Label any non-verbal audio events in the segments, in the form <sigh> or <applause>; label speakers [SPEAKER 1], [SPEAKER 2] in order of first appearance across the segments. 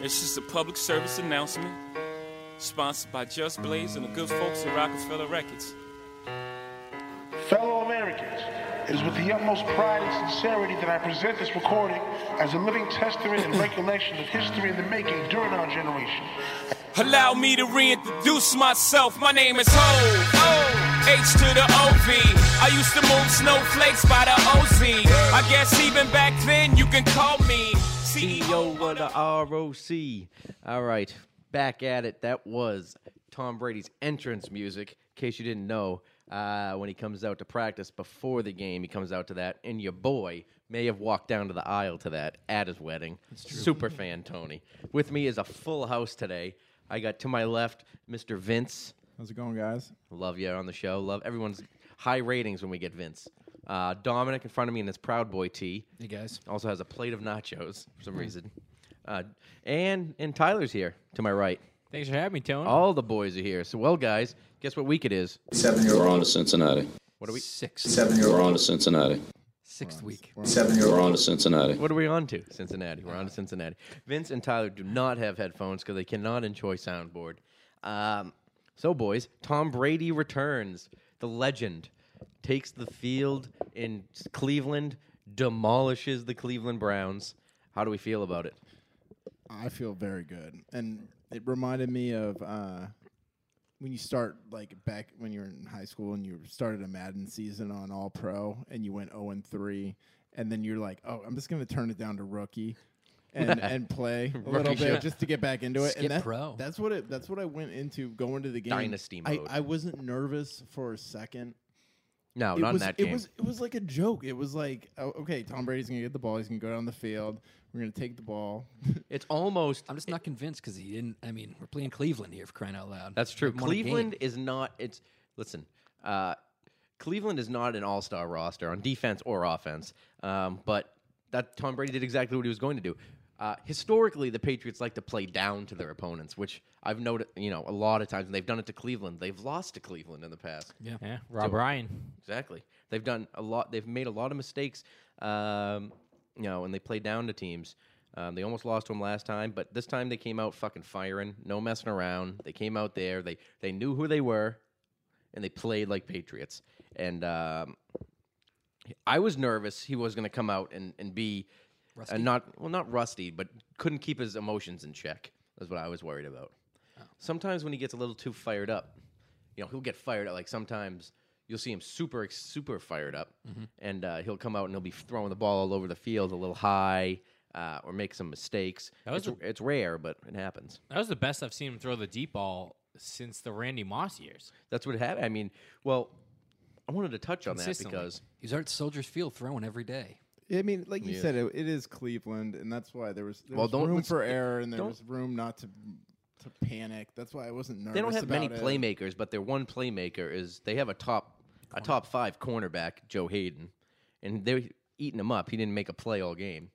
[SPEAKER 1] It's just a public service announcement sponsored by Just Blaze and the good folks at Rockefeller Records.
[SPEAKER 2] Fellow Americans, it is with the utmost pride and sincerity that I present this recording as a living testament <laughs> and recollection of history in the making during our generation.
[SPEAKER 1] Allow me to reintroduce myself. My name is Ho. Ho. H to the OV. I used to move snowflakes by the OZ. I guess even back then you can call me E CEO
[SPEAKER 3] CEO
[SPEAKER 1] of the
[SPEAKER 3] of the ROC. All right, back at it. That was Tom Brady's entrance music. In case you didn't know, uh, when he comes out to practice before the game, he comes out to that, and your boy may have walked down to the aisle to that at his wedding. Super fan Tony. With me is a full house today. I got to my left Mr. Vince.
[SPEAKER 4] How's it going, guys?
[SPEAKER 3] Love you on the show. Love everyone's high ratings when we get Vince. Uh, Dominic in front of me in his Proud Boy tee.
[SPEAKER 5] Hey guys.
[SPEAKER 3] Also has a plate of nachos for
[SPEAKER 4] Hmm.
[SPEAKER 3] some reason. Uh, and and Tyler's here to my right.
[SPEAKER 5] Thanks for having me, Tony.
[SPEAKER 3] All the boys are here. So well, guys, guess what week it is?
[SPEAKER 6] Seven year We're on to Cincinnati.
[SPEAKER 3] What are we?
[SPEAKER 5] sixth
[SPEAKER 6] Seven year We're on to Cincinnati.
[SPEAKER 5] sixth week.
[SPEAKER 6] Seven year We're on to Cincinnati.
[SPEAKER 3] What are we on to? Cincinnati. We're on to Cincinnati. Vince and Tyler do not have headphones because they cannot enjoy soundboard. Um, so boys, Tom Brady returns. The legend takes the field in Cleveland, demolishes the Cleveland Browns. How do we feel about it?
[SPEAKER 4] I feel very good, and it reminded me of uh, when you start like back when you were in high school and you started a Madden season on All Pro, and you went zero and three, and then you're like, oh, I'm just gonna turn it down to rookie. And, and play a little
[SPEAKER 3] Rookie shit.
[SPEAKER 4] bit just to get back into it.
[SPEAKER 5] Skip
[SPEAKER 4] and that,
[SPEAKER 5] pro.
[SPEAKER 4] That's what it. That's what I went into going to the game.
[SPEAKER 3] Dynasty
[SPEAKER 4] I,
[SPEAKER 3] mode.
[SPEAKER 4] I wasn't nervous for a second.
[SPEAKER 3] No,
[SPEAKER 4] it
[SPEAKER 3] not
[SPEAKER 4] was,
[SPEAKER 3] in that
[SPEAKER 4] it
[SPEAKER 3] game.
[SPEAKER 4] was it was like a joke. It was like, oh, okay, Tom Brady's gonna get the ball. He's gonna go down the field. We're gonna take the ball. <laughs>
[SPEAKER 3] it's almost
[SPEAKER 5] I'm just not convinced because he didn't. I mean, we're playing Cleveland here for crying out loud.
[SPEAKER 3] That's true.
[SPEAKER 5] We've won a game.
[SPEAKER 3] Cleveland is not. It's listen. Uh, Cleveland is not an all-star roster on defense or offense. Um, but that Tom Brady did exactly what he was going to do. Uh, historically, the Patriots like to play down to their opponents, which I've noted. You know, a lot of times, and they've done it to Cleveland. They've lost to Cleveland in the past.
[SPEAKER 5] Yeah.
[SPEAKER 7] Yeah, Rob Ryan.
[SPEAKER 3] Exactly. They've done a lot. They've made a lot of mistakes. Um, you know, and they play down to teams. Um, they almost lost to them last time, but this time they came out fucking firing, no messing around. They came out there. They they knew who they were, and they played like patriots. And um, I was nervous he was going to come out and and be
[SPEAKER 5] Rusty?
[SPEAKER 3] and not well not rusty, but couldn't keep his emotions in check. That's what I was worried about.
[SPEAKER 7] Oh.
[SPEAKER 3] Sometimes when he gets a little too fired up, you know, he'll get fired up. Like sometimes you'll see him super, ex- super fired up,
[SPEAKER 7] Mm-hmm.
[SPEAKER 3] and uh, he'll come out and he'll be throwing the ball all over the field a little high uh, or make some mistakes.
[SPEAKER 7] That was
[SPEAKER 3] it's, it's rare, but it happens.
[SPEAKER 7] That was the best I've seen him throw the deep ball since the Randy Moss years.
[SPEAKER 3] That's what happened. I mean, well, I wanted to touch on that
[SPEAKER 7] Consistently.
[SPEAKER 3] because
[SPEAKER 5] He's out at Soldiers Field throwing every day.
[SPEAKER 4] I mean, like you
[SPEAKER 3] Yeah.
[SPEAKER 4] said, it, it is Cleveland, and that's why there was, there
[SPEAKER 3] Well,
[SPEAKER 4] was
[SPEAKER 3] don't-
[SPEAKER 4] room
[SPEAKER 3] let's-
[SPEAKER 4] for error, and there
[SPEAKER 3] don't-
[SPEAKER 4] was room not to to panic. That's why I wasn't nervous.
[SPEAKER 3] they don't have many
[SPEAKER 4] about it.
[SPEAKER 3] playmakers, but their one playmaker is they have a top a top five cornerback, Joe Hayden, and they're eating him up. He didn't make a play all game.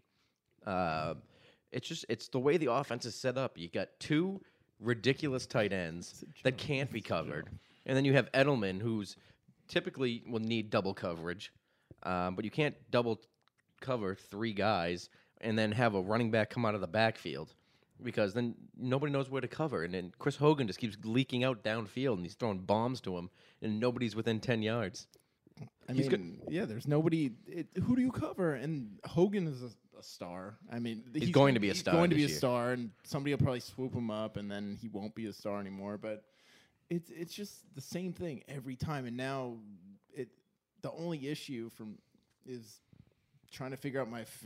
[SPEAKER 3] Uh, it's just it's the way the offense is set up. You got two ridiculous tight ends that can't be covered, and then you have Edelman, who's typically will need double coverage, um, but you can't double cover three guys and then have a running back come out of the backfield because then nobody knows where to cover, and then Chris Hogan just keeps leaking out downfield and he's throwing bombs to him, and nobody's within ten yards.
[SPEAKER 4] I
[SPEAKER 3] He's
[SPEAKER 4] mean,
[SPEAKER 3] good-
[SPEAKER 4] yeah, there's nobody. It, who do you cover? And Hogan is a, a star. I mean, th-
[SPEAKER 3] He's going to be a
[SPEAKER 4] he's
[SPEAKER 3] star
[SPEAKER 4] Going to
[SPEAKER 3] this
[SPEAKER 4] be a
[SPEAKER 3] year.
[SPEAKER 4] star, and somebody will probably swoop him up, and then he won't be a star anymore. But it's it's just the same thing every time. And now, it the only issue from is trying to figure out my f-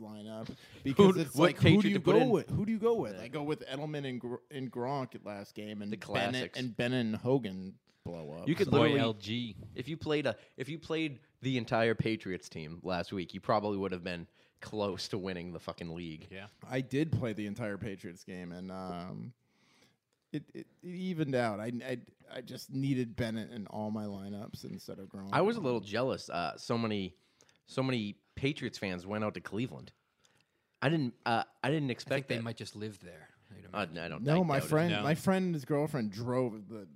[SPEAKER 3] <laughs>
[SPEAKER 4] lineup because it's
[SPEAKER 3] what
[SPEAKER 4] like who
[SPEAKER 3] Patriot
[SPEAKER 4] do you
[SPEAKER 3] to put
[SPEAKER 4] go
[SPEAKER 3] in?
[SPEAKER 4] with? Who do you go with? I go with Edelman and Gr- and Gronk at last game, and
[SPEAKER 3] The
[SPEAKER 4] Bennett
[SPEAKER 3] classics.
[SPEAKER 4] and Bennett and Hogan blow up.
[SPEAKER 3] You could
[SPEAKER 5] Oh,
[SPEAKER 7] Boy,
[SPEAKER 3] literally
[SPEAKER 7] LG.
[SPEAKER 3] If you played a, if you played the entire Patriots team last week, you probably would have been close to winning the fucking league.
[SPEAKER 7] Yeah.
[SPEAKER 4] I did play the entire Patriots game, and um, it, it it evened out. I, I I just needed Bennett in all my lineups instead of Gronk.
[SPEAKER 3] I was a little jealous. Uh, so many, so many Patriots fans went out to Cleveland. I didn't. Uh, I didn't
[SPEAKER 5] I
[SPEAKER 3] expect
[SPEAKER 5] think they
[SPEAKER 3] that.
[SPEAKER 5] might just live there. I'd
[SPEAKER 3] Uh,
[SPEAKER 5] imagine.
[SPEAKER 3] no, I don't. I
[SPEAKER 4] no. My
[SPEAKER 3] doubt it.
[SPEAKER 4] friend,
[SPEAKER 7] No.
[SPEAKER 4] my friend, and his girlfriend drove the.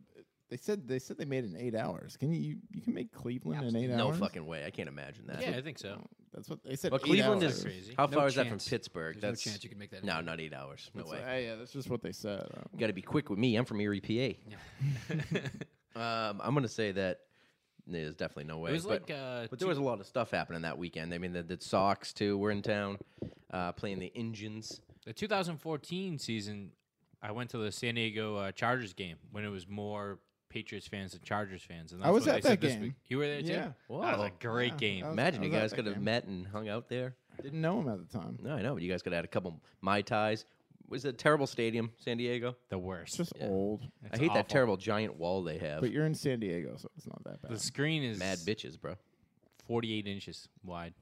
[SPEAKER 4] They said they said they made it in eight hours. Can you you, you can make Cleveland in eight
[SPEAKER 3] No
[SPEAKER 4] hours?
[SPEAKER 3] fucking way. I can't imagine that.
[SPEAKER 7] Yeah, I think so.
[SPEAKER 4] That's what they said.
[SPEAKER 3] But
[SPEAKER 4] eight
[SPEAKER 3] Cleveland
[SPEAKER 4] hours.
[SPEAKER 3] is
[SPEAKER 7] Crazy.
[SPEAKER 3] how
[SPEAKER 5] No
[SPEAKER 3] far is that from
[SPEAKER 5] chance.
[SPEAKER 3] Pittsburgh?
[SPEAKER 5] There's no chance you can make that
[SPEAKER 3] No, not eight hours. No
[SPEAKER 4] That's
[SPEAKER 3] way.
[SPEAKER 4] what- hey, yeah, that's just what they said. I don't-
[SPEAKER 3] You got to be quick with me. I'm from Erie, PA.
[SPEAKER 7] <laughs>
[SPEAKER 4] <laughs>
[SPEAKER 3] um, I'm gonna say that there's definitely no way.
[SPEAKER 7] It was
[SPEAKER 3] but,
[SPEAKER 7] like, uh,
[SPEAKER 3] but there was a lot of stuff happening that weekend. I mean, the, the Sox too were in town uh, playing the Engines.
[SPEAKER 7] The 2014 season, I went to the San Diego uh, Chargers game when it was more Patriots fans than Chargers fans. And that's
[SPEAKER 4] I was
[SPEAKER 7] what
[SPEAKER 4] at
[SPEAKER 7] they
[SPEAKER 4] that
[SPEAKER 7] said this
[SPEAKER 4] game.
[SPEAKER 7] week. You were there too.
[SPEAKER 4] Yeah.
[SPEAKER 7] that was
[SPEAKER 3] Whoa.
[SPEAKER 7] a great game.
[SPEAKER 4] that was-
[SPEAKER 3] Imagine
[SPEAKER 4] I
[SPEAKER 3] you
[SPEAKER 4] at
[SPEAKER 3] guys
[SPEAKER 4] that
[SPEAKER 3] could have
[SPEAKER 4] game.
[SPEAKER 3] met and hung out there.
[SPEAKER 4] Didn't know him at the time.
[SPEAKER 3] No, I know, but you guys could have had a couple mai tais. It was a terrible stadium, San Diego.
[SPEAKER 7] the worst.
[SPEAKER 4] It's just old.
[SPEAKER 7] It's
[SPEAKER 3] I hate that
[SPEAKER 7] awful.
[SPEAKER 3] terrible giant wall they have.
[SPEAKER 4] But you're in San Diego, so it's not that bad.
[SPEAKER 7] The screen is
[SPEAKER 3] Mad bitches, bro.
[SPEAKER 7] 48 inches wide.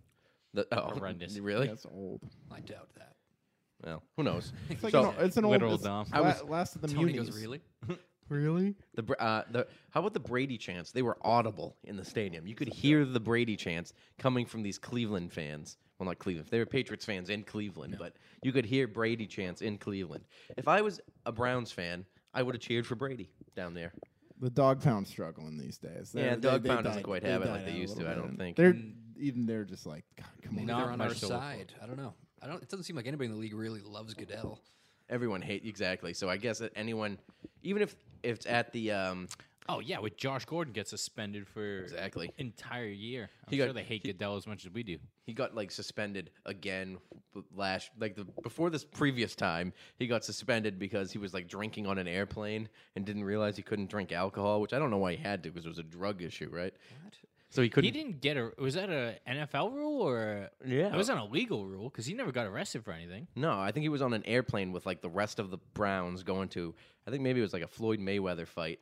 [SPEAKER 3] The, oh,
[SPEAKER 7] Horrendous.
[SPEAKER 3] <laughs> Really?
[SPEAKER 4] That's old.
[SPEAKER 5] I doubt that.
[SPEAKER 3] Well, who knows?
[SPEAKER 4] <laughs> It's like
[SPEAKER 3] So-
[SPEAKER 4] an, it's an old.
[SPEAKER 7] Literal
[SPEAKER 4] it's
[SPEAKER 7] dump.
[SPEAKER 4] la-
[SPEAKER 7] I
[SPEAKER 4] last of the
[SPEAKER 5] Tony
[SPEAKER 4] munis.
[SPEAKER 5] goes really.
[SPEAKER 4] Really?
[SPEAKER 3] The Br- uh, the how about the Brady chants? They were audible in the stadium. You could hear the Brady chants coming from these Cleveland fans. Well, not Cleveland. They were Patriots fans in Cleveland, but you could hear Brady chants in Cleveland. If I was a Browns fan, I would have cheered for Brady down there.
[SPEAKER 4] The dog pound's struggling these days. They're-
[SPEAKER 3] Yeah,
[SPEAKER 4] they-
[SPEAKER 3] dog
[SPEAKER 4] they
[SPEAKER 3] pound doesn't
[SPEAKER 4] died-
[SPEAKER 3] quite have it
[SPEAKER 4] died
[SPEAKER 3] like they
[SPEAKER 4] out a
[SPEAKER 3] used to,
[SPEAKER 4] little
[SPEAKER 3] I
[SPEAKER 4] bit.
[SPEAKER 3] don't think.
[SPEAKER 5] Mm.
[SPEAKER 4] They're even they're just like, God, come on.
[SPEAKER 5] Maybe they're
[SPEAKER 7] Not
[SPEAKER 5] on
[SPEAKER 7] much
[SPEAKER 5] our
[SPEAKER 7] to look
[SPEAKER 5] side. I don't know. I don't. It doesn't seem like anybody in the league really loves Goodell.
[SPEAKER 3] Everyone hate exactly. So I guess that anyone, even if if it's at the um,
[SPEAKER 7] Oh yeah, with Josh Gordon gets suspended for
[SPEAKER 3] Exactly.
[SPEAKER 7] entire year. I'm
[SPEAKER 3] He got-
[SPEAKER 7] sure they hate Goodell as much as we do.
[SPEAKER 3] he got like suspended again w- last like the before this previous time he got suspended because he was like drinking on an airplane and didn't realize he couldn't drink alcohol which i don't know why he had to because it was a drug issue right so he
[SPEAKER 7] He
[SPEAKER 3] couldn't
[SPEAKER 7] didn't get a. Was that a NFL rule or?
[SPEAKER 3] Yeah.
[SPEAKER 7] it was an illegal rule because he never got arrested
[SPEAKER 3] <laughs>
[SPEAKER 7] for anything. <laughs>
[SPEAKER 3] no i think he was on an airplane with like the rest of the browns going to i think maybe it was like a floyd mayweather fight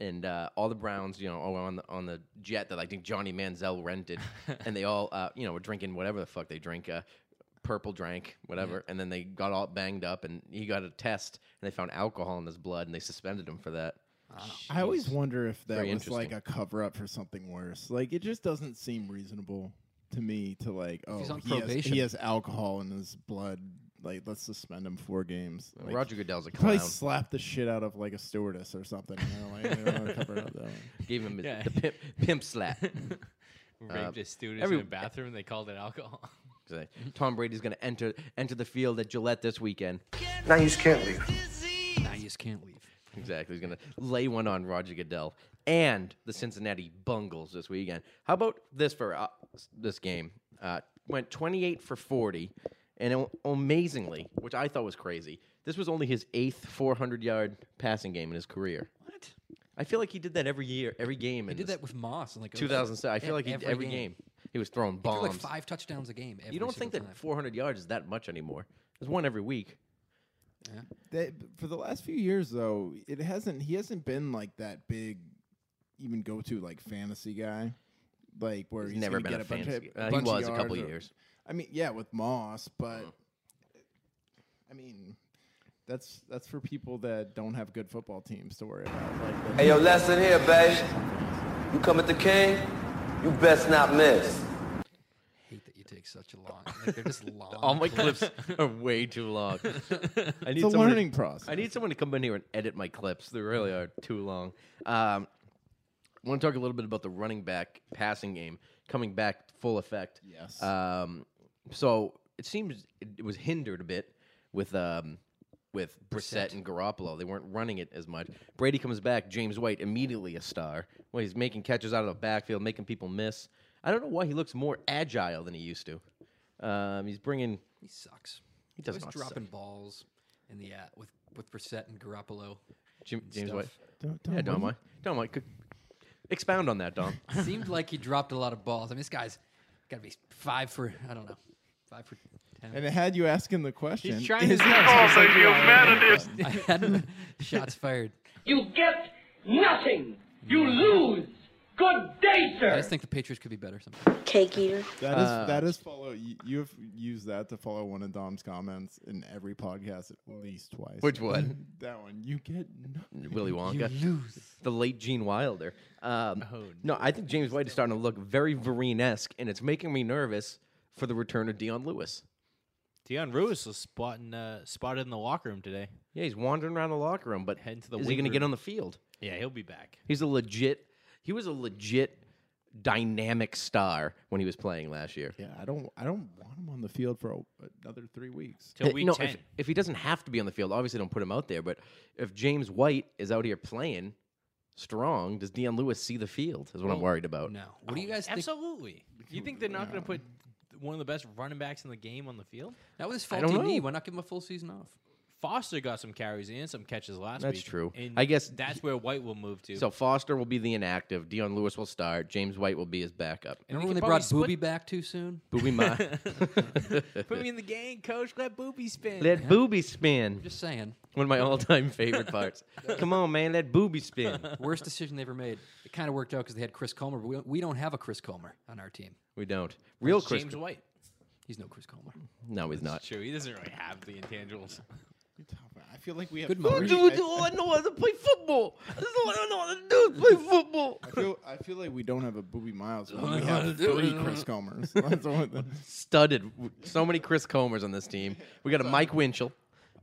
[SPEAKER 3] and uh, all the Browns, you know, are on the on the jet that I think Johnny Manziel rented, and they all, uh, you know, were drinking whatever the fuck they drink, uh, purple drank, whatever, and then they got all banged up, and he got a test, and they found alcohol in his blood, and they suspended him for that.
[SPEAKER 4] I always wonder if that
[SPEAKER 3] Very
[SPEAKER 4] was like
[SPEAKER 3] interesting.
[SPEAKER 4] a cover up for something worse. Like it just doesn't seem reasonable to me to like oh
[SPEAKER 5] he's on
[SPEAKER 4] he, has,
[SPEAKER 5] probation.
[SPEAKER 4] he has alcohol in his blood. Like let's suspend him four games. Like,
[SPEAKER 3] Roger Goodell's a
[SPEAKER 4] he probably
[SPEAKER 3] clown.
[SPEAKER 4] slapped the shit out of like a stewardess or something. You know, like, they don't wanna cover up that one.
[SPEAKER 3] Gave him his-
[SPEAKER 7] Yeah.
[SPEAKER 3] the pimp, pimp slap.
[SPEAKER 7] Raped his students
[SPEAKER 3] Uh, every-
[SPEAKER 7] in the bathroom. They called it alcohol. <laughs>
[SPEAKER 3] So, Tom Brady's going to enter enter the field at Gillette this weekend.
[SPEAKER 2] Now you just can't leave.
[SPEAKER 5] Now you just can't leave.
[SPEAKER 3] Exactly. He's going to lay one on Roger Goodell and the Cincinnati Bungles this weekend. How about this for uh, s- this game? Uh, went 28 for 40, and it, amazingly, which I thought was crazy, this was only his eighth 400 yard passing game in his career.
[SPEAKER 5] What?
[SPEAKER 3] I feel like he did that every year, every game.
[SPEAKER 5] He did that with Moss in like
[SPEAKER 3] 2007. I
[SPEAKER 5] Yeah,
[SPEAKER 3] feel like he, every, every game. he was throwing
[SPEAKER 5] He threw
[SPEAKER 3] bombs.
[SPEAKER 5] like five touchdowns a game. Every
[SPEAKER 3] you don't think
[SPEAKER 5] single
[SPEAKER 3] that
[SPEAKER 5] time.
[SPEAKER 3] 400 yards is that much anymore? There's one every week.
[SPEAKER 4] They, for the last few years though, it hasn't he hasn't been like that big even go to like fantasy guy. Like where he's,
[SPEAKER 3] He's never
[SPEAKER 4] gonna
[SPEAKER 3] been
[SPEAKER 4] get
[SPEAKER 3] a
[SPEAKER 4] a, bunch of,
[SPEAKER 3] fantasy- uh, he
[SPEAKER 4] bunch of
[SPEAKER 3] was a couple
[SPEAKER 4] yards or-
[SPEAKER 3] years. Mm.
[SPEAKER 4] I mean, yeah, with Moss, but I mean that's that's for people that don't have good football teams to worry about. Like
[SPEAKER 8] Hey, yo, lesson here, baby. You come at the king, you best not miss.
[SPEAKER 5] hate that you take such a long. Like
[SPEAKER 3] <laughs>
[SPEAKER 5] they're just long.
[SPEAKER 3] All
[SPEAKER 5] <laughs>
[SPEAKER 3] my clips are way too long. I need
[SPEAKER 4] it's a
[SPEAKER 3] someone to-
[SPEAKER 4] learning process.
[SPEAKER 3] I need someone to come in here and edit my clips. They really are too long. Um, I want to talk a little bit about the running back passing game coming back to full effect.
[SPEAKER 4] Yes.
[SPEAKER 3] Um, so it seems it, it was hindered a bit with um, with Brissett and Garoppolo. They weren't running it as much. Brady comes back. James White immediately a star. Well, he's making catches out of the backfield, making people miss. I don't know why he looks more agile than he used to. Um, he's bringing.
[SPEAKER 5] He sucks.
[SPEAKER 3] He does
[SPEAKER 5] Always
[SPEAKER 3] not
[SPEAKER 5] dropping balls in the at with with Brissett and Garoppolo.
[SPEAKER 3] Jim, James
[SPEAKER 5] stuff.
[SPEAKER 3] White.
[SPEAKER 4] Don't-
[SPEAKER 3] yeah,
[SPEAKER 4] don't-
[SPEAKER 3] Dom. White. Dom, White, could expound on that,
[SPEAKER 7] <laughs>
[SPEAKER 3] Dom.
[SPEAKER 5] <laughs> Seemed like he dropped a lot of balls. I mean, this guy's got to be five for I don't know, five for ten.
[SPEAKER 4] and it had you asking the question.
[SPEAKER 7] He's trying his
[SPEAKER 4] is- <laughs>
[SPEAKER 7] best. He's like, "Yeah, I don't know."
[SPEAKER 5] <laughs> I had shots fired.
[SPEAKER 9] You get nothing. You lose. Good day,
[SPEAKER 5] I
[SPEAKER 9] sir.
[SPEAKER 5] just think the Patriots could be better. Sometimes.
[SPEAKER 10] Cake eater.
[SPEAKER 4] That is
[SPEAKER 5] Uh,
[SPEAKER 4] that is follow. You, you have used that to follow one of Dom's comments in every podcast at least twice.
[SPEAKER 3] Which one?
[SPEAKER 4] <laughs> that one. You get no-
[SPEAKER 3] Willy Wonka. The late Gene Wilder. Um,
[SPEAKER 7] Oh,
[SPEAKER 3] no. I think James White is starting to look very Vereen esque, and it's making me nervous for the return of Dion Lewis.
[SPEAKER 7] Deion Lewis was spotting, uh, spotted in the locker room today.
[SPEAKER 3] Yeah, he's wandering around the locker room, but
[SPEAKER 7] Head to the
[SPEAKER 3] is he
[SPEAKER 7] wing
[SPEAKER 3] going to get
[SPEAKER 7] room.
[SPEAKER 3] on the field?
[SPEAKER 7] Yeah, he'll be back.
[SPEAKER 3] He's a legit. He was a legit dynamic star when he was playing last year.
[SPEAKER 4] <laughs> Yeah, I don't. I don't want him on the field for a- another three weeks.
[SPEAKER 7] Till
[SPEAKER 3] Uh,
[SPEAKER 7] week
[SPEAKER 3] no,
[SPEAKER 7] ten.
[SPEAKER 3] If, if he doesn't have to be on the field, obviously don't put him out there. But if James White is out here playing strong, does Deion Lewis see the field? Is what I'm worried about.
[SPEAKER 5] No. What do
[SPEAKER 3] Oh,
[SPEAKER 5] you guys think?
[SPEAKER 7] Absolutely. You think they're not going
[SPEAKER 3] Uh,
[SPEAKER 7] to put one of the best running backs in the game on the field?
[SPEAKER 5] That was his
[SPEAKER 3] I don't
[SPEAKER 5] faulty knee.
[SPEAKER 3] know.
[SPEAKER 5] Why not give him a full season off?
[SPEAKER 7] Foster got some carries and some catches last
[SPEAKER 3] That's
[SPEAKER 7] week.
[SPEAKER 3] true.
[SPEAKER 7] And
[SPEAKER 3] I guess-
[SPEAKER 7] that's where White will move to.
[SPEAKER 3] So Foster will be the inactive. Deion Lewis will start. James White will be his backup.
[SPEAKER 5] Remember when
[SPEAKER 7] can
[SPEAKER 5] they
[SPEAKER 7] probably
[SPEAKER 5] brought
[SPEAKER 7] split-
[SPEAKER 5] Booby back too soon?
[SPEAKER 3] Booby Ma. <laughs>
[SPEAKER 7] put me in the gang, coach. Let Booby spin.
[SPEAKER 3] Let booby spin. <laughs>
[SPEAKER 5] Just saying.
[SPEAKER 3] One of my all-time favorite parts. Come on, man. Let booby spin.
[SPEAKER 5] Worst decision they ever made. It kind of worked out because they had Chris Comer, but we, we don't have a Chris Comer on our team.
[SPEAKER 3] We don't. Real Chris.
[SPEAKER 7] James White.
[SPEAKER 5] He's no Chris Comer.
[SPEAKER 3] No, he's not.
[SPEAKER 7] True. He doesn't really have the intangibles. <laughs>
[SPEAKER 4] I feel like we have
[SPEAKER 5] Good
[SPEAKER 4] three-
[SPEAKER 5] memory.
[SPEAKER 4] I-
[SPEAKER 3] I know how to play football. This is what I know how to do. Play football.
[SPEAKER 4] I feel, I feel like we don't have a Booby Miles. When we have three Chris
[SPEAKER 5] <laughs>
[SPEAKER 4] Comers. <laughs> That's the one that-
[SPEAKER 3] Studded. So many Chris Comers on this team. We got a Mike Winchell.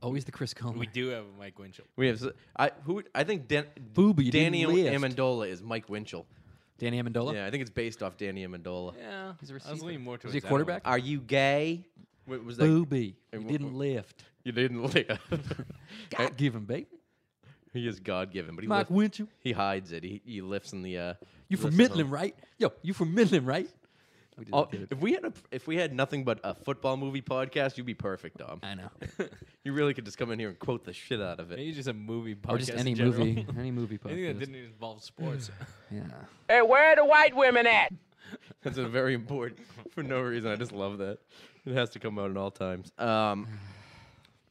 [SPEAKER 5] Always the Chris Comer.
[SPEAKER 7] We do have a Mike Winchell.
[SPEAKER 3] We have s- I who I think Dan,
[SPEAKER 5] Booby, you didn't
[SPEAKER 3] Daniel
[SPEAKER 5] list.
[SPEAKER 3] Amendola is Mike Winchell.
[SPEAKER 5] Danny Amendola.
[SPEAKER 3] Yeah, I think it's based off Danny Amendola.
[SPEAKER 7] Yeah,
[SPEAKER 5] He's a
[SPEAKER 7] I was
[SPEAKER 5] receiver.
[SPEAKER 7] leaning more
[SPEAKER 5] Is
[SPEAKER 7] towards
[SPEAKER 5] he a
[SPEAKER 7] that
[SPEAKER 5] quarterback?
[SPEAKER 3] Are you gay? What was that?
[SPEAKER 5] Booby.
[SPEAKER 3] Hey,
[SPEAKER 5] He
[SPEAKER 3] wh-
[SPEAKER 5] didn't
[SPEAKER 3] wh-
[SPEAKER 5] lift.
[SPEAKER 3] You didn't <laughs> live.
[SPEAKER 5] God give him, baby.
[SPEAKER 3] he is God given, but he
[SPEAKER 5] Mike
[SPEAKER 3] lifts-
[SPEAKER 5] Winchell.
[SPEAKER 3] he hides it. He, he lifts in the. Uh,
[SPEAKER 5] You
[SPEAKER 3] lifts
[SPEAKER 5] from
[SPEAKER 3] his
[SPEAKER 5] Midland,
[SPEAKER 3] own-
[SPEAKER 5] right? Yo, you from Midland, right? We did
[SPEAKER 3] Oh, if we had a, if we had nothing but a football movie podcast, you'd be perfect, Dom.
[SPEAKER 5] I
[SPEAKER 7] <laughs>
[SPEAKER 5] know.
[SPEAKER 3] You really could just come in here and quote the shit out of it.
[SPEAKER 7] Maybe just a movie podcast.
[SPEAKER 5] Or just any
[SPEAKER 7] in general. <laughs>
[SPEAKER 5] movie. Any movie
[SPEAKER 7] Anything that
[SPEAKER 5] podcast.
[SPEAKER 7] didn't
[SPEAKER 5] <laughs>
[SPEAKER 7] involve sports. <laughs>
[SPEAKER 5] Yeah.
[SPEAKER 9] Hey, where are the white women at?
[SPEAKER 3] That's a very important <laughs> for no reason. I just love that. It has to come out at all times. Um,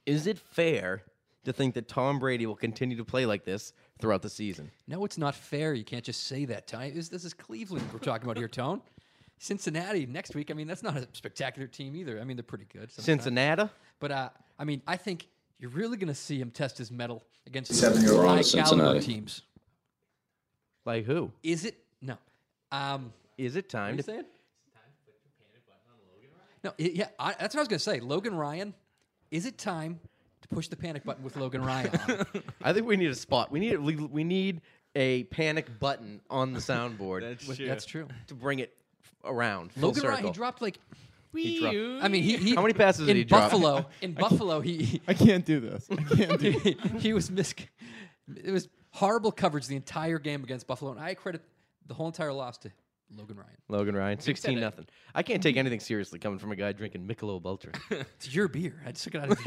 [SPEAKER 3] is it fair to think that Tom Brady will continue to play like this throughout the season?
[SPEAKER 5] No, it's not fair. You can't just say that, Tony. This, this is Cleveland we're talking about here, Tone. Cincinnati next week. I mean, that's not a spectacular team either. I mean, they're pretty good. sometimes.
[SPEAKER 3] Cincinnati?
[SPEAKER 5] But uh, I mean, I think you're really going to see him test his metal against
[SPEAKER 6] year old
[SPEAKER 5] high caliber
[SPEAKER 6] Cincinnati.
[SPEAKER 5] teams.
[SPEAKER 3] Like who?
[SPEAKER 5] Is it? No. Um,
[SPEAKER 3] Is it time
[SPEAKER 5] what are
[SPEAKER 3] to
[SPEAKER 5] you saying? No, i yeah, I, that's what I was going to say. Logan Ryan, is it time to push the panic button with Logan
[SPEAKER 3] <laughs>
[SPEAKER 5] Ryan? on?
[SPEAKER 3] I think we need a spot. We need a, legal- we need a panic button on the soundboard with-
[SPEAKER 5] that's true.
[SPEAKER 3] to bring it around. Full
[SPEAKER 5] Logan Ryan, he
[SPEAKER 3] circle.
[SPEAKER 5] dropped like
[SPEAKER 3] He dropped-
[SPEAKER 5] I mean, he, he
[SPEAKER 3] How many passes
[SPEAKER 5] in
[SPEAKER 3] did he drop?
[SPEAKER 5] Buffalo?
[SPEAKER 3] <laughs>
[SPEAKER 5] In Buffalo, he
[SPEAKER 4] I can't do this. I can't do
[SPEAKER 5] he, <laughs> he was mis. It was horrible coverage the entire game against Buffalo, and I credit the whole entire loss to Logan Ryan.
[SPEAKER 3] Logan Ryan, sixteen nothing. I can't take anything seriously coming from a guy drinking Michelob Ultra.
[SPEAKER 5] It's your beer. I just took it out of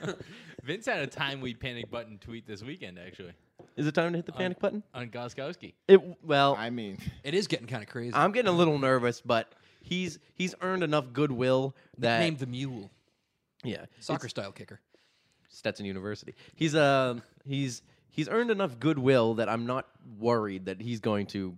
[SPEAKER 3] <laughs>
[SPEAKER 5] beer.
[SPEAKER 7] Vince had a timely panic button tweet this weekend, actually,
[SPEAKER 3] Is it time to hit the
[SPEAKER 7] Um,
[SPEAKER 3] panic button?
[SPEAKER 7] on Goskowski.
[SPEAKER 3] It well,
[SPEAKER 4] I
[SPEAKER 5] <laughs>
[SPEAKER 4] mean,
[SPEAKER 5] it is getting kind of crazy.
[SPEAKER 3] I'm getting a little nervous, but he's he's earned enough goodwill that
[SPEAKER 5] Named the Mule,
[SPEAKER 3] yeah,
[SPEAKER 5] soccer style kicker.
[SPEAKER 3] it's Stetson University. He's um he's he's earned enough goodwill that I'm not worried that he's going to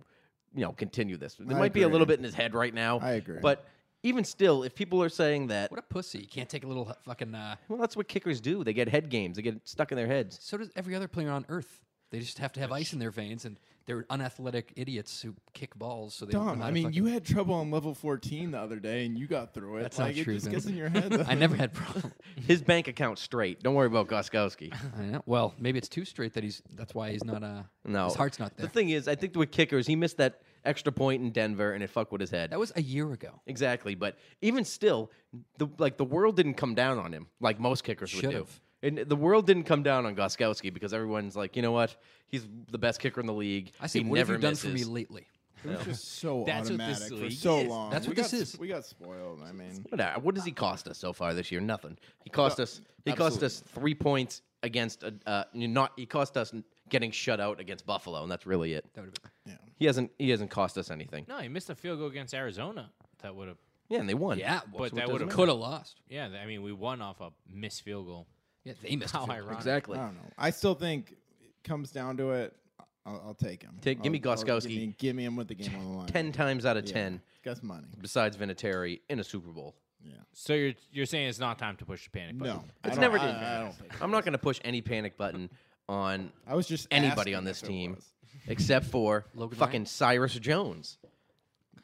[SPEAKER 3] you know continue this. There
[SPEAKER 4] I
[SPEAKER 3] might be a little
[SPEAKER 4] agree.
[SPEAKER 3] bit in his head right now.
[SPEAKER 4] I agree.
[SPEAKER 3] but even still, if people are saying that,
[SPEAKER 5] What a pussy! You can't take a little hu- fucking. Uh,
[SPEAKER 3] well, that's what kickers do. They get head games. They get stuck in their heads.
[SPEAKER 5] so does every other player on earth. They just have to have ice in their veins, and they're unathletic idiots who kick balls. So they Don't
[SPEAKER 4] Dom.
[SPEAKER 5] know how
[SPEAKER 4] I
[SPEAKER 5] to
[SPEAKER 4] mean,
[SPEAKER 5] fucking-
[SPEAKER 4] you had trouble on level 14 the other day, and you got through it.
[SPEAKER 5] That's not
[SPEAKER 4] like,
[SPEAKER 5] true,
[SPEAKER 4] It just
[SPEAKER 5] Vin.
[SPEAKER 4] gets in your head. though.
[SPEAKER 5] <laughs> I never had problem.
[SPEAKER 3] His bank account's straight. Don't worry about Goskowski.
[SPEAKER 5] I know. Well, maybe it's too straight that he's. That's why he's not. Uh,
[SPEAKER 3] No,
[SPEAKER 5] his heart's not there.
[SPEAKER 3] The thing is, I think with kickers, he missed that extra point in Denver, and it fucked with his head.
[SPEAKER 5] that was a year ago.
[SPEAKER 3] Exactly, but even still, the like the world didn't come down on him like most kickers would do.
[SPEAKER 5] Should've.
[SPEAKER 3] And the world didn't come down on Goskowski because everyone's like, you know what, he's the best kicker in the league.
[SPEAKER 5] I see.
[SPEAKER 3] He
[SPEAKER 5] What have
[SPEAKER 3] never
[SPEAKER 5] you done
[SPEAKER 3] misses.
[SPEAKER 5] for me lately?
[SPEAKER 4] It was just
[SPEAKER 3] <laughs>
[SPEAKER 4] so
[SPEAKER 7] That's what this
[SPEAKER 4] automatic for
[SPEAKER 7] league
[SPEAKER 4] so
[SPEAKER 7] is.
[SPEAKER 4] long.
[SPEAKER 5] That's
[SPEAKER 4] We
[SPEAKER 5] what this
[SPEAKER 4] got-
[SPEAKER 5] is.
[SPEAKER 4] We got spoiled.
[SPEAKER 3] <laughs>
[SPEAKER 4] I mean,
[SPEAKER 3] What, uh, what does he cost us so far this year? Nothing. He cost
[SPEAKER 5] Uh,
[SPEAKER 4] No,
[SPEAKER 3] us. He cost us three points against a uh, not. He cost us getting shut out against Buffalo, and that's really it.
[SPEAKER 5] That would've been-
[SPEAKER 3] He hasn't. He hasn't cost us anything.
[SPEAKER 7] No, he missed a field goal against Arizona. That would have.
[SPEAKER 3] Yeah, and they won.
[SPEAKER 5] Yeah,
[SPEAKER 7] But that would've-
[SPEAKER 5] could have lost.
[SPEAKER 7] Yeah, I mean, we won off a missed field goal.
[SPEAKER 5] Yeah, they missed.
[SPEAKER 7] How
[SPEAKER 5] the field goal.
[SPEAKER 7] ironic.
[SPEAKER 3] exactly.
[SPEAKER 4] I don't know. I still think it comes down to it. I'll, I'll take him.
[SPEAKER 3] Take- give me
[SPEAKER 4] I'll- I'll-
[SPEAKER 3] Gostkowski.
[SPEAKER 4] Give me, give me him with the game on the line.
[SPEAKER 3] Ten times out of ten, <laughs>
[SPEAKER 4] Gus money.
[SPEAKER 3] besides Vinatieri, in a Super Bowl.
[SPEAKER 7] So you're you're saying it's not time to push the panic button?
[SPEAKER 4] No, I
[SPEAKER 3] It's
[SPEAKER 4] don't-
[SPEAKER 3] never
[SPEAKER 4] I,
[SPEAKER 3] did.
[SPEAKER 4] I, I don't think.
[SPEAKER 3] I'm not going to push any panic button
[SPEAKER 4] <laughs>
[SPEAKER 3] on
[SPEAKER 4] I was just
[SPEAKER 3] anybody
[SPEAKER 4] asking
[SPEAKER 3] on this
[SPEAKER 4] if it
[SPEAKER 3] team
[SPEAKER 4] was.
[SPEAKER 3] except for
[SPEAKER 5] Logan
[SPEAKER 3] fucking
[SPEAKER 5] Ryan?
[SPEAKER 3] Cyrus Jones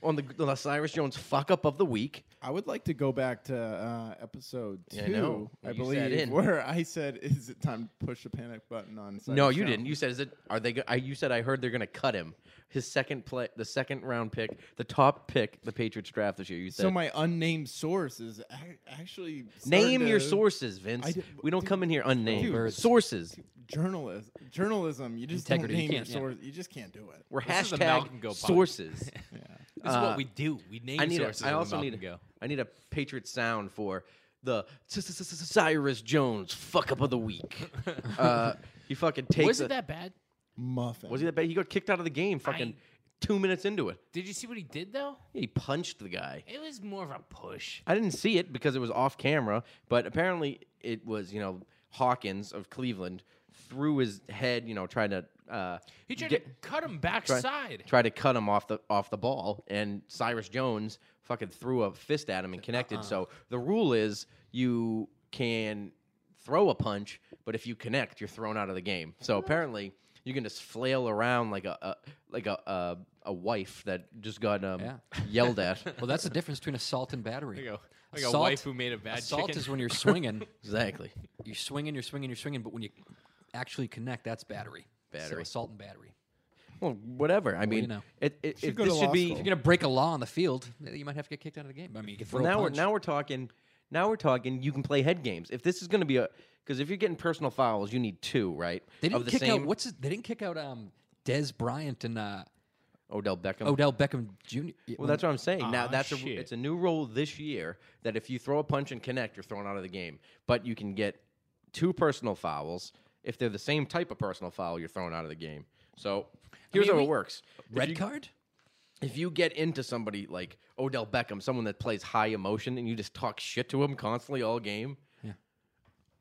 [SPEAKER 3] on the, on the Cyrus Jones fuck up of the week.
[SPEAKER 4] I would like to go back to uh, episode two,
[SPEAKER 3] Yeah, I know.
[SPEAKER 4] I
[SPEAKER 3] You sat
[SPEAKER 4] believe,
[SPEAKER 3] in.
[SPEAKER 4] where I said, <laughs> "Is it time to push the panic button on?" Cyrus
[SPEAKER 3] no, you
[SPEAKER 4] Jones?"
[SPEAKER 3] didn't. You said is it are they go- I, you said I heard they're going to cut him. His second play the second round pick, the top pick the Patriots draft this year. You said
[SPEAKER 4] So my unnamed source is ac- actually starting
[SPEAKER 3] Name your
[SPEAKER 4] to-
[SPEAKER 3] sources, Vince.
[SPEAKER 4] I did-
[SPEAKER 3] we don't
[SPEAKER 4] dude,
[SPEAKER 3] come in here unnamed.
[SPEAKER 4] dude,
[SPEAKER 3] sources.
[SPEAKER 4] Journalism, journalism. You just
[SPEAKER 5] Integrity, you
[SPEAKER 4] don't name your
[SPEAKER 5] can't- yeah.
[SPEAKER 4] source. You just can't do it.
[SPEAKER 3] We're
[SPEAKER 7] This is the Malcolm Go
[SPEAKER 3] hashtag
[SPEAKER 7] pod.
[SPEAKER 4] <laughs>
[SPEAKER 3] sources.
[SPEAKER 7] This is what we do. We name
[SPEAKER 3] Uh, I need. A,
[SPEAKER 7] sources.
[SPEAKER 3] I
[SPEAKER 7] on the
[SPEAKER 3] also need.
[SPEAKER 7] Malcolm
[SPEAKER 3] A,
[SPEAKER 7] go.
[SPEAKER 3] I need a Patriot sound for the Cyrus Jones fuck up of the
[SPEAKER 7] <laughs>
[SPEAKER 3] week. Uh, he fucking takes.
[SPEAKER 7] Was
[SPEAKER 3] a-
[SPEAKER 7] it that bad?
[SPEAKER 4] Muffin.
[SPEAKER 3] Was he that bad? He got kicked out of the game. Fucking two minutes into it,
[SPEAKER 7] Did you see what he did though?
[SPEAKER 3] he punched the guy.
[SPEAKER 7] It was more of a push.
[SPEAKER 3] I didn't see it because it was off camera, but apparently it was, you know, Hawkins of Cleveland threw his head, you know, trying to uh,
[SPEAKER 7] He tried
[SPEAKER 3] get-
[SPEAKER 7] to cut
[SPEAKER 3] try-
[SPEAKER 7] him backside.
[SPEAKER 3] try to cut him off the off the ball, and Cyrus Jones fucking threw a fist at him and connected.
[SPEAKER 5] Uh-uh.
[SPEAKER 3] So the rule is you can throw a punch, but if you connect, you're thrown out of the game. So apparently you can just flail around like a, a like a, a a wife that just got um,
[SPEAKER 5] Yeah. <laughs>
[SPEAKER 3] yelled at.
[SPEAKER 5] Well, that's the difference between assault and battery.
[SPEAKER 7] Like a- like a
[SPEAKER 5] assault,
[SPEAKER 7] wife who made a bad
[SPEAKER 5] assault
[SPEAKER 7] chicken.
[SPEAKER 5] is when you're swinging,
[SPEAKER 3] exactly.
[SPEAKER 5] you're swinging, you're swinging, you're swinging, but when you actually connect, that's battery. So
[SPEAKER 3] Battery.
[SPEAKER 5] assault and battery.
[SPEAKER 3] Well, whatever. I mean,
[SPEAKER 5] you know.
[SPEAKER 3] it, it, if
[SPEAKER 4] go to
[SPEAKER 3] this should
[SPEAKER 4] law
[SPEAKER 3] be
[SPEAKER 4] school.
[SPEAKER 5] You're gonna break a law on the field. You might have to get kicked out of the game. I mean, you can throw
[SPEAKER 3] well, now
[SPEAKER 5] a
[SPEAKER 3] we're
[SPEAKER 5] punch.
[SPEAKER 3] now we're talking now we're talking. You can play head games. If this is going to be a because if you're getting personal fouls, you need two, right?
[SPEAKER 5] they
[SPEAKER 3] of
[SPEAKER 5] didn't
[SPEAKER 3] the
[SPEAKER 5] kick
[SPEAKER 3] same
[SPEAKER 5] out what's his, they didn't kick out um Des Bryant and uh,
[SPEAKER 3] Odell Beckham.
[SPEAKER 5] Odell Beckham Jr.
[SPEAKER 3] Well, that's what I'm saying. now
[SPEAKER 7] Ah,
[SPEAKER 3] that's a,
[SPEAKER 7] shit.
[SPEAKER 3] it's a new rule this year that if you throw a punch and connect, you're thrown out of the game. But you can get two personal fouls. If they're the same type of personal foul, you're thrown out of the game. So here's
[SPEAKER 7] mean,
[SPEAKER 3] how
[SPEAKER 7] we-
[SPEAKER 3] it works. If
[SPEAKER 5] red
[SPEAKER 3] you-
[SPEAKER 5] card.
[SPEAKER 3] if you get into somebody like Odell Beckham, someone that plays high emotion, and you just talk shit to him constantly all game,
[SPEAKER 5] Yeah.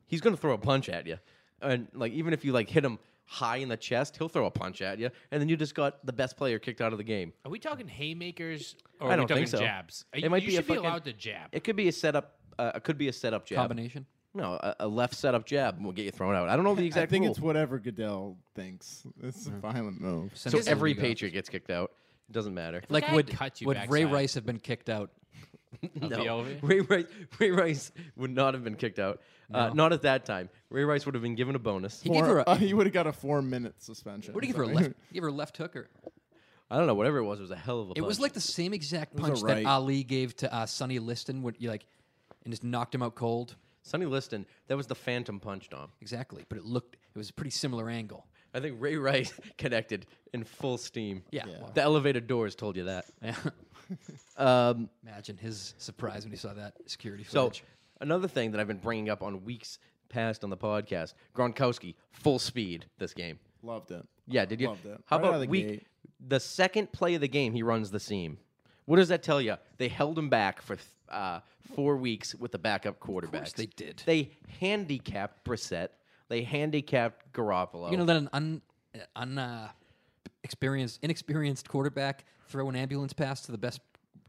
[SPEAKER 3] he's gonna throw a punch at you. And like even if you like hit him high in the chest, he'll throw a punch at you, and then you just got the best player kicked out of the game.
[SPEAKER 7] Are we talking haymakers or
[SPEAKER 3] I
[SPEAKER 7] are we
[SPEAKER 3] don't
[SPEAKER 7] talking
[SPEAKER 3] think so.
[SPEAKER 7] jabs?
[SPEAKER 3] It
[SPEAKER 7] you
[SPEAKER 3] might
[SPEAKER 7] you
[SPEAKER 3] be a
[SPEAKER 7] should be
[SPEAKER 3] fucking-
[SPEAKER 7] allowed to jab.
[SPEAKER 3] It could be a setup. Uh, it could be a setup jab.
[SPEAKER 5] Combination.
[SPEAKER 3] No, a, a left setup jab will get you thrown out. I don't know the exact
[SPEAKER 4] I think
[SPEAKER 3] rule.
[SPEAKER 4] it's whatever Goodell thinks. It's a violent move.
[SPEAKER 3] so
[SPEAKER 5] Send it to
[SPEAKER 3] every
[SPEAKER 5] the league
[SPEAKER 3] Patriot gets kicked out. It doesn't matter.
[SPEAKER 5] office. like
[SPEAKER 7] guy
[SPEAKER 5] would
[SPEAKER 7] cut you
[SPEAKER 5] would Ray
[SPEAKER 7] backside.
[SPEAKER 5] Rice have been kicked out?
[SPEAKER 7] the
[SPEAKER 3] No.
[SPEAKER 7] elevator?
[SPEAKER 3] Ray Rice, Ray Rice would not have been kicked out. Uh, not at that time. Ray Rice would have been given a bonus.
[SPEAKER 5] He gave her a,
[SPEAKER 4] Uh, <laughs> he would have got a four-minute suspension.
[SPEAKER 5] what did he give her a left?
[SPEAKER 3] <laughs>
[SPEAKER 5] Give her a left hooker.
[SPEAKER 3] I don't know. Whatever it was, it was a hell of a.
[SPEAKER 5] It was
[SPEAKER 3] punch.
[SPEAKER 5] like the same exact
[SPEAKER 4] was a
[SPEAKER 5] punch
[SPEAKER 4] right.
[SPEAKER 5] that Ali gave to uh, Sonny Liston when you like and just knocked him out cold.
[SPEAKER 3] Sonny Liston. That was the phantom punch, Dom.
[SPEAKER 5] Exactly, but it looked it was a pretty similar angle. <laughs>
[SPEAKER 3] I think Ray Rice <laughs> connected in full steam.
[SPEAKER 5] Yeah, Yeah. well-
[SPEAKER 3] the elevator doors told you that.
[SPEAKER 5] Imagine his surprise when he saw that security
[SPEAKER 3] Um, So
[SPEAKER 5] footage.
[SPEAKER 3] another thing that I've been bringing up on weeks past on the podcast, Gronkowski full speed this game.
[SPEAKER 4] <laughs> Loved it.
[SPEAKER 3] Yeah, did you?
[SPEAKER 4] Loved it.
[SPEAKER 3] How
[SPEAKER 4] Right out
[SPEAKER 3] about
[SPEAKER 4] of the
[SPEAKER 3] week
[SPEAKER 4] gate.
[SPEAKER 3] the second play of the game? He runs the seam. What does that tell you? They held him back for th- uh, four weeks with the backup quarterbacks.
[SPEAKER 5] they did.
[SPEAKER 3] They handicapped Brissett. They handicapped Garoppolo.
[SPEAKER 5] You're gonna let an un, un uh, experienced, inexperienced quarterback throw an ambulance pass to the best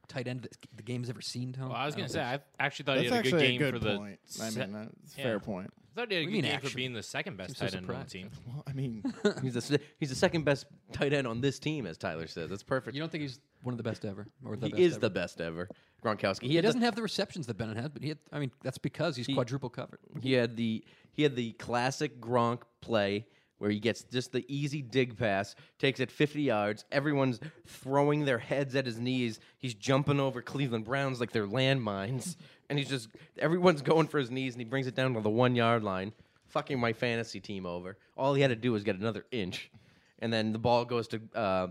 [SPEAKER 5] tight end that the game's ever seen, Tom? Oh,
[SPEAKER 7] Well, I was
[SPEAKER 5] don't
[SPEAKER 3] Oh,
[SPEAKER 7] gonna say
[SPEAKER 5] think-
[SPEAKER 7] I actually thought
[SPEAKER 4] That's
[SPEAKER 7] he had a good
[SPEAKER 4] actually
[SPEAKER 7] game
[SPEAKER 4] a good
[SPEAKER 7] for the.
[SPEAKER 4] point. I
[SPEAKER 7] se-
[SPEAKER 4] mean, that's a
[SPEAKER 7] yeah.
[SPEAKER 4] fair point.
[SPEAKER 7] I thought he had a
[SPEAKER 5] What
[SPEAKER 7] good
[SPEAKER 5] do you mean,
[SPEAKER 7] game
[SPEAKER 5] actually?
[SPEAKER 7] for being the second best tight end on the
[SPEAKER 5] surprised.
[SPEAKER 7] team.
[SPEAKER 4] Well, I mean,
[SPEAKER 3] <laughs> he's the se- he's the second best tight end on this team, as Tyler says. That's perfect.
[SPEAKER 5] you don't think he's one of the best ever, or the
[SPEAKER 3] he
[SPEAKER 5] best
[SPEAKER 3] is
[SPEAKER 5] ever?
[SPEAKER 3] the best ever. Gronkowski. He,
[SPEAKER 5] He
[SPEAKER 3] had the-
[SPEAKER 5] doesn't have the receptions that Bennett had, but he had. I mean, that's because he's quadruple covered.
[SPEAKER 3] He had the he had the classic Gronk play where he gets just the easy dig pass, takes it 50 yards. Everyone's throwing their heads at his knees. He's jumping over Cleveland Browns like they're landmines, <laughs> and he's just everyone's going for his knees, and he brings it down to the one yard line, fucking my fantasy team over. All he had to do was get another inch, and then the ball goes to uh,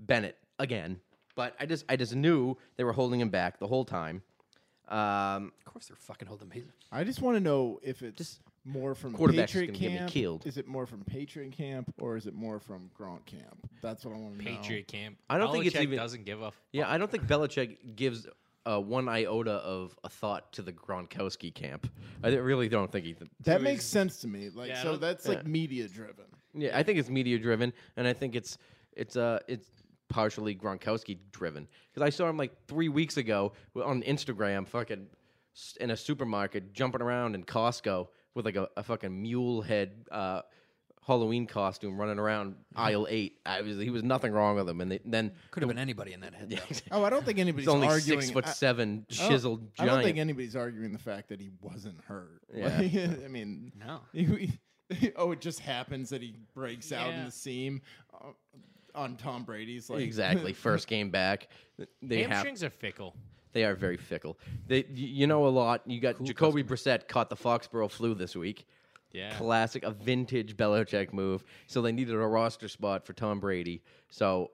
[SPEAKER 3] Bennett again. But I just I just knew they were holding him back the whole time. Um,
[SPEAKER 5] Of course, they're fucking holding him.
[SPEAKER 4] I just want to know if it's
[SPEAKER 3] Just
[SPEAKER 4] more from
[SPEAKER 3] quarterbacks is
[SPEAKER 4] Patriot
[SPEAKER 3] gonna get me
[SPEAKER 4] camp.
[SPEAKER 3] killed.
[SPEAKER 4] Is it more from Patriot camp or is it more from Gronk camp? That's what I want to know.
[SPEAKER 7] Patriot camp.
[SPEAKER 3] I don't think it's
[SPEAKER 7] Belichick
[SPEAKER 3] even-
[SPEAKER 7] doesn't give a.
[SPEAKER 3] Yeah, I don't think Belichick gives uh, one iota of a thought to the Gronkowski camp. I really don't think he. Th-
[SPEAKER 4] That makes sense to me. Like,
[SPEAKER 7] Yeah, I
[SPEAKER 4] so
[SPEAKER 7] don't-
[SPEAKER 4] that's like media driven.
[SPEAKER 3] yeah, I think it's media driven, and I think it's it's uh it's partially Gronkowski driven because I saw him like three weeks ago on Instagram, fucking s- in a supermarket, jumping around in Costco with like a, a fucking mule head. Uh, Halloween costume running around aisle eight. I was he was nothing wrong with him, and they, then
[SPEAKER 5] Could have been anybody in that head. though.
[SPEAKER 4] Oh, I don't think anybody's
[SPEAKER 3] he's only
[SPEAKER 4] arguing.
[SPEAKER 3] six foot
[SPEAKER 4] I-
[SPEAKER 3] seven,
[SPEAKER 4] I don't-
[SPEAKER 3] chiseled
[SPEAKER 4] I don't think
[SPEAKER 3] giant.
[SPEAKER 4] anybody's arguing the fact that he wasn't hurt.
[SPEAKER 3] Yeah.
[SPEAKER 4] Like, <laughs> I mean,
[SPEAKER 5] No.
[SPEAKER 4] he- he- oh, it just happens that he breaks out in
[SPEAKER 7] Yeah.
[SPEAKER 4] the seam uh, on Tom Brady's like
[SPEAKER 3] exactly, first game back. They have
[SPEAKER 7] Hamstrings are fickle.
[SPEAKER 3] They are very fickle. They, y- you know, a lot. You got Jacoby Brissett caught the Foxborough flu this week.
[SPEAKER 7] Yeah.
[SPEAKER 3] Classic, a vintage Belichick move. So they needed a roster spot for Tom Brady. So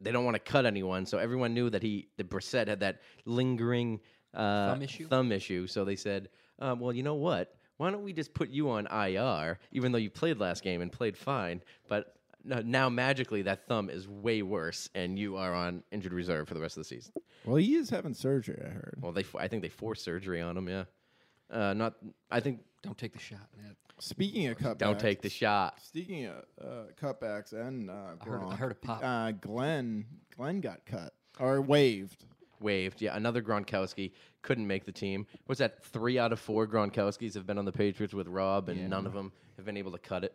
[SPEAKER 3] they don't want to cut anyone. So everyone knew that he, that Brissett had that lingering uh,
[SPEAKER 5] Thumb issue?
[SPEAKER 3] Thumb issue. So they said, um, well, you know what? Why don't we just put you on IR, even though you played last game and played fine, but no- now magically that thumb is way worse, and you are on injured reserve for the rest of the season.
[SPEAKER 4] Well, he is having surgery. I heard.
[SPEAKER 3] Well, they f- I think they forced surgery on him. Yeah, uh, not. I think
[SPEAKER 5] Don't take the shot. man.
[SPEAKER 4] Speaking of cutbacks,
[SPEAKER 3] don't take the shot.
[SPEAKER 4] Speaking of uh, cutbacks and uh,
[SPEAKER 5] heard- I
[SPEAKER 4] Gronk,
[SPEAKER 5] heard a pop.
[SPEAKER 4] Uh, Glenn, Glenn got cut or waived.
[SPEAKER 3] Waived. Yeah, another Gronkowski couldn't make the team. What's that? Three out of four Gronkowskis have been on the Patriots with Rob, and none of them have been able to cut it.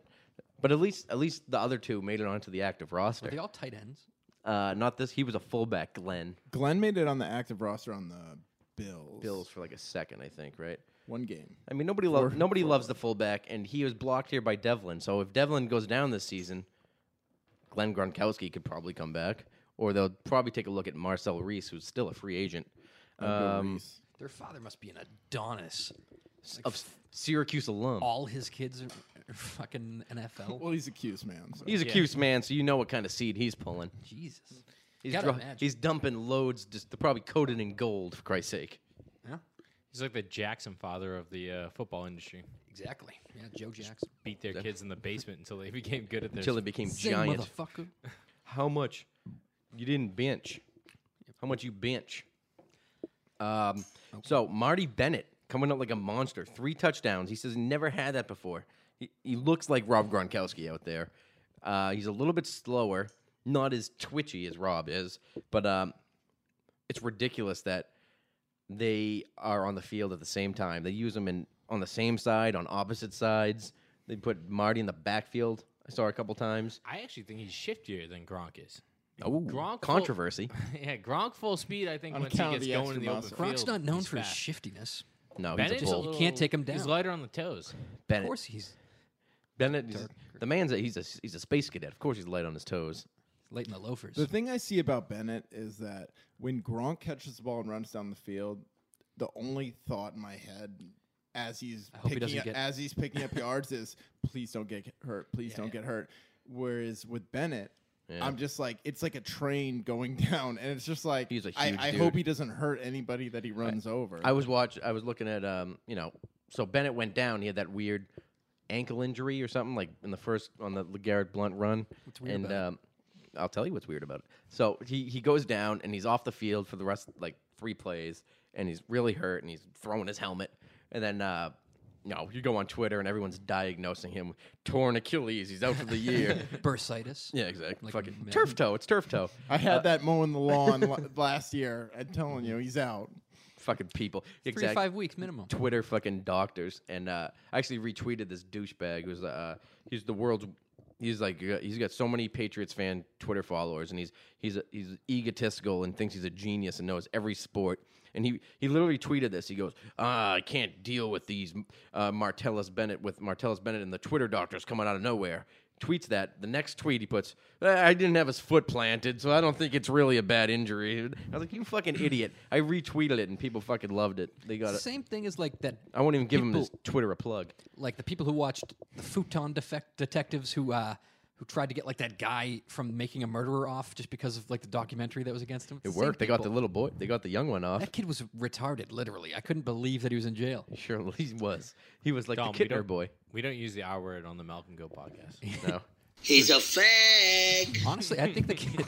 [SPEAKER 3] But at least, at least the other two made it onto the active
[SPEAKER 5] Are they
[SPEAKER 3] roster.
[SPEAKER 5] all tight ends?
[SPEAKER 3] Uh, not this. He was a fullback, Glenn
[SPEAKER 4] Glenn made it on the active roster on the Bills.
[SPEAKER 3] Bills, for like a second, I think. Right.
[SPEAKER 4] one game.
[SPEAKER 3] I mean, nobody loves nobody loves the fullback, and he was blocked here by Devlin. So if Devlin goes down this season, Glenn Gronkowski could probably come back, or they'll probably take a look at Marcel Reese, who's still a free agent um,
[SPEAKER 4] Reese.
[SPEAKER 5] Their father must be an Adonis.
[SPEAKER 3] of S- Syracuse alum.
[SPEAKER 5] All his kids are, are fucking NFL.
[SPEAKER 4] Well, he's a Cuse man. So.
[SPEAKER 3] He's a Cuse man, so you know what kind of seed he's pulling.
[SPEAKER 5] Jesus.
[SPEAKER 3] He's,
[SPEAKER 5] Gotta
[SPEAKER 3] dro-
[SPEAKER 5] imagine.
[SPEAKER 3] he's dumping loads, just they're probably coated in gold, for Christ's sake.
[SPEAKER 5] Yeah,
[SPEAKER 7] He's like the Jackson father of the uh, football industry.
[SPEAKER 5] exactly. Yeah, Joe Jackson.
[SPEAKER 7] Beat their kids in the basement until they <laughs> became good at their.
[SPEAKER 3] Until it
[SPEAKER 7] sp-
[SPEAKER 3] became
[SPEAKER 5] Same
[SPEAKER 3] giant.
[SPEAKER 5] motherfucker.
[SPEAKER 3] How much you didn't bench? How much you bench? Um, So Marty Bennett coming up like a monster, three touchdowns. He says he never had that before. He, he looks like Rob Gronkowski out there. Uh, he's a little bit slower, not as twitchy as Rob is, but um, it's ridiculous that they are on the field at the same time. They use them in on the same side, on opposite sides. They put Marty in the backfield. I saw a couple times.
[SPEAKER 7] I actually think he's shiftier than Gronk is.
[SPEAKER 3] Oh,
[SPEAKER 7] Gronk full-
[SPEAKER 3] controversy.
[SPEAKER 7] <laughs> yeah, Gronk full speed. I think
[SPEAKER 4] On
[SPEAKER 7] once he
[SPEAKER 4] account of
[SPEAKER 7] gets
[SPEAKER 4] the
[SPEAKER 7] going in
[SPEAKER 4] extra
[SPEAKER 7] the open
[SPEAKER 4] muscle.
[SPEAKER 7] field,
[SPEAKER 5] Gronk's not known
[SPEAKER 7] he's
[SPEAKER 5] for his
[SPEAKER 7] fast.
[SPEAKER 5] shiftiness.
[SPEAKER 3] No, he's
[SPEAKER 7] Bennett's
[SPEAKER 3] a
[SPEAKER 7] a
[SPEAKER 3] bull.
[SPEAKER 7] little,
[SPEAKER 5] can't take him
[SPEAKER 7] He's
[SPEAKER 5] down.
[SPEAKER 7] lighter on the toes.
[SPEAKER 5] Of
[SPEAKER 3] Bennett.
[SPEAKER 5] course, he's
[SPEAKER 3] Bennett. is- the man's a, he's a he's a space cadet. Of course, he's light on his toes.
[SPEAKER 5] late in the loafers.
[SPEAKER 4] The thing I see about Bennett is that when Gronk catches the ball and runs down the field, the only thought in my head as he's
[SPEAKER 5] hope he
[SPEAKER 4] picking
[SPEAKER 5] doesn't
[SPEAKER 4] up,
[SPEAKER 5] get-
[SPEAKER 4] as he's
[SPEAKER 3] <laughs>
[SPEAKER 4] picking up yards is please don't get hurt, please don't get hurt. Whereas with Bennett, I'm just like it's like a train going <laughs> down, and it's just like
[SPEAKER 3] He's a huge
[SPEAKER 4] I, I
[SPEAKER 3] dude.
[SPEAKER 4] hope he doesn't hurt anybody that he runs over.
[SPEAKER 3] I was watch. I was looking at um. You know, so Bennett went down. He had that weird ankle injury or something like in the first on the Garrett Blunt run. What's
[SPEAKER 5] weird
[SPEAKER 3] and
[SPEAKER 5] about it?
[SPEAKER 3] um, I'll tell you what's weird about it. So he he goes down and he's off the field for the rest like three plays, and he's really hurt and he's throwing his helmet, and then. uh no, you go on Twitter and everyone's diagnosing him torn Achilles. He's out for the year.
[SPEAKER 5] Bursitis.
[SPEAKER 3] yeah, exactly.
[SPEAKER 5] Like
[SPEAKER 3] Fucking
[SPEAKER 5] Madden.
[SPEAKER 3] turf toe. It's turf toe.
[SPEAKER 4] <laughs>
[SPEAKER 3] Uh,
[SPEAKER 4] I had that mowing
[SPEAKER 3] <laughs>
[SPEAKER 4] the lawn la- last year. I'm telling you, he's out.
[SPEAKER 3] fucking people.
[SPEAKER 5] Three to
[SPEAKER 3] Exactly.
[SPEAKER 5] five weeks minimum.
[SPEAKER 3] Twitter fucking doctors. And uh, I actually retweeted this douchebag who's uh, he's the world's he's like uh, he's got so many Patriots fan Twitter followers, and he's he's he's egotistical and thinks he's a genius and knows every sport. And he, he literally tweeted this. He goes, ah, I can't deal with these uh, Martellus Bennett with Martellus Bennett and the Twitter doctors coming out of nowhere. Tweets that. The next tweet he puts, "Ah, I didn't have his foot planted, so I don't think it's really a bad injury. I was like, you fucking idiot. I retweeted it and people fucking loved it. They got it.
[SPEAKER 5] Same thing as like that.
[SPEAKER 3] I won't even give him his
[SPEAKER 5] people-
[SPEAKER 3] Twitter a plug.
[SPEAKER 5] like the people who watched the futon defect detectives who uh who tried to get like that guy from making a murderer off just because of like the documentary that was against him.
[SPEAKER 3] It
[SPEAKER 5] Same
[SPEAKER 3] worked. They got the
[SPEAKER 5] people.
[SPEAKER 3] little boy. They got the young one off.
[SPEAKER 5] That kid was retarded, literally. I couldn't believe that he was in jail.
[SPEAKER 3] <laughs> Sure, he was. He was like
[SPEAKER 7] Dom,
[SPEAKER 3] the
[SPEAKER 7] we
[SPEAKER 3] Kidner
[SPEAKER 5] <laughs>
[SPEAKER 7] don't-
[SPEAKER 3] boy.
[SPEAKER 7] We don't use the R word on the Malcolm Go podcast.
[SPEAKER 3] No,
[SPEAKER 10] He's a fag.
[SPEAKER 5] Honestly, I think the kid.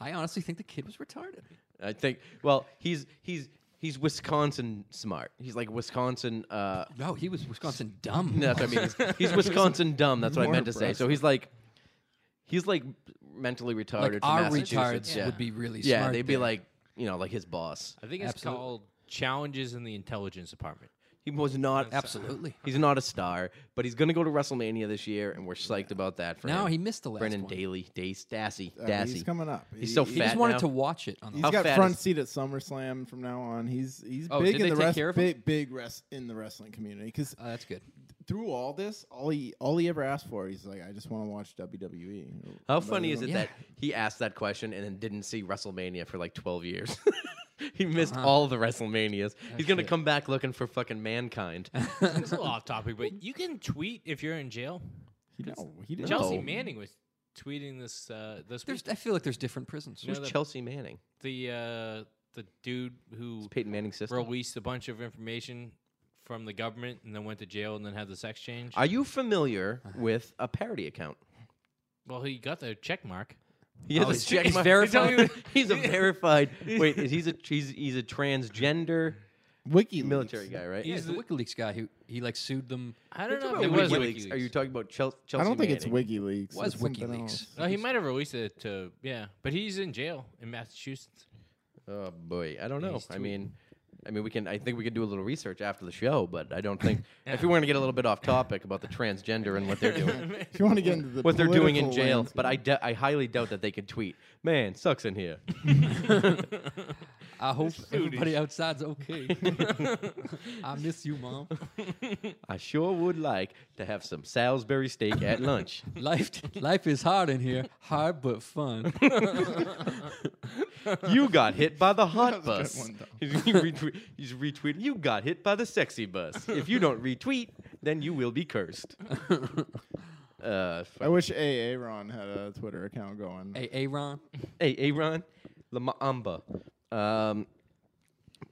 [SPEAKER 5] I honestly think the kid <laughs> was retarded.
[SPEAKER 3] I think. Well, he's he's he's Wisconsin smart. He's like Wisconsin. Uh, <laughs>
[SPEAKER 5] No, he was Wisconsin dumb.
[SPEAKER 3] no, that's what I mean. He's,
[SPEAKER 5] <laughs>
[SPEAKER 3] he's Wisconsin dumb. That's what I meant to say. So he's like. He's like mentally retarded.
[SPEAKER 5] Like
[SPEAKER 3] to
[SPEAKER 5] our
[SPEAKER 3] Massachusetts.
[SPEAKER 5] retards
[SPEAKER 3] yeah.
[SPEAKER 5] would be really
[SPEAKER 3] yeah,
[SPEAKER 5] smart
[SPEAKER 3] they'd be
[SPEAKER 5] there.
[SPEAKER 3] like, you know, like his boss.
[SPEAKER 7] I think it's
[SPEAKER 5] Absolutely.
[SPEAKER 7] called Challenges in the Intelligence Department.
[SPEAKER 3] He was not
[SPEAKER 5] Absolutely.
[SPEAKER 3] He's not a star, but he's going to go to WrestleMania this year, and we're psyched about that. For
[SPEAKER 5] No,
[SPEAKER 3] him.
[SPEAKER 5] he missed the last
[SPEAKER 3] Brennan
[SPEAKER 5] one.
[SPEAKER 3] Daly, Dace, Dassey,
[SPEAKER 4] Uh,
[SPEAKER 3] Dassey.
[SPEAKER 4] he's coming up.
[SPEAKER 3] He's
[SPEAKER 4] He-
[SPEAKER 3] so
[SPEAKER 5] He
[SPEAKER 3] fat
[SPEAKER 5] just wanted
[SPEAKER 3] now.
[SPEAKER 5] to watch it on the
[SPEAKER 4] He's
[SPEAKER 3] How
[SPEAKER 4] got
[SPEAKER 3] fat
[SPEAKER 4] front
[SPEAKER 3] is-
[SPEAKER 4] seat at SummerSlam from now on. He's he's
[SPEAKER 5] Oh,
[SPEAKER 4] big
[SPEAKER 5] did
[SPEAKER 4] in
[SPEAKER 5] they
[SPEAKER 4] the
[SPEAKER 5] take
[SPEAKER 4] rest,
[SPEAKER 5] care of him?
[SPEAKER 4] big big rest in the wrestling community because
[SPEAKER 5] Oh, that's good.
[SPEAKER 4] through all this, all he all he ever asked for, he's like, I just want to watch E." WWE.
[SPEAKER 3] How funny is it
[SPEAKER 5] uh, Yeah.
[SPEAKER 3] that he asked that question and then didn't see WrestleMania for like 12 years? <laughs> he missed
[SPEAKER 5] Uh-huh.
[SPEAKER 3] all the WrestleManias.
[SPEAKER 5] Ah,
[SPEAKER 3] He's going to come back looking for fucking
[SPEAKER 5] <laughs>
[SPEAKER 3] mankind.
[SPEAKER 7] <laughs> It's a little off topic, but you can tweet if you're in jail.
[SPEAKER 4] He, no, he didn't.
[SPEAKER 7] Chelsea
[SPEAKER 3] No.
[SPEAKER 7] Manning was tweeting this uh, this
[SPEAKER 5] There's,
[SPEAKER 7] week.
[SPEAKER 5] I feel like there's different prisons.
[SPEAKER 7] You know
[SPEAKER 3] Who's
[SPEAKER 7] the-
[SPEAKER 3] Chelsea Manning?
[SPEAKER 7] the uh, the dude who
[SPEAKER 3] It's Peyton Manning's sister.
[SPEAKER 7] released a bunch of information from the government and then went to jail and then had the sex change.
[SPEAKER 3] Are you familiar
[SPEAKER 5] Uh-huh.
[SPEAKER 3] with a parody account?
[SPEAKER 7] well, he got the check mark.
[SPEAKER 3] He has
[SPEAKER 5] Oh,
[SPEAKER 3] a
[SPEAKER 5] he's-
[SPEAKER 3] check
[SPEAKER 5] he's
[SPEAKER 3] mark.
[SPEAKER 5] verified?
[SPEAKER 3] <laughs> He's, a
[SPEAKER 5] <laughs>
[SPEAKER 3] verified. Wait, is he's a he's, he's a transgender
[SPEAKER 4] Wiki
[SPEAKER 3] military guy, right?
[SPEAKER 5] He's the, WikiLeaks guy who he like sued them.
[SPEAKER 7] I don't
[SPEAKER 3] You're
[SPEAKER 7] know
[SPEAKER 3] talking
[SPEAKER 7] if it
[SPEAKER 3] about
[SPEAKER 7] was
[SPEAKER 3] WikiLeaks.
[SPEAKER 7] WikiLeaks.
[SPEAKER 3] Are you talking about Chel- Chelsea?
[SPEAKER 4] I don't think
[SPEAKER 3] Manning?
[SPEAKER 4] it's WikiLeaks.
[SPEAKER 5] Was
[SPEAKER 4] it's something
[SPEAKER 5] WikiLeaks.
[SPEAKER 4] else.
[SPEAKER 7] No, he might have released it to yeah, but he's in jail in Massachusetts.
[SPEAKER 3] Oh boy, I don't know.
[SPEAKER 7] he's
[SPEAKER 3] I mean, I mean, we can. I think we can do a little research after the show, but I don't
[SPEAKER 4] <laughs>
[SPEAKER 3] think if we want to get a little bit off topic about the transgender and what they're doing,
[SPEAKER 4] If you want to get into the
[SPEAKER 3] what they're doing in
[SPEAKER 4] political
[SPEAKER 3] jail.
[SPEAKER 4] landscape-
[SPEAKER 3] But I, de- I highly doubt that they can tweet. Man, sucks in here.
[SPEAKER 5] I hope everybody outside's okay. <laughs> I miss you, mom.
[SPEAKER 3] I sure would like to have some Salisbury steak at
[SPEAKER 4] <laughs>
[SPEAKER 3] lunch.
[SPEAKER 5] Life, life is hard in here, hard but fun.
[SPEAKER 3] You got hit by the hot
[SPEAKER 4] That was
[SPEAKER 3] bus.
[SPEAKER 4] a good one,
[SPEAKER 3] he's, <laughs> retweet, he's retweeting. You got hit by the sexy bus. If you
[SPEAKER 4] <laughs>
[SPEAKER 3] don't retweet, then you will be cursed. Uh,
[SPEAKER 4] I wish AA Ron had a Twitter account going.
[SPEAKER 5] hey, Aaron,
[SPEAKER 3] Hey, Aaron, Lamaamba. Um,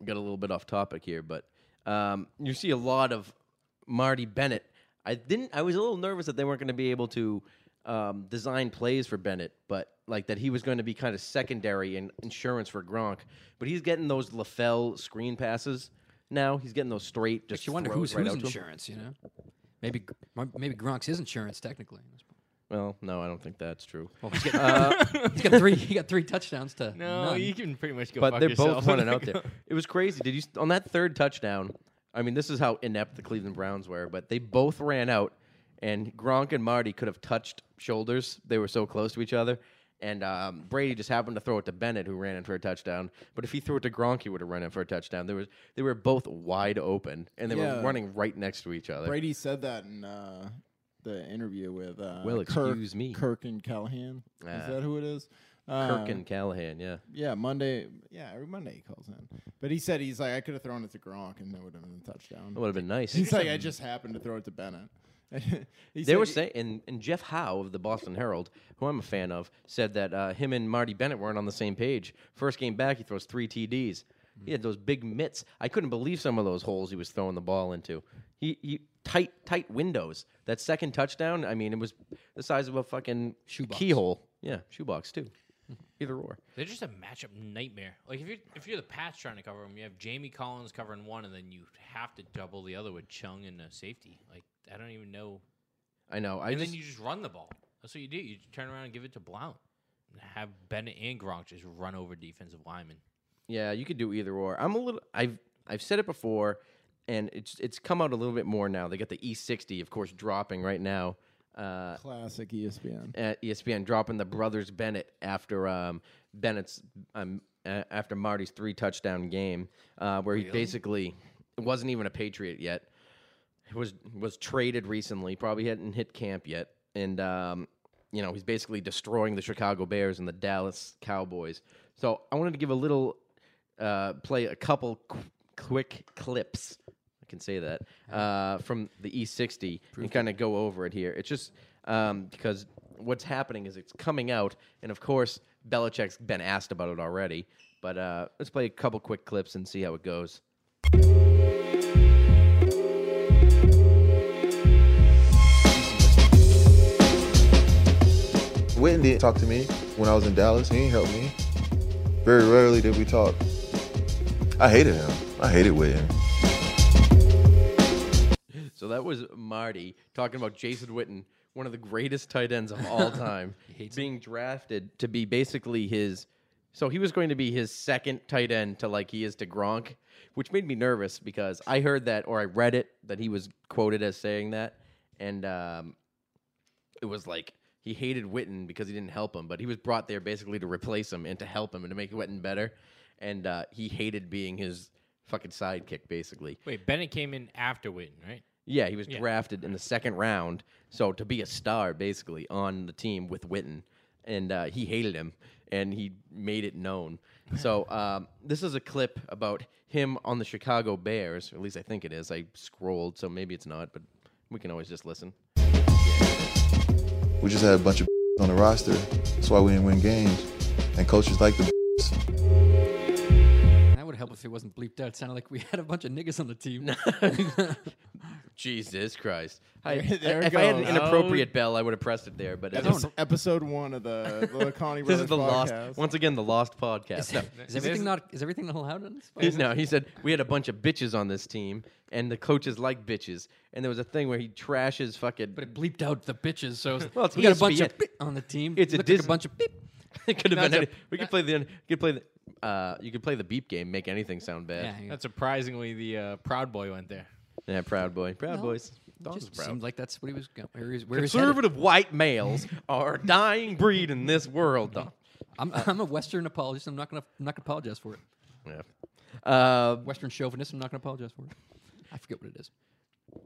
[SPEAKER 3] got a little bit off topic here, but um, you see a lot of Marty Bennett. I didn't. I was a little nervous that they weren't going to be able to um, design plays for Bennett, but like that he was going to be kind of secondary and insurance for Gronk. But he's getting those LaFell screen passes now. He's getting those straight. Just
[SPEAKER 5] you wonder
[SPEAKER 3] throws
[SPEAKER 5] who's
[SPEAKER 3] right
[SPEAKER 5] who's
[SPEAKER 3] out to him.
[SPEAKER 5] insurance, you know? Maybe Gr- maybe Gronk's his insurance technically.
[SPEAKER 3] Well, no, I don't think that's true.
[SPEAKER 5] Well, he's, got, he's got three. He got three touchdowns to
[SPEAKER 7] No,
[SPEAKER 5] none.
[SPEAKER 7] you can pretty much go.
[SPEAKER 3] but
[SPEAKER 7] fuck
[SPEAKER 3] they're
[SPEAKER 7] yourself.
[SPEAKER 3] both running
[SPEAKER 7] <laughs>
[SPEAKER 3] out there. It was crazy. Did you on that third touchdown? I mean, this is how inept the Cleveland Browns were, but they both ran out, and Gronk and Marty could have touched shoulders. They were so close to each other, and um, Brady just happened to throw it to Bennett, who ran in for a touchdown. But if he threw it to Gronk, he would have run in for a touchdown. They were they were both wide open, and they were
[SPEAKER 4] Yeah.
[SPEAKER 3] running right next to each other.
[SPEAKER 4] Brady said that in uh, the interview with uh,
[SPEAKER 3] Well,
[SPEAKER 4] Kirk,
[SPEAKER 3] excuse me.
[SPEAKER 4] Kirk and Callahan.
[SPEAKER 3] Ah.
[SPEAKER 4] Is that who it is?
[SPEAKER 3] Kirk
[SPEAKER 4] Uh,
[SPEAKER 3] and Callahan, yeah.
[SPEAKER 4] yeah, Monday. Yeah, every Monday he calls in. But he said he's like, I could have thrown it to Gronk and that would have been a touchdown.
[SPEAKER 3] That would have been nice.
[SPEAKER 4] He's like, I just happened to throw it to Bennett. <laughs> He
[SPEAKER 3] They
[SPEAKER 4] said
[SPEAKER 3] were
[SPEAKER 4] he-
[SPEAKER 3] saying, and, and Jeff Howe of the Boston Herald, who I'm a fan of, said that uh, him and Marty Bennett weren't on the same page. First game back, he throws three TDs. He had those big mitts. I couldn't believe some of those holes he was throwing the ball into. He, he tight tight windows. That second touchdown, I mean, it was the size of a fucking
[SPEAKER 5] Shoebox.
[SPEAKER 3] keyhole. Yeah, shoebox too. Either or.
[SPEAKER 7] They're just a matchup nightmare. Like if you're if you're the Pats trying to cover them, you have Jamie Collins covering one, and then you have to double the other with Chung and a safety. Like I don't even know.
[SPEAKER 3] I know. I
[SPEAKER 7] and
[SPEAKER 3] just,
[SPEAKER 7] then you just run the ball. That's what you do. You turn around and give it to Blount. And Have Bennett and Gronk just run over defensive linemen.
[SPEAKER 3] Yeah, you could do either or. I'm a little. I've I've said it before, and it's it's come out a little bit more now. They got the E60, of course, dropping right now. Uh,
[SPEAKER 4] classic E ESPN.
[SPEAKER 3] at E ESPN dropping the brothers Bennett after um, Bennett's um, a- after Marty's three touchdown game, uh, where he basically wasn't even a Patriot yet. Was was traded recently. Probably hadn't hit camp yet, and um, you know he's basically destroying the Chicago Bears and the Dallas Cowboys. So I wanted to give a little uh, play a couple qu- quick clips. I can say that uh, from the E60 and kind of go over it here. It's just um, because what's happening is it's coming out, and of course Belichick's been asked about it already. But uh, let's play a couple quick clips and see how it goes.
[SPEAKER 11] Witten didn't talk to me when I was in Dallas. He didn't help me. Very rarely did we talk. I hated him. I hated Witten.
[SPEAKER 3] So that was Marty talking about Jason Witten, one of the greatest tight ends of all time, being drafted to be basically his So he was going to be his second tight end to like he is to Gronk, which made me nervous because I heard that or I read it that he was quoted as saying that, and um, it was like he hated Witten because he didn't help him, but he was brought there basically to replace him and to help him and to make Witten better, and uh, he hated being his fucking sidekick basically.
[SPEAKER 7] Wait, Bennett came in after Witten, right?
[SPEAKER 3] Yeah, he was
[SPEAKER 7] Yeah.
[SPEAKER 3] drafted in the second round, so to be a star basically on the team with Witten, and uh, he hated him, and he made it
[SPEAKER 4] <laughs>
[SPEAKER 3] known. so um, this is a clip about him on the Chicago Bears, or at least I think it is. I scrolled, so maybe it's not, but we can always just listen.
[SPEAKER 11] We just had a bunch of on the roster. That's why we didn't win games. And coaches like the
[SPEAKER 5] That would help if it wasn't bleeped out. It sounded like we <laughs> had a bunch of niggas on the team.
[SPEAKER 3] Jesus Christ! I,
[SPEAKER 4] There- there
[SPEAKER 3] if I had an
[SPEAKER 4] goes.
[SPEAKER 3] inappropriate bell, I would have pressed it there, but it
[SPEAKER 4] Epis-
[SPEAKER 3] was-
[SPEAKER 4] episode one of the,
[SPEAKER 3] <laughs>
[SPEAKER 4] the Connie
[SPEAKER 3] this
[SPEAKER 4] Brothers
[SPEAKER 3] is the
[SPEAKER 4] podcast.
[SPEAKER 3] lost. Once again, the lost podcast.
[SPEAKER 5] <laughs> Is,
[SPEAKER 3] No.
[SPEAKER 5] is everything not is everything not allowed on this?
[SPEAKER 3] He-
[SPEAKER 5] podcast?
[SPEAKER 3] no, he said we had a bunch of bitches on this team, and the coaches like bitches. And there was a thing where he trashes fucking. But
[SPEAKER 5] it bleeped out the bitches. So
[SPEAKER 3] well, it's
[SPEAKER 5] we got a bunch
[SPEAKER 3] ESPN.
[SPEAKER 5] of beep on the team.
[SPEAKER 3] It's a,
[SPEAKER 5] Looked like
[SPEAKER 3] Disney-
[SPEAKER 5] a bunch of beep.
[SPEAKER 3] <laughs> it could have
[SPEAKER 7] That's
[SPEAKER 3] been.
[SPEAKER 7] a-
[SPEAKER 3] any- we could play the. You could play the. Uh, you could play the beep game. Make anything sound bad.
[SPEAKER 5] Yeah,
[SPEAKER 7] That's surprisingly the uh, Proud Boy went there.
[SPEAKER 3] Yeah, proud boy, proud
[SPEAKER 5] No,
[SPEAKER 3] boys.
[SPEAKER 5] it
[SPEAKER 3] Don's
[SPEAKER 5] just
[SPEAKER 3] proud.
[SPEAKER 5] seemed like that's what he was. Going, where he was where he was headed.
[SPEAKER 3] Conservative white males are a dying breed in this world, Don.
[SPEAKER 5] I'm, I'm a Western apologist. I'm not gonna I'm not gonna apologize for it.
[SPEAKER 3] Yeah. Uh,
[SPEAKER 5] Western chauvinist. I'm not gonna apologize for it. I forget what it is.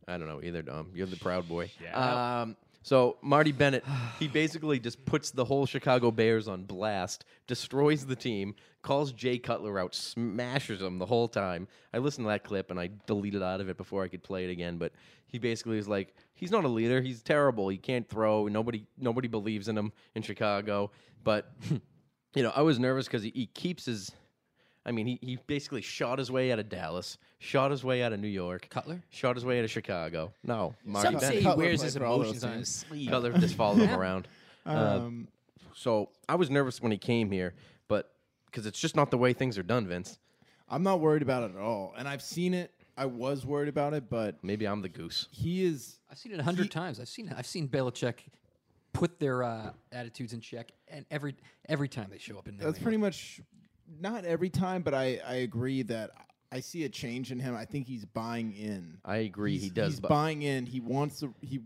[SPEAKER 3] I don't know either, Dom. You're the proud boy.
[SPEAKER 7] Yeah.
[SPEAKER 3] Um, so Marty Bennett, he basically just puts the whole Chicago Bears on blast, destroys the team, calls Jay Cutler out, smashes him the whole time. I listened to that clip and I deleted out of it before I could play it again. But he basically was like, he's not a leader. He's terrible. He can't throw. Nobody, nobody believes in him in Chicago. But you know, I was nervous because he, he keeps his. I mean, he, he basically shot his way out of Dallas, shot his way out of New York,
[SPEAKER 5] Cutler?
[SPEAKER 3] shot his way out of Chicago. No, Marty
[SPEAKER 4] Some
[SPEAKER 3] Bennett.
[SPEAKER 4] say he Cutler wears played his for all those emotions on teams. his
[SPEAKER 3] sleeve. E. Cutler just followed him around. Uh,
[SPEAKER 4] Um,
[SPEAKER 3] so I was nervous when he came here, but because it's just not the way things are done, Vince.
[SPEAKER 4] I'm not worried about it at all, and I've seen it. I was worried about it, but
[SPEAKER 3] Maybe I'm the goose.
[SPEAKER 4] he is.
[SPEAKER 5] I've seen it a hundred times. I've seen I've seen Belichick put their uh, attitudes in check, and every every time they show up in there,
[SPEAKER 4] That's pretty much not every time, but I I agree that I see a change in him. I think he's buying in.
[SPEAKER 3] I agree.
[SPEAKER 4] He's,
[SPEAKER 3] he does.
[SPEAKER 4] He's
[SPEAKER 3] bu-
[SPEAKER 4] buying in. He wants to. He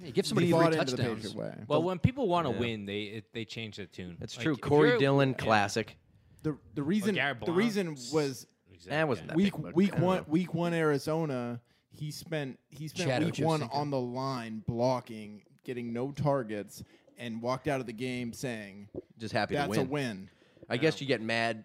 [SPEAKER 5] Hey, give somebody
[SPEAKER 4] he
[SPEAKER 5] three
[SPEAKER 4] bought into the
[SPEAKER 5] touchdowns.
[SPEAKER 4] Patriot way.
[SPEAKER 7] Well, when people want to
[SPEAKER 3] Yeah.
[SPEAKER 7] win, they it, they change their tune.
[SPEAKER 3] it's
[SPEAKER 7] Like,
[SPEAKER 3] true.
[SPEAKER 7] if you're
[SPEAKER 3] Corey
[SPEAKER 7] a-
[SPEAKER 3] Dillon,
[SPEAKER 7] yeah.
[SPEAKER 3] classic.
[SPEAKER 4] the the reason
[SPEAKER 7] Garrett
[SPEAKER 4] the
[SPEAKER 7] Blount.
[SPEAKER 4] reason was
[SPEAKER 7] Exactly.
[SPEAKER 3] That wasn't that
[SPEAKER 4] week
[SPEAKER 3] big, but I
[SPEAKER 4] week
[SPEAKER 3] don't
[SPEAKER 4] one
[SPEAKER 3] know.
[SPEAKER 4] week one Arizona. He spent he spent
[SPEAKER 5] Chad
[SPEAKER 4] week one
[SPEAKER 5] Ochocinco.
[SPEAKER 4] on the line blocking, getting no targets, and walked out of the game saying,
[SPEAKER 3] Just happy
[SPEAKER 4] "That's
[SPEAKER 3] to win.
[SPEAKER 4] a win."
[SPEAKER 3] I guess you get mad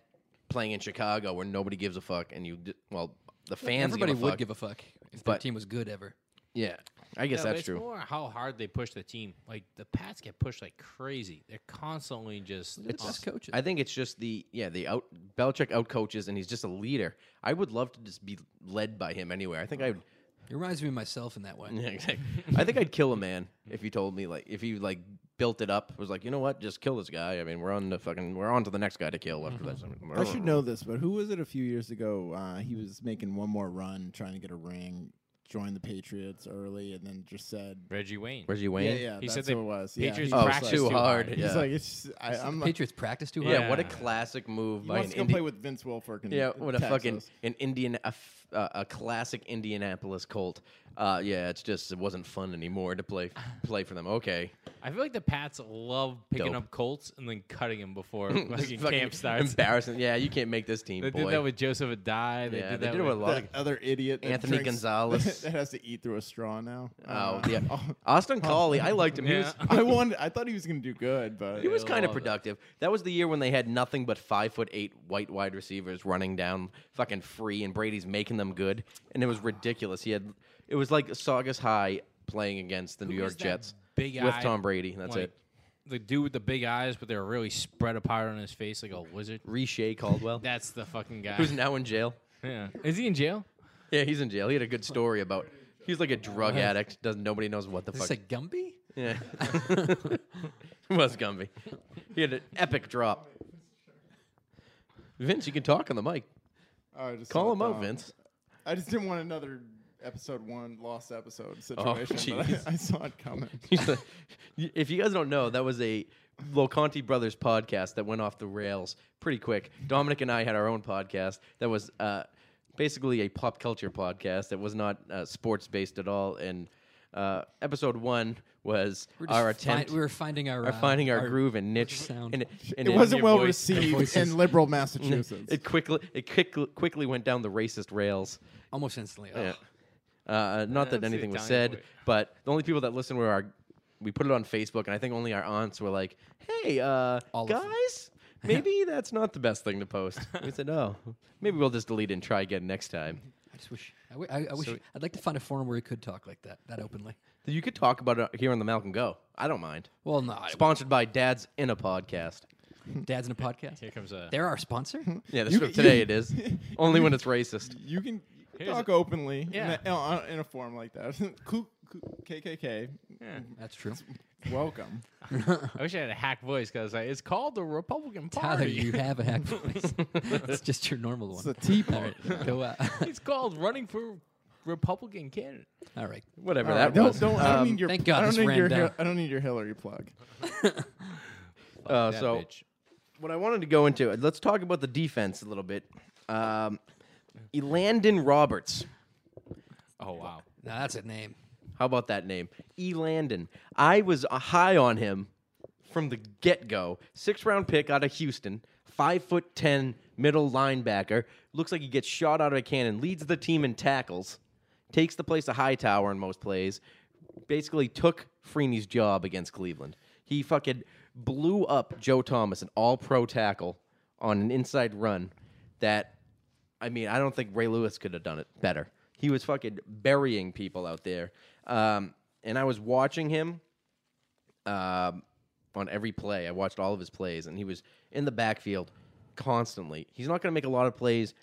[SPEAKER 3] playing in Chicago where nobody gives a fuck, and you d- well the fans.
[SPEAKER 5] Everybody
[SPEAKER 3] give a
[SPEAKER 5] would
[SPEAKER 3] fuck.
[SPEAKER 5] give a fuck if their
[SPEAKER 3] But-
[SPEAKER 5] team was good ever.
[SPEAKER 3] Yeah, I guess
[SPEAKER 7] No, but
[SPEAKER 3] that's
[SPEAKER 7] it's
[SPEAKER 3] true.
[SPEAKER 7] more how hard they push the team. Like the Pats get pushed like crazy. They're constantly just.
[SPEAKER 5] It's
[SPEAKER 7] on-
[SPEAKER 5] best coaches.
[SPEAKER 3] I think it's just the yeah the out Belichick outcoaches and he's just a leader. I would love to just be led by him anywhere. I think I would.
[SPEAKER 5] it reminds me of myself in that way.
[SPEAKER 3] Yeah, exactly. <laughs> I think I'd kill a man if you told me like if you like built it up was like you know what just kill this guy. I mean we're on the fucking we're on to the next guy to kill after this.
[SPEAKER 4] Mm-hmm. I should know this, but who was it a few years ago? Uh, he was making one more run, trying to get a ring, joined the Patriots early, and then just said,
[SPEAKER 7] Reggie Wayne.
[SPEAKER 3] Reggie
[SPEAKER 4] "Yeah,
[SPEAKER 3] Wayne.
[SPEAKER 4] yeah,
[SPEAKER 7] He
[SPEAKER 4] that's
[SPEAKER 7] said they
[SPEAKER 4] who it was." Yeah,
[SPEAKER 7] Patriots
[SPEAKER 4] he was
[SPEAKER 7] practice
[SPEAKER 4] like-
[SPEAKER 3] too
[SPEAKER 7] too
[SPEAKER 3] hard.
[SPEAKER 7] hard.
[SPEAKER 3] Yeah.
[SPEAKER 4] He's like, "It's just, I, I'm like,
[SPEAKER 5] Patriots practice too hard.
[SPEAKER 3] yeah, what a
[SPEAKER 7] Yeah.
[SPEAKER 3] classic move
[SPEAKER 4] he
[SPEAKER 3] by an
[SPEAKER 4] wants to go
[SPEAKER 3] Indi-
[SPEAKER 4] play with Vince Wilfork." in-
[SPEAKER 3] Yeah,
[SPEAKER 4] in
[SPEAKER 3] what a fucking
[SPEAKER 4] Texas.
[SPEAKER 3] an Indian a, f- uh, a classic Indianapolis Colt. Uh, yeah, it's just it wasn't fun anymore to play play for them. Okay,
[SPEAKER 7] I feel like the Pats love picking
[SPEAKER 3] Dope.
[SPEAKER 7] up Colts and then cutting them
[SPEAKER 3] <laughs>
[SPEAKER 7] before fucking
[SPEAKER 3] Fucking
[SPEAKER 7] camp starts.
[SPEAKER 3] Embarrassing. Yeah, you can't make this team.
[SPEAKER 7] They
[SPEAKER 3] boy.
[SPEAKER 7] did that with Joseph Adai. They
[SPEAKER 3] Yeah,
[SPEAKER 7] did
[SPEAKER 3] they
[SPEAKER 7] that
[SPEAKER 3] did it
[SPEAKER 7] with
[SPEAKER 3] with a lot of-
[SPEAKER 4] That other idiot, that
[SPEAKER 3] Anthony
[SPEAKER 4] drinks-
[SPEAKER 3] Gonzalez.
[SPEAKER 4] <laughs> that has to eat through a straw now.
[SPEAKER 7] <laughs>
[SPEAKER 4] Uh,
[SPEAKER 3] Oh yeah,
[SPEAKER 4] <laughs>
[SPEAKER 3] <laughs> Austin Collie. I liked him. He was
[SPEAKER 7] Yeah.
[SPEAKER 4] I wanted. I thought he was going to do good,
[SPEAKER 3] <laughs>
[SPEAKER 4] but
[SPEAKER 3] he was
[SPEAKER 7] I
[SPEAKER 3] kind of
[SPEAKER 7] love it.
[SPEAKER 3] productive. That was the year when they had nothing but five foot eight white wide receivers running down fucking free, and Brady's making them good, and it was ridiculous. He had it was like Saugus High playing against the New
[SPEAKER 7] Who
[SPEAKER 3] York
[SPEAKER 7] is that
[SPEAKER 3] Jets
[SPEAKER 7] big
[SPEAKER 3] with
[SPEAKER 7] eye,
[SPEAKER 3] Tom Brady. That's
[SPEAKER 7] like,
[SPEAKER 3] it.
[SPEAKER 7] The dude with the big eyes, but they're really spread apart on his face like a wizard.
[SPEAKER 3] Reshay
[SPEAKER 7] <laughs>
[SPEAKER 3] Caldwell,
[SPEAKER 7] That's the fucking guy.
[SPEAKER 3] who's now in jail.
[SPEAKER 7] <laughs> yeah. Is he in jail?
[SPEAKER 3] Yeah, he's in jail. He had a good story about. He's like a drug addict. Doesn't nobody knows what the
[SPEAKER 5] Is
[SPEAKER 3] fuck.
[SPEAKER 5] this like Gumby?
[SPEAKER 3] Yeah. it <laughs> was Gumby. He had an epic drop. Vince, you can talk on the mic.
[SPEAKER 4] Oh, I just
[SPEAKER 3] Call
[SPEAKER 4] saw
[SPEAKER 3] him out,
[SPEAKER 4] Dom.
[SPEAKER 3] Vince. <laughs>
[SPEAKER 4] I just didn't want another episode one lost episode situation.
[SPEAKER 3] Oh,
[SPEAKER 4] but I-
[SPEAKER 3] jeez. <laughs>
[SPEAKER 4] I, saw it coming.
[SPEAKER 3] He's like- if you guys don't know, that was a Locanti Brothers podcast that went off the rails pretty quick. Dominic and I had our own podcast that was uh, basically a pop culture podcast that was not uh, sports based at all. And uh, episode one was
[SPEAKER 5] We're just
[SPEAKER 3] our
[SPEAKER 5] fi-
[SPEAKER 3] attempt.
[SPEAKER 5] we were finding our, uh,
[SPEAKER 3] finding our,
[SPEAKER 5] our-
[SPEAKER 3] groove and niche
[SPEAKER 5] sound.
[SPEAKER 3] And, and
[SPEAKER 4] It wasn't
[SPEAKER 3] your
[SPEAKER 4] well
[SPEAKER 3] voice- your
[SPEAKER 4] received
[SPEAKER 3] voices.
[SPEAKER 4] in <laughs> liberal Massachusetts.
[SPEAKER 3] It quickly it quickly quickly went down the racist rails.
[SPEAKER 5] Almost instantly.
[SPEAKER 3] Yeah.
[SPEAKER 5] Ugh.
[SPEAKER 3] Uh, not
[SPEAKER 7] That's
[SPEAKER 3] that
[SPEAKER 7] the
[SPEAKER 3] anything was
[SPEAKER 7] Italian
[SPEAKER 3] said,
[SPEAKER 7] way.
[SPEAKER 3] but the only people that listened were our. We put it on Facebook, and I think only our aunts were like, "Hey, uh,
[SPEAKER 5] All of them.
[SPEAKER 3] guys,
[SPEAKER 4] <laughs>
[SPEAKER 3] maybe that's not the best thing to post." we said, "Oh, maybe we'll just delete it and try again next time."
[SPEAKER 5] I just wish. I, w- I, I wish. I'd like to find a forum where he could talk like that, that openly.
[SPEAKER 3] You could talk about it here on the Malcolm Go. I don't mind.
[SPEAKER 5] Well, no. I-
[SPEAKER 3] Sponsored by Dad's in a podcast.
[SPEAKER 5] Dad's in a podcast.
[SPEAKER 7] Here comes a.
[SPEAKER 5] They're our sponsor.
[SPEAKER 3] <laughs> Yeah, that's
[SPEAKER 4] You-
[SPEAKER 3] what
[SPEAKER 4] you-
[SPEAKER 3] today it
[SPEAKER 4] <laughs>
[SPEAKER 3] is. Only when it's racist.
[SPEAKER 4] You can
[SPEAKER 7] Here's
[SPEAKER 4] talk
[SPEAKER 7] a-
[SPEAKER 4] openly
[SPEAKER 7] Yeah.
[SPEAKER 4] in, a, on- in a form like that. <laughs> Ku- ku- KKK,
[SPEAKER 5] That's true.
[SPEAKER 4] welcome.
[SPEAKER 7] I wish I had a hack voice because it's called the Republican
[SPEAKER 5] Tyler,
[SPEAKER 7] Party.
[SPEAKER 5] you
[SPEAKER 3] <laughs>
[SPEAKER 5] have a hack voice. it's just your normal one.
[SPEAKER 4] It's the Tea
[SPEAKER 5] All
[SPEAKER 4] Party.
[SPEAKER 5] right, go, uh,
[SPEAKER 7] <laughs> it's called running for Republican candidate.
[SPEAKER 5] <laughs> all right.
[SPEAKER 3] Whatever
[SPEAKER 4] All
[SPEAKER 3] that
[SPEAKER 4] right, don't,
[SPEAKER 3] was.
[SPEAKER 4] don't, I don't need your.
[SPEAKER 5] thank God
[SPEAKER 4] I
[SPEAKER 5] this
[SPEAKER 4] don't need
[SPEAKER 5] ran
[SPEAKER 4] your.
[SPEAKER 5] down.
[SPEAKER 4] Hil- I don't need your Hillary plug.
[SPEAKER 3] Uh,
[SPEAKER 7] That
[SPEAKER 3] so
[SPEAKER 7] bitch.
[SPEAKER 3] what I wanted to go into, let's talk about the defense a little bit. Um, Elandon Roberts.
[SPEAKER 7] Oh wow.
[SPEAKER 5] Now that's a name.
[SPEAKER 3] How about that name? Elandon. I was uh, high on him from the get go. Six round pick out of Houston, five foot ten middle linebacker. Looks like he gets shot out of a cannon, leads the team in tackles, takes the place of Hightower in most plays. Basically took Freeney's job against Cleveland. He fucking blew up Joe Thomas, an all pro tackle, on an inside run that I mean, I don't think Ray Lewis could have done it better. He was fucking burying people out there. Um, and I was watching him um, on every play. I watched all of his plays, and he was in the backfield constantly. He's not going to make a lot of plays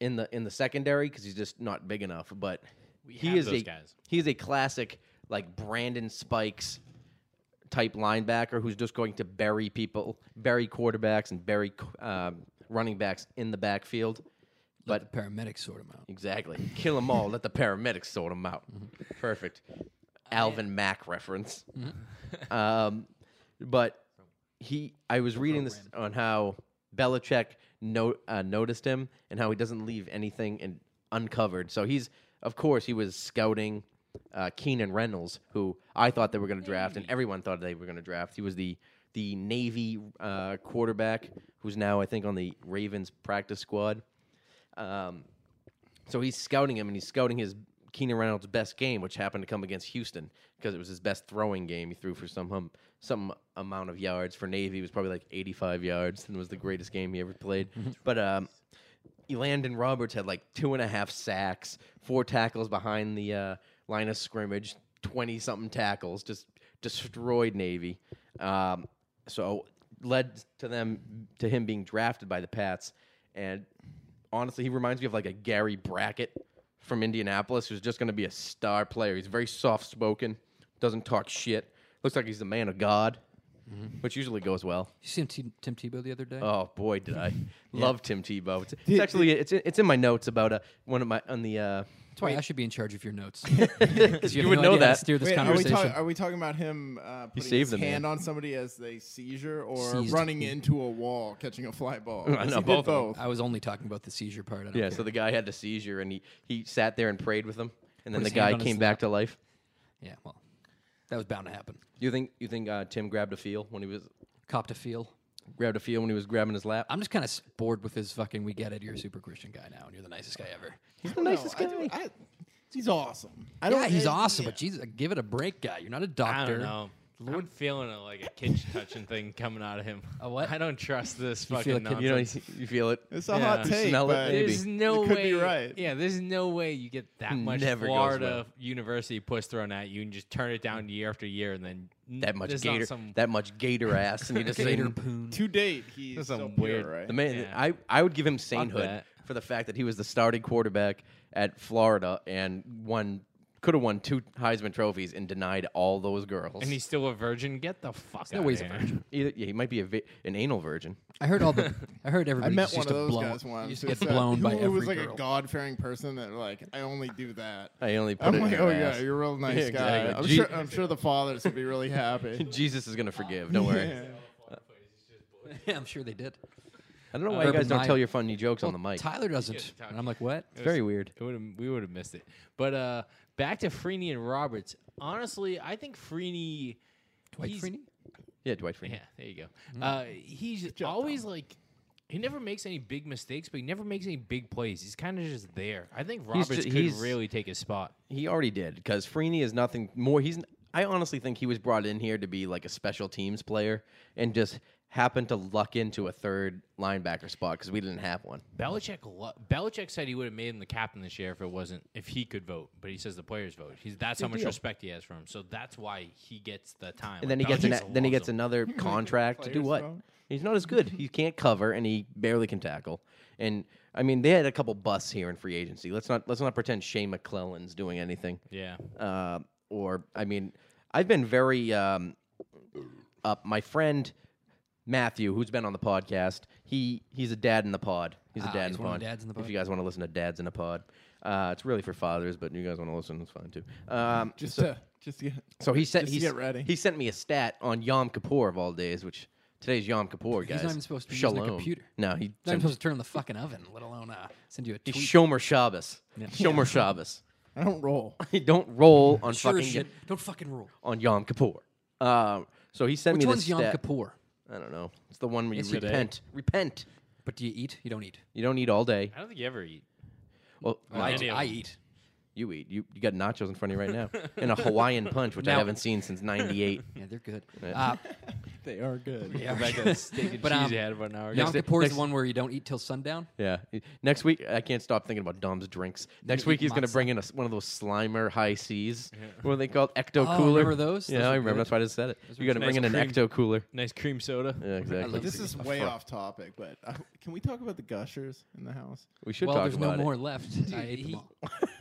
[SPEAKER 3] in the in the secondary because he's just not big enough. But he
[SPEAKER 7] have
[SPEAKER 3] is
[SPEAKER 7] those
[SPEAKER 3] a
[SPEAKER 7] guys.
[SPEAKER 3] he is a classic like Brandon Spikes type linebacker who's just going to bury people, bury quarterbacks, and bury um, running backs in the backfield. But
[SPEAKER 5] But the paramedics sort him out.
[SPEAKER 3] Exactly. Kill them all. Let the paramedics sort them out. Perfect. Alvin Mack reference. um, but he, I was reading this on how Belichick no, uh, noticed him and how he doesn't leave anything in, uncovered. So he's, of course, he was scouting uh, Keenan Reynolds, who I thought they were going to draft, and everyone thought they were going to draft. He was the the Navy uh, quarterback who's now, I think, on the Ravens practice squad. Um, so he's scouting him, and he's scouting his Keenan Reynolds' best game, which happened to come against Houston because it was his best throwing game. He threw for some hum, some amount of yards for Navy. It was probably like 85 yards, and it was the greatest game he ever played. but um, Elandon Roberts had like two and a half sacks, four tackles behind the uh, line of scrimmage, 20 something tackles, just destroyed Navy. Um, so led to them to him being drafted by the Pats. And honestly, he reminds me of like a Gary Brackett from Indianapolis who's just going to be a star player. He's very soft spoken, doesn't talk shit, looks like he's a man of God, which usually goes well.
[SPEAKER 5] You see him T- Tim Tebow the other day?
[SPEAKER 3] Oh boy, did
[SPEAKER 5] <laughs>
[SPEAKER 3] I love Tim Tebow! It's, it's actually it's it's in my notes about uh, one of my on the.
[SPEAKER 5] <laughs>
[SPEAKER 3] Uh,
[SPEAKER 5] That's why I should be in charge of
[SPEAKER 4] <laughs>
[SPEAKER 5] your notes. 'Cause
[SPEAKER 3] you
[SPEAKER 5] have
[SPEAKER 3] would know
[SPEAKER 5] no idea how to
[SPEAKER 3] that.
[SPEAKER 5] Steer this
[SPEAKER 4] Wait, are we,
[SPEAKER 5] conversation.
[SPEAKER 4] talk, are we talking about him uh, putting
[SPEAKER 3] saved
[SPEAKER 4] his
[SPEAKER 3] them,
[SPEAKER 4] hand
[SPEAKER 3] man.
[SPEAKER 4] on somebody as they seizure, or
[SPEAKER 5] Seized.
[SPEAKER 4] running into a wall catching a fly <laughs> ball?
[SPEAKER 3] I know,
[SPEAKER 4] He did
[SPEAKER 3] both of them.
[SPEAKER 4] both.
[SPEAKER 5] I was only talking about the seizure part. I don't <laughs>
[SPEAKER 3] yeah,
[SPEAKER 5] care.
[SPEAKER 3] so the guy had a seizure and he he sat there and prayed with him, and then
[SPEAKER 5] Put
[SPEAKER 3] the
[SPEAKER 5] his hand
[SPEAKER 3] guy
[SPEAKER 5] on his
[SPEAKER 3] came
[SPEAKER 5] lap.
[SPEAKER 3] back to life.
[SPEAKER 5] yeah, well, that was bound to happen.
[SPEAKER 3] You think you think uh, Tim grabbed a feel when he was
[SPEAKER 5] Copped a feel.
[SPEAKER 3] grabbed a feel when he was grabbing his lap?
[SPEAKER 5] I'm just kind of bored with his fucking. We get it. You're a super Christian guy now, and you're the nicest guy ever.
[SPEAKER 3] He's the
[SPEAKER 4] No,
[SPEAKER 3] nicest
[SPEAKER 4] I
[SPEAKER 3] guy.
[SPEAKER 4] do- I- he's awesome. I
[SPEAKER 5] Yeah, he's
[SPEAKER 4] it-
[SPEAKER 5] awesome,
[SPEAKER 4] yeah.
[SPEAKER 5] but Jesus, give it a break, guy. You're not a doctor.
[SPEAKER 7] I don't know. I'm feeling a, like a kitchen touching thing coming out of him.
[SPEAKER 5] A what?
[SPEAKER 7] I don't trust this
[SPEAKER 5] You
[SPEAKER 7] fucking
[SPEAKER 5] feel a kid-
[SPEAKER 7] nonsense.
[SPEAKER 3] you know, <laughs> you feel it.
[SPEAKER 4] It's a
[SPEAKER 7] Yeah.
[SPEAKER 4] hot
[SPEAKER 7] You
[SPEAKER 4] take.
[SPEAKER 3] smell it,
[SPEAKER 4] but
[SPEAKER 3] baby.
[SPEAKER 7] There's no
[SPEAKER 4] It could
[SPEAKER 7] way.
[SPEAKER 4] be right.
[SPEAKER 7] Yeah, there's no way you get that much
[SPEAKER 3] Never goes
[SPEAKER 7] Florida
[SPEAKER 3] well.
[SPEAKER 7] University puss thrown at you and just turn it down year after year and then
[SPEAKER 3] That much
[SPEAKER 7] there's not
[SPEAKER 3] gator,
[SPEAKER 7] Some,
[SPEAKER 3] that much gator ass,
[SPEAKER 5] <laughs>
[SPEAKER 3] and you just say,
[SPEAKER 5] Gator poon.
[SPEAKER 4] To date, he's
[SPEAKER 7] That's
[SPEAKER 4] so
[SPEAKER 7] some
[SPEAKER 4] pure,
[SPEAKER 7] weird-
[SPEAKER 4] right?
[SPEAKER 3] The man,
[SPEAKER 7] Yeah.
[SPEAKER 3] I, I would give him sainthood
[SPEAKER 7] that.
[SPEAKER 3] for the fact that he was the starting quarterback at Florida and won could have won two Heisman trophies and denied all those girls.
[SPEAKER 7] And he's still a virgin. Get the fuck
[SPEAKER 3] no
[SPEAKER 7] out
[SPEAKER 3] way he's
[SPEAKER 7] of
[SPEAKER 3] a
[SPEAKER 7] here.
[SPEAKER 3] virgin. Either, yeah, he might be a vi- an anal virgin.
[SPEAKER 5] I heard
[SPEAKER 4] <laughs>
[SPEAKER 5] all the. I heard everybody
[SPEAKER 4] I met
[SPEAKER 5] just
[SPEAKER 4] one
[SPEAKER 5] used
[SPEAKER 4] of
[SPEAKER 5] to
[SPEAKER 4] those
[SPEAKER 5] blow.
[SPEAKER 4] guys once.
[SPEAKER 5] you just
[SPEAKER 4] who
[SPEAKER 5] get
[SPEAKER 4] said- <laughs>
[SPEAKER 5] blown by
[SPEAKER 4] who
[SPEAKER 5] every
[SPEAKER 4] was like
[SPEAKER 5] girl.
[SPEAKER 4] a god-fearing person that like I only do that.
[SPEAKER 3] I only <laughs> put
[SPEAKER 4] I'm
[SPEAKER 3] it in
[SPEAKER 4] like,
[SPEAKER 3] your
[SPEAKER 4] oh
[SPEAKER 3] ass."
[SPEAKER 4] yeah, you're
[SPEAKER 3] <laughs>
[SPEAKER 4] a real nice
[SPEAKER 3] Yeah, exactly.
[SPEAKER 4] guy. I'm
[SPEAKER 3] Je-
[SPEAKER 4] sure, uh, I'm sure the fathers would be really happy.
[SPEAKER 3] <laughs> Jesus is gonna forgive. Don't worry.
[SPEAKER 4] Yeah.
[SPEAKER 5] <laughs> yeah, I'm sure they did.
[SPEAKER 3] I don't know why you
[SPEAKER 5] Urban
[SPEAKER 3] guys don't
[SPEAKER 5] Meyer.
[SPEAKER 3] tell your funny jokes on the
[SPEAKER 5] Well,
[SPEAKER 3] mic.
[SPEAKER 5] Tyler doesn't, and I'm like, what?
[SPEAKER 3] It's very weird.
[SPEAKER 7] It would <laughs> we would have missed it. But uh, back to Freeney and Roberts. Honestly, I think Freeney.
[SPEAKER 5] Dwight
[SPEAKER 7] he's-
[SPEAKER 5] Freeney?
[SPEAKER 3] Yeah, Dwight Freeney.
[SPEAKER 7] Yeah, there you go.
[SPEAKER 4] Mm-hmm.
[SPEAKER 7] Uh, he's always like. He never makes any big mistakes, but he never makes any big plays. He's kind of just there. I think Roberts
[SPEAKER 3] ju-
[SPEAKER 7] could
[SPEAKER 3] he's-
[SPEAKER 7] really take his spot.
[SPEAKER 3] He already did because Freeney is nothing more. He's. n- I honestly think he was brought in here to be like a special teams player and just happened to luck into a third linebacker spot because we didn't have one.
[SPEAKER 7] Belichick, lo- Belichick said he would have made him the captain this year if it wasn't if he could vote, but he says the players vote. He's, that's how much respect he has for him. So that's why he gets the time.
[SPEAKER 3] And then he
[SPEAKER 7] Like,
[SPEAKER 3] gets an, e,
[SPEAKER 7] Belichick
[SPEAKER 3] then he
[SPEAKER 7] loves
[SPEAKER 3] gets
[SPEAKER 7] him.
[SPEAKER 3] another contract to do what? He's not as good. He can't cover and he barely can tackle. And I mean, they had a couple busts here in free agency. Let's not let's not pretend Shane McClellan's doing anything.
[SPEAKER 7] Yeah,
[SPEAKER 3] uh, or I mean, I've been very um, up. My friend Matthew, who's been on the podcast, he he's a dad in the pod. He's a
[SPEAKER 5] Ah,
[SPEAKER 3] dad
[SPEAKER 5] he's
[SPEAKER 3] in the
[SPEAKER 5] one
[SPEAKER 3] pod.
[SPEAKER 5] of the dads in the pod.
[SPEAKER 3] If you guys want to listen to dads in a pod, uh, it's really for fathers, but you guys want to listen, it's fine too. Um,
[SPEAKER 4] Just
[SPEAKER 3] so,
[SPEAKER 4] to, just to get,
[SPEAKER 3] so he sent
[SPEAKER 4] just
[SPEAKER 3] he,
[SPEAKER 4] to
[SPEAKER 3] s-
[SPEAKER 4] get ready.
[SPEAKER 3] he sent me a stat on Yom Kippur of all days, which today's Yom Kippur, guys.
[SPEAKER 5] not even supposed to be using
[SPEAKER 3] Shalom.
[SPEAKER 5] a computer.
[SPEAKER 3] No, he
[SPEAKER 5] Not even
[SPEAKER 3] sent,
[SPEAKER 5] supposed to turn on the fucking oven, let alone uh, send you a
[SPEAKER 3] he's
[SPEAKER 5] tweet.
[SPEAKER 3] Shomer Shabbos. Shomer Shabbos. <laughs>
[SPEAKER 4] I don't roll.
[SPEAKER 3] He don't roll on
[SPEAKER 5] sure
[SPEAKER 3] fucking
[SPEAKER 5] as shit. Don't fucking rule.
[SPEAKER 3] on Yom Kippur. Uh, so he sent
[SPEAKER 5] Which
[SPEAKER 3] me
[SPEAKER 5] one's
[SPEAKER 3] this
[SPEAKER 5] Yom
[SPEAKER 3] stat.
[SPEAKER 5] Kippur?
[SPEAKER 3] I don't know. It's the one where you
[SPEAKER 5] It's today.
[SPEAKER 3] repent. Repent.
[SPEAKER 5] But do you eat? You don't eat.
[SPEAKER 3] You don't eat all day.
[SPEAKER 7] I don't think you ever eat.
[SPEAKER 3] Well, no,
[SPEAKER 5] I,
[SPEAKER 7] any
[SPEAKER 5] do.
[SPEAKER 7] of
[SPEAKER 5] I
[SPEAKER 7] them.
[SPEAKER 5] eat.
[SPEAKER 3] you eat. You, you got nachos in front of you right now, and a Hawaiian punch, which I
[SPEAKER 5] Now-
[SPEAKER 3] haven't seen since '98.
[SPEAKER 5] Yeah, they're good.
[SPEAKER 3] Yeah.
[SPEAKER 5] Uh,
[SPEAKER 4] They are good.
[SPEAKER 5] yeah.
[SPEAKER 7] But
[SPEAKER 5] but um,
[SPEAKER 7] cheese you had about an hour
[SPEAKER 5] <laughs> Yom
[SPEAKER 7] ago.
[SPEAKER 3] Next-
[SPEAKER 5] Kippur is
[SPEAKER 3] next-
[SPEAKER 5] the one where you don't eat till sundown.
[SPEAKER 3] Yeah. Next week, I can't stop thinking about Dom's drinks. Next week,
[SPEAKER 5] eat
[SPEAKER 3] he's going to
[SPEAKER 5] matzah.
[SPEAKER 3] bring in a s one of those Slimer high C's. What are they called? Ecto
[SPEAKER 5] Oh,
[SPEAKER 3] cooler.
[SPEAKER 5] remember those?
[SPEAKER 3] Yeah,
[SPEAKER 5] Those
[SPEAKER 3] I
[SPEAKER 5] were
[SPEAKER 3] remember.
[SPEAKER 5] good.
[SPEAKER 3] That's why I just said it. You're going to
[SPEAKER 7] nice
[SPEAKER 3] bring in an
[SPEAKER 7] cream.
[SPEAKER 3] Ecto cooler.
[SPEAKER 7] <laughs> Nice cream soda.
[SPEAKER 3] Yeah, exactly.
[SPEAKER 5] love
[SPEAKER 3] <laughs>
[SPEAKER 4] This is way off topic, but uh, can we talk about the gushers in the house?
[SPEAKER 3] We should
[SPEAKER 5] well,
[SPEAKER 3] talk
[SPEAKER 5] there's no
[SPEAKER 3] about
[SPEAKER 5] more left. I ate them all.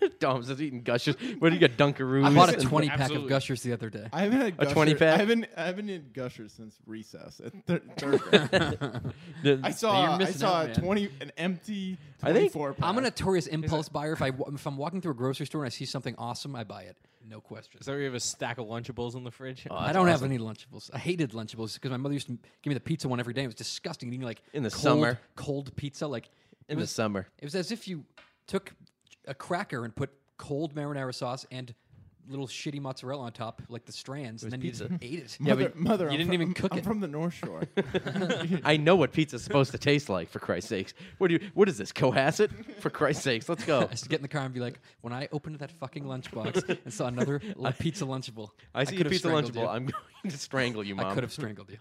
[SPEAKER 3] it. <laughs> Dom's just eating gushers. What do you get? Dunkaroos.
[SPEAKER 5] I
[SPEAKER 3] <laughs>
[SPEAKER 5] bought a
[SPEAKER 3] and-
[SPEAKER 5] 20 pack of
[SPEAKER 7] Absolutely.
[SPEAKER 5] Gushers the other day.
[SPEAKER 4] I haven't had
[SPEAKER 3] A
[SPEAKER 4] gusher-
[SPEAKER 3] 20 pack?
[SPEAKER 4] I haven't I haven't had gushers since recess. At thir- third
[SPEAKER 3] <laughs>
[SPEAKER 4] grade. I saw I
[SPEAKER 5] missing
[SPEAKER 4] saw
[SPEAKER 5] out,
[SPEAKER 4] a
[SPEAKER 5] man.
[SPEAKER 4] twenty an empty
[SPEAKER 3] I think-
[SPEAKER 4] twenty four.
[SPEAKER 5] I'm a notorious impulse buyer. If I wa- if I'm walking through a grocery store and I see something awesome, I buy it. No question.
[SPEAKER 7] So we have a stack of Lunchables in the fridge.
[SPEAKER 3] Oh,
[SPEAKER 5] I don't have any Lunchables. I hated Lunchables because my mother used to give me the pizza one every day. It was disgusting eating like
[SPEAKER 3] In the
[SPEAKER 5] cold,
[SPEAKER 3] summer.
[SPEAKER 5] cold pizza. Like it
[SPEAKER 3] in the
[SPEAKER 5] was,
[SPEAKER 3] summer.
[SPEAKER 5] it was as if you took a cracker and put cold marinara sauce and little shitty mozzarella on top, like the strands, and then you just
[SPEAKER 3] <laughs>
[SPEAKER 5] ate it. <laughs>
[SPEAKER 4] mother, mother,
[SPEAKER 5] you
[SPEAKER 4] I'm
[SPEAKER 5] didn't
[SPEAKER 4] from-
[SPEAKER 5] even cook
[SPEAKER 4] I'm
[SPEAKER 5] it.
[SPEAKER 4] from the North Shore.
[SPEAKER 3] I know what pizza's supposed to taste like, for Christ's sakes. What do you? What is this Cohasset? For Christ's sakes, let's go.
[SPEAKER 5] I used to get in the car and be like, when I opened that fucking
[SPEAKER 3] <laughs>
[SPEAKER 5] lunchbox and saw another li- pizza Lunchable,
[SPEAKER 3] I see a
[SPEAKER 5] could have
[SPEAKER 3] pizza
[SPEAKER 5] strangled
[SPEAKER 3] lunchable.
[SPEAKER 5] you.
[SPEAKER 3] I'm <laughs> going to strangle you, mom.
[SPEAKER 5] I could
[SPEAKER 3] <laughs>
[SPEAKER 5] have strangled you.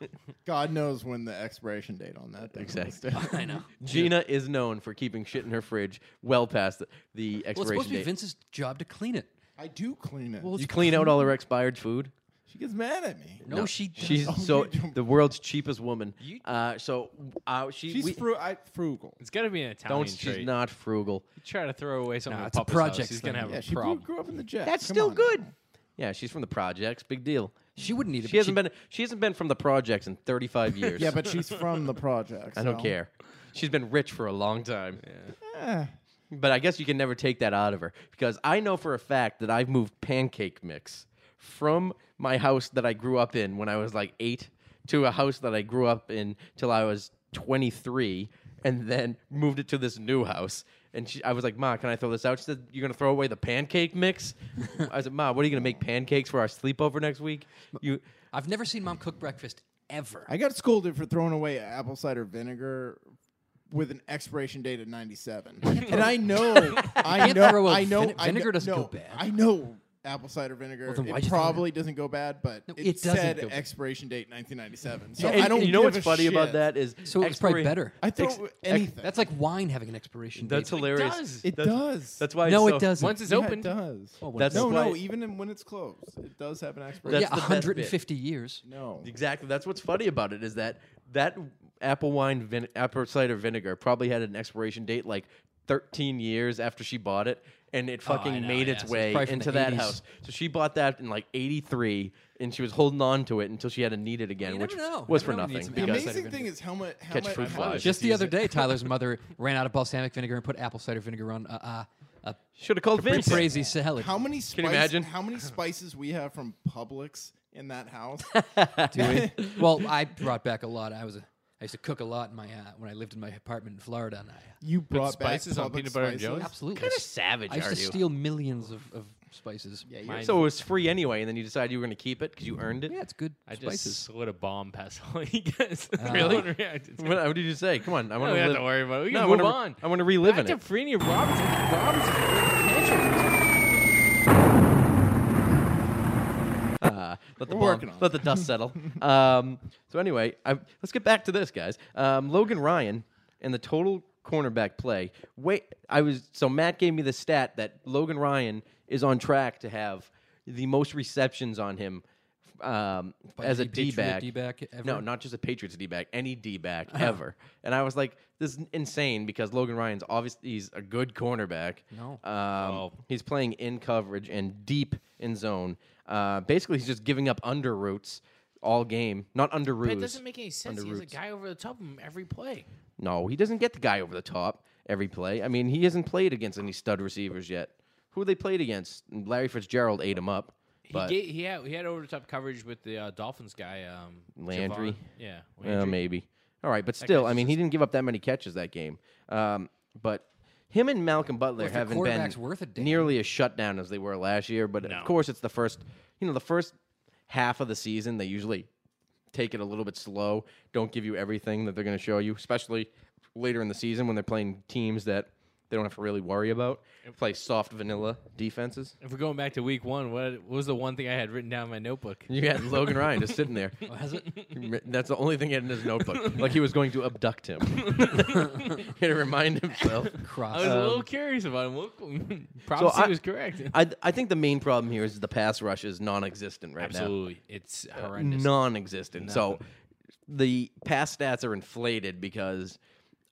[SPEAKER 4] God knows when the expiration date on that thing
[SPEAKER 3] Exactly.
[SPEAKER 4] was.
[SPEAKER 5] I know.
[SPEAKER 3] Gina is known for keeping shit in her fridge well past the, the
[SPEAKER 5] Well, it's supposed
[SPEAKER 3] expiration
[SPEAKER 5] to be
[SPEAKER 3] date.
[SPEAKER 5] Vince's job to clean it.
[SPEAKER 4] I do clean it.
[SPEAKER 3] you clean out all her expired food.
[SPEAKER 4] she gets mad at me.
[SPEAKER 5] No, she doesn't.
[SPEAKER 3] She's
[SPEAKER 4] Oh,
[SPEAKER 3] so
[SPEAKER 4] you don't-
[SPEAKER 3] the world's cheapest woman.
[SPEAKER 7] You-
[SPEAKER 3] Uh, so uh, she
[SPEAKER 4] She's
[SPEAKER 3] we,
[SPEAKER 4] fru- I, frugal.
[SPEAKER 7] It's got to be an Italian
[SPEAKER 3] don't
[SPEAKER 7] trait.
[SPEAKER 3] she's not frugal.
[SPEAKER 7] You try to throw away something.
[SPEAKER 5] Nah,
[SPEAKER 7] at
[SPEAKER 5] it's a
[SPEAKER 7] Papa's
[SPEAKER 5] project
[SPEAKER 7] House, he's gonna
[SPEAKER 5] thing.
[SPEAKER 7] have
[SPEAKER 4] Yeah,
[SPEAKER 7] a
[SPEAKER 4] she grew,
[SPEAKER 7] problem.
[SPEAKER 4] grew up in the jet.
[SPEAKER 3] That's
[SPEAKER 4] Come
[SPEAKER 3] still
[SPEAKER 4] on.
[SPEAKER 3] good. Yeah, she's from the projects. Big deal.
[SPEAKER 5] She wouldn't eat it.
[SPEAKER 3] She hasn't been. She hasn't been from the projects in 35 years.
[SPEAKER 4] Yeah, but she's from the projects.
[SPEAKER 3] I don't
[SPEAKER 4] so-
[SPEAKER 3] care. She's been rich for a long time. But I guess you can never take that out of her because I know for a fact that I've moved pancake mix from my house that I grew up in when I was like eight to a house that I grew up in till I was 23 and then moved it to this new house. And she, I was like, Ma, can I throw this out? She said, You're going to throw away the pancake
[SPEAKER 4] <laughs>
[SPEAKER 3] mix? I was like, Ma, what are you going to make pancakes for our sleepover next week? You.
[SPEAKER 5] I've never seen mom cook breakfast ever.
[SPEAKER 4] I got scolded for throwing away apple cider vinegar with an expiration date of 97. and I know, I
[SPEAKER 5] can't
[SPEAKER 4] know,
[SPEAKER 5] throw out
[SPEAKER 4] I know,
[SPEAKER 5] vine-
[SPEAKER 4] I
[SPEAKER 5] vinegar
[SPEAKER 4] kno-
[SPEAKER 5] doesn't go
[SPEAKER 4] no,
[SPEAKER 5] bad.
[SPEAKER 4] I know apple cider vinegar.
[SPEAKER 5] then why'd
[SPEAKER 4] it
[SPEAKER 5] you throw it out?
[SPEAKER 4] probably doesn't go bad, but
[SPEAKER 5] No,
[SPEAKER 4] it,
[SPEAKER 5] it doesn't
[SPEAKER 4] said
[SPEAKER 5] go bad.
[SPEAKER 4] expiration date 1997. So
[SPEAKER 3] And
[SPEAKER 4] I don't.
[SPEAKER 3] you know
[SPEAKER 4] give
[SPEAKER 3] what's
[SPEAKER 4] a
[SPEAKER 3] funny about
[SPEAKER 4] shit.
[SPEAKER 3] that is
[SPEAKER 5] so it was probably
[SPEAKER 3] expirat-
[SPEAKER 5] better.
[SPEAKER 4] I throw
[SPEAKER 3] Ex- ex-
[SPEAKER 4] anything.
[SPEAKER 5] That's like wine having an expiration date.
[SPEAKER 3] That's hilarious.
[SPEAKER 7] does.
[SPEAKER 4] it
[SPEAKER 3] that's,
[SPEAKER 4] does.
[SPEAKER 3] That's why.
[SPEAKER 5] No,
[SPEAKER 3] it's
[SPEAKER 5] it
[SPEAKER 3] so-
[SPEAKER 5] doesn't.
[SPEAKER 7] Once it's
[SPEAKER 4] yeah,
[SPEAKER 7] open,
[SPEAKER 4] it does.
[SPEAKER 3] That's
[SPEAKER 4] no,
[SPEAKER 3] why-
[SPEAKER 4] no. Even in- when it's closed, it does have an expiration.
[SPEAKER 3] That's
[SPEAKER 5] yeah,
[SPEAKER 3] the best bit.
[SPEAKER 5] 150 years.
[SPEAKER 4] no.
[SPEAKER 3] Exactly. That's what's funny about it is that that apple wine vin- apple cider vinegar probably had an expiration date like 13 years after she bought it, and it
[SPEAKER 5] Oh, I
[SPEAKER 3] fucking
[SPEAKER 5] know,
[SPEAKER 3] made its
[SPEAKER 5] yeah, so it's
[SPEAKER 3] way
[SPEAKER 5] probably from
[SPEAKER 3] into
[SPEAKER 5] the
[SPEAKER 3] that
[SPEAKER 5] 80s.
[SPEAKER 3] house. So she bought that in like 83, and she was holding on to it until she had to need it again,
[SPEAKER 5] you
[SPEAKER 3] which
[SPEAKER 5] never know.
[SPEAKER 3] was
[SPEAKER 5] Never
[SPEAKER 3] for
[SPEAKER 5] know when you need
[SPEAKER 3] nothing.
[SPEAKER 5] some
[SPEAKER 3] Because
[SPEAKER 5] apple cider
[SPEAKER 4] thing is how much how
[SPEAKER 3] Catch
[SPEAKER 4] much,
[SPEAKER 3] fruit
[SPEAKER 4] how
[SPEAKER 3] flies.
[SPEAKER 4] much-
[SPEAKER 5] Just the
[SPEAKER 3] use
[SPEAKER 5] other
[SPEAKER 3] it. <laughs>
[SPEAKER 5] day, Tyler's mother ran out of balsamic vinegar and put apple cider vinegar on uh, uh,
[SPEAKER 3] should have called
[SPEAKER 5] a
[SPEAKER 3] Vince.
[SPEAKER 5] crazy salad.
[SPEAKER 4] How many
[SPEAKER 3] you
[SPEAKER 4] spice-
[SPEAKER 3] imagine? <laughs>
[SPEAKER 4] How many spices we have from Publix in that house?
[SPEAKER 5] Do we? well, I brought back a lot. I was a, I used to cook a lot in my uh, when I lived in my apartment in Florida. And I,
[SPEAKER 4] you brought
[SPEAKER 7] spices
[SPEAKER 4] back
[SPEAKER 7] on
[SPEAKER 4] Publix
[SPEAKER 7] peanut butter and
[SPEAKER 4] spices?
[SPEAKER 7] jelly?
[SPEAKER 5] absolutely.
[SPEAKER 3] Kind of savage
[SPEAKER 5] I used
[SPEAKER 3] are
[SPEAKER 5] to
[SPEAKER 3] you?
[SPEAKER 5] steal millions of, of spices. Yeah,
[SPEAKER 7] Mine-
[SPEAKER 3] so it was free anyway, and then you decided you were going to keep it because you earned it.
[SPEAKER 5] yeah, it's good
[SPEAKER 7] I just
[SPEAKER 5] spices.
[SPEAKER 7] slid a bomb past <laughs> all you guys. <laughs> really? No one reacted to it.
[SPEAKER 3] What, what did you say? Come on, Uh, I
[SPEAKER 5] <laughs>
[SPEAKER 3] want
[SPEAKER 7] we
[SPEAKER 3] to
[SPEAKER 7] don't
[SPEAKER 3] live.
[SPEAKER 7] have to worry about it. We
[SPEAKER 3] No,
[SPEAKER 7] can
[SPEAKER 3] I
[SPEAKER 7] move
[SPEAKER 3] wanna re-
[SPEAKER 7] on.
[SPEAKER 3] I want to relive
[SPEAKER 7] Back
[SPEAKER 3] in
[SPEAKER 7] to
[SPEAKER 3] it.
[SPEAKER 7] Freeney Robinson. Robinson. potential.
[SPEAKER 3] Uh, let the bomb-
[SPEAKER 4] We're working on
[SPEAKER 3] let the dust
[SPEAKER 4] <laughs>
[SPEAKER 3] settle. um, so anyway, I, let's get back to this, guys. Um, Logan Ryan and the total cornerback play. Wait, I was so Matt gave me the stat that Logan Ryan is on track to have the most receptions on him um, as a
[SPEAKER 5] any Patriot
[SPEAKER 3] D back.
[SPEAKER 5] D-back ever?
[SPEAKER 3] No, not just a Patriots D back, any D back
[SPEAKER 7] Uh-huh.
[SPEAKER 3] ever. And I was like, this is insane because Logan Ryan's obviously he's a good cornerback.
[SPEAKER 5] No.
[SPEAKER 3] Um, He's playing in coverage and deep in zone. Uh, basically, he's just giving up under routes all game. Not under routes.
[SPEAKER 7] But it doesn't make any sense. He has a
[SPEAKER 3] roots.
[SPEAKER 7] guy over the top of him every play.
[SPEAKER 3] No, he doesn't get the guy over the top every play. I mean, he hasn't played against any stud receivers yet. Who they played against? Larry Fitzgerald ate him up. But
[SPEAKER 7] he, ga- he had he had over the top coverage with the uh, Dolphins guy um,
[SPEAKER 3] Landry? Um,
[SPEAKER 7] Javon. Yeah,
[SPEAKER 3] Well,
[SPEAKER 7] Landry.
[SPEAKER 3] Uh, maybe. All right, but still, I mean, he didn't give up that many catches that game. Um, but him and Malcolm Butler
[SPEAKER 5] Well, if your
[SPEAKER 3] haven't been
[SPEAKER 5] quarterback's worth a damn.
[SPEAKER 3] nearly as shutdown as they were last year. But
[SPEAKER 7] No.
[SPEAKER 3] of course, it's the first, you know, the first half of the season. They usually take it a little bit slow. Don't give you everything that they're going to show you, especially later in the season when they're playing teams that they don't have to really worry about. Play soft vanilla defenses.
[SPEAKER 7] If we're going back to week one, what, what was the one thing I had written down in my notebook? <laughs>
[SPEAKER 3] You got Logan Ryan just sitting there. That's the only thing he had in his
[SPEAKER 7] <laughs>
[SPEAKER 3] notebook. like he was going to abduct him. he had to remind himself.
[SPEAKER 7] I
[SPEAKER 5] Cross.
[SPEAKER 7] was a little curious about <laughs> him.
[SPEAKER 3] Um, So
[SPEAKER 7] Prophecy
[SPEAKER 3] I-
[SPEAKER 7] was correct.
[SPEAKER 3] I, I think the main problem here is the pass rush is non-existent right
[SPEAKER 7] Absolutely, it's
[SPEAKER 3] now.
[SPEAKER 7] horrendous.
[SPEAKER 3] Non-existent. So the pass stats are inflated because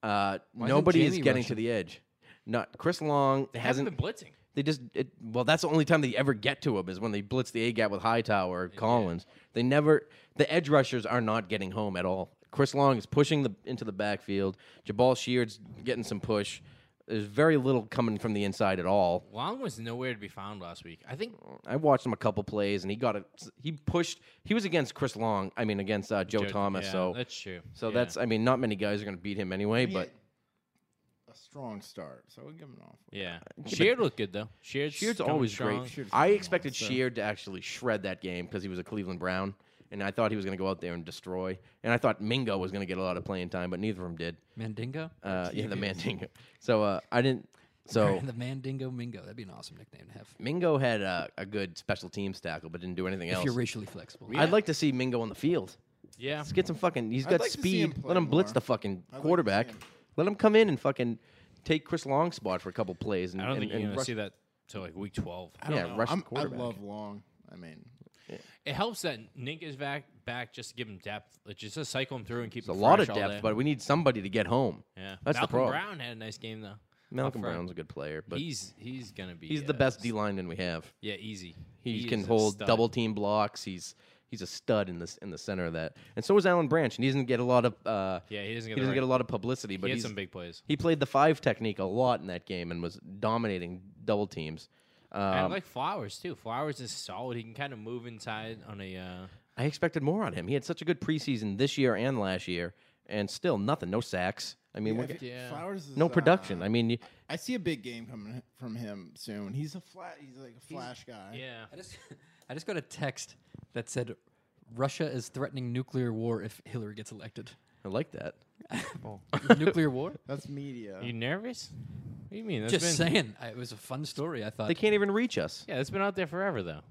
[SPEAKER 3] uh,
[SPEAKER 5] isn't
[SPEAKER 3] nobody is
[SPEAKER 5] Jamie
[SPEAKER 3] getting to
[SPEAKER 5] rushing?
[SPEAKER 3] the edge. Not Chris Long
[SPEAKER 7] they haven't
[SPEAKER 3] hasn't.
[SPEAKER 7] been blitzing.
[SPEAKER 3] They just it, well, that's the only time they ever get to him is when they blitz the A gap with Hightower or Collins. They never the edge rushers are not getting home at all. Chris Long is pushing the into the backfield. Jabal Sheard's getting some push. There's very little coming from the inside at all.
[SPEAKER 7] Long was nowhere to be found last week. I think
[SPEAKER 3] I watched him a couple plays and he got a he pushed. He was against Chris Long. I mean against uh, Joe,
[SPEAKER 7] Joe-
[SPEAKER 3] Thomas.
[SPEAKER 7] yeah,
[SPEAKER 3] so
[SPEAKER 7] that's true.
[SPEAKER 3] So
[SPEAKER 7] Yeah.
[SPEAKER 3] that's uh, I mean not many guys are going to beat him anyway.
[SPEAKER 4] He
[SPEAKER 3] But
[SPEAKER 4] had a strong start, so we'll give him an off.
[SPEAKER 7] yeah, Sheard looked good though. Sheard's,
[SPEAKER 3] Sheard's
[SPEAKER 7] coming
[SPEAKER 3] always
[SPEAKER 7] strong.
[SPEAKER 3] great. I expected Sheard to actually shred that game because he was a Cleveland Brown, and I thought he was going to go out there and destroy. And I thought Mingo was going to get a lot of playing time, but neither of them did.
[SPEAKER 5] Mandingo? <laughs>
[SPEAKER 3] Uh, oh. yeah, the Mandingo. So uh, I didn't. So
[SPEAKER 5] the Mandingo Mingo. That'd be an awesome nickname to have.
[SPEAKER 3] Mingo had a, a good special teams tackle, but didn't do anything
[SPEAKER 5] If
[SPEAKER 3] else.
[SPEAKER 5] you're racially flexible.
[SPEAKER 3] I'd like to see Mingo on the field.
[SPEAKER 7] Yeah,
[SPEAKER 3] Let's get some fucking. He's
[SPEAKER 4] I'd
[SPEAKER 3] got
[SPEAKER 4] like to see
[SPEAKER 3] speed.
[SPEAKER 4] him play
[SPEAKER 3] Let him blitz
[SPEAKER 4] more.
[SPEAKER 3] the fucking
[SPEAKER 4] like to see
[SPEAKER 3] quarterback.
[SPEAKER 4] him.
[SPEAKER 3] Let him come in and fucking take Chris Long's spot for a couple plays. And,
[SPEAKER 7] I don't
[SPEAKER 3] and,
[SPEAKER 7] think you're
[SPEAKER 3] and
[SPEAKER 7] gonna
[SPEAKER 3] rush-
[SPEAKER 7] see that till like week twelve.
[SPEAKER 4] I don't
[SPEAKER 3] Yeah,
[SPEAKER 4] know.
[SPEAKER 3] rush the
[SPEAKER 4] I'm- I
[SPEAKER 3] quarterback.
[SPEAKER 4] love Long. I mean,
[SPEAKER 7] It helps that Nink is back back just to give him depth. Like, just to cycle him through and keep
[SPEAKER 3] It's a
[SPEAKER 7] him
[SPEAKER 3] lot of
[SPEAKER 7] fresh all day.
[SPEAKER 3] depth, but we need somebody to get home.
[SPEAKER 7] yeah,
[SPEAKER 3] that's the
[SPEAKER 7] Malcolm
[SPEAKER 3] problem.
[SPEAKER 7] Brown had a nice game though.
[SPEAKER 3] Malcolm
[SPEAKER 7] Up front.
[SPEAKER 3] Brown's a good player, but he's,
[SPEAKER 7] he's he's gonna be
[SPEAKER 3] the
[SPEAKER 7] uh,
[SPEAKER 3] best D lineman we have.
[SPEAKER 7] Yeah, easy.
[SPEAKER 3] He,
[SPEAKER 7] is
[SPEAKER 3] can
[SPEAKER 7] a
[SPEAKER 3] hold
[SPEAKER 7] stud.
[SPEAKER 3] double team blocks. He's he's a stud in this in the center of that. And so is Alan Branch. And he doesn't get a lot of uh,
[SPEAKER 7] Yeah, he doesn't get
[SPEAKER 3] he
[SPEAKER 7] the
[SPEAKER 3] doesn't
[SPEAKER 7] right-
[SPEAKER 3] get a lot of publicity, but
[SPEAKER 7] he had
[SPEAKER 3] he's,
[SPEAKER 7] some big plays.
[SPEAKER 3] he played the five technique a lot in that game and was dominating double teams.
[SPEAKER 7] and I
[SPEAKER 3] Um,
[SPEAKER 7] like Flowers too. Flowers is solid. He can kind of move inside on a. Uh,
[SPEAKER 3] I expected more on him. He had such a good preseason this year and last year, and still nothing. No sacks. I mean, what-
[SPEAKER 4] I think
[SPEAKER 7] Yeah.
[SPEAKER 4] Flowers is,
[SPEAKER 3] no production.
[SPEAKER 4] uh,
[SPEAKER 3] I mean, you-
[SPEAKER 4] I see a big game coming from him soon. He's a flat. He's like a flash guy.
[SPEAKER 7] yeah,
[SPEAKER 5] I just, <laughs> I just got a text that said Russia is threatening nuclear war if Hillary
[SPEAKER 3] <laughs>
[SPEAKER 5] gets elected.
[SPEAKER 3] I like that.
[SPEAKER 5] nuclear war?
[SPEAKER 4] That's media.
[SPEAKER 7] you nervous? What do you mean? That's
[SPEAKER 5] Just
[SPEAKER 7] been,
[SPEAKER 5] saying. I, it was a fun story. I thought
[SPEAKER 3] They can't even reach us.
[SPEAKER 7] Yeah, it's been out there forever though.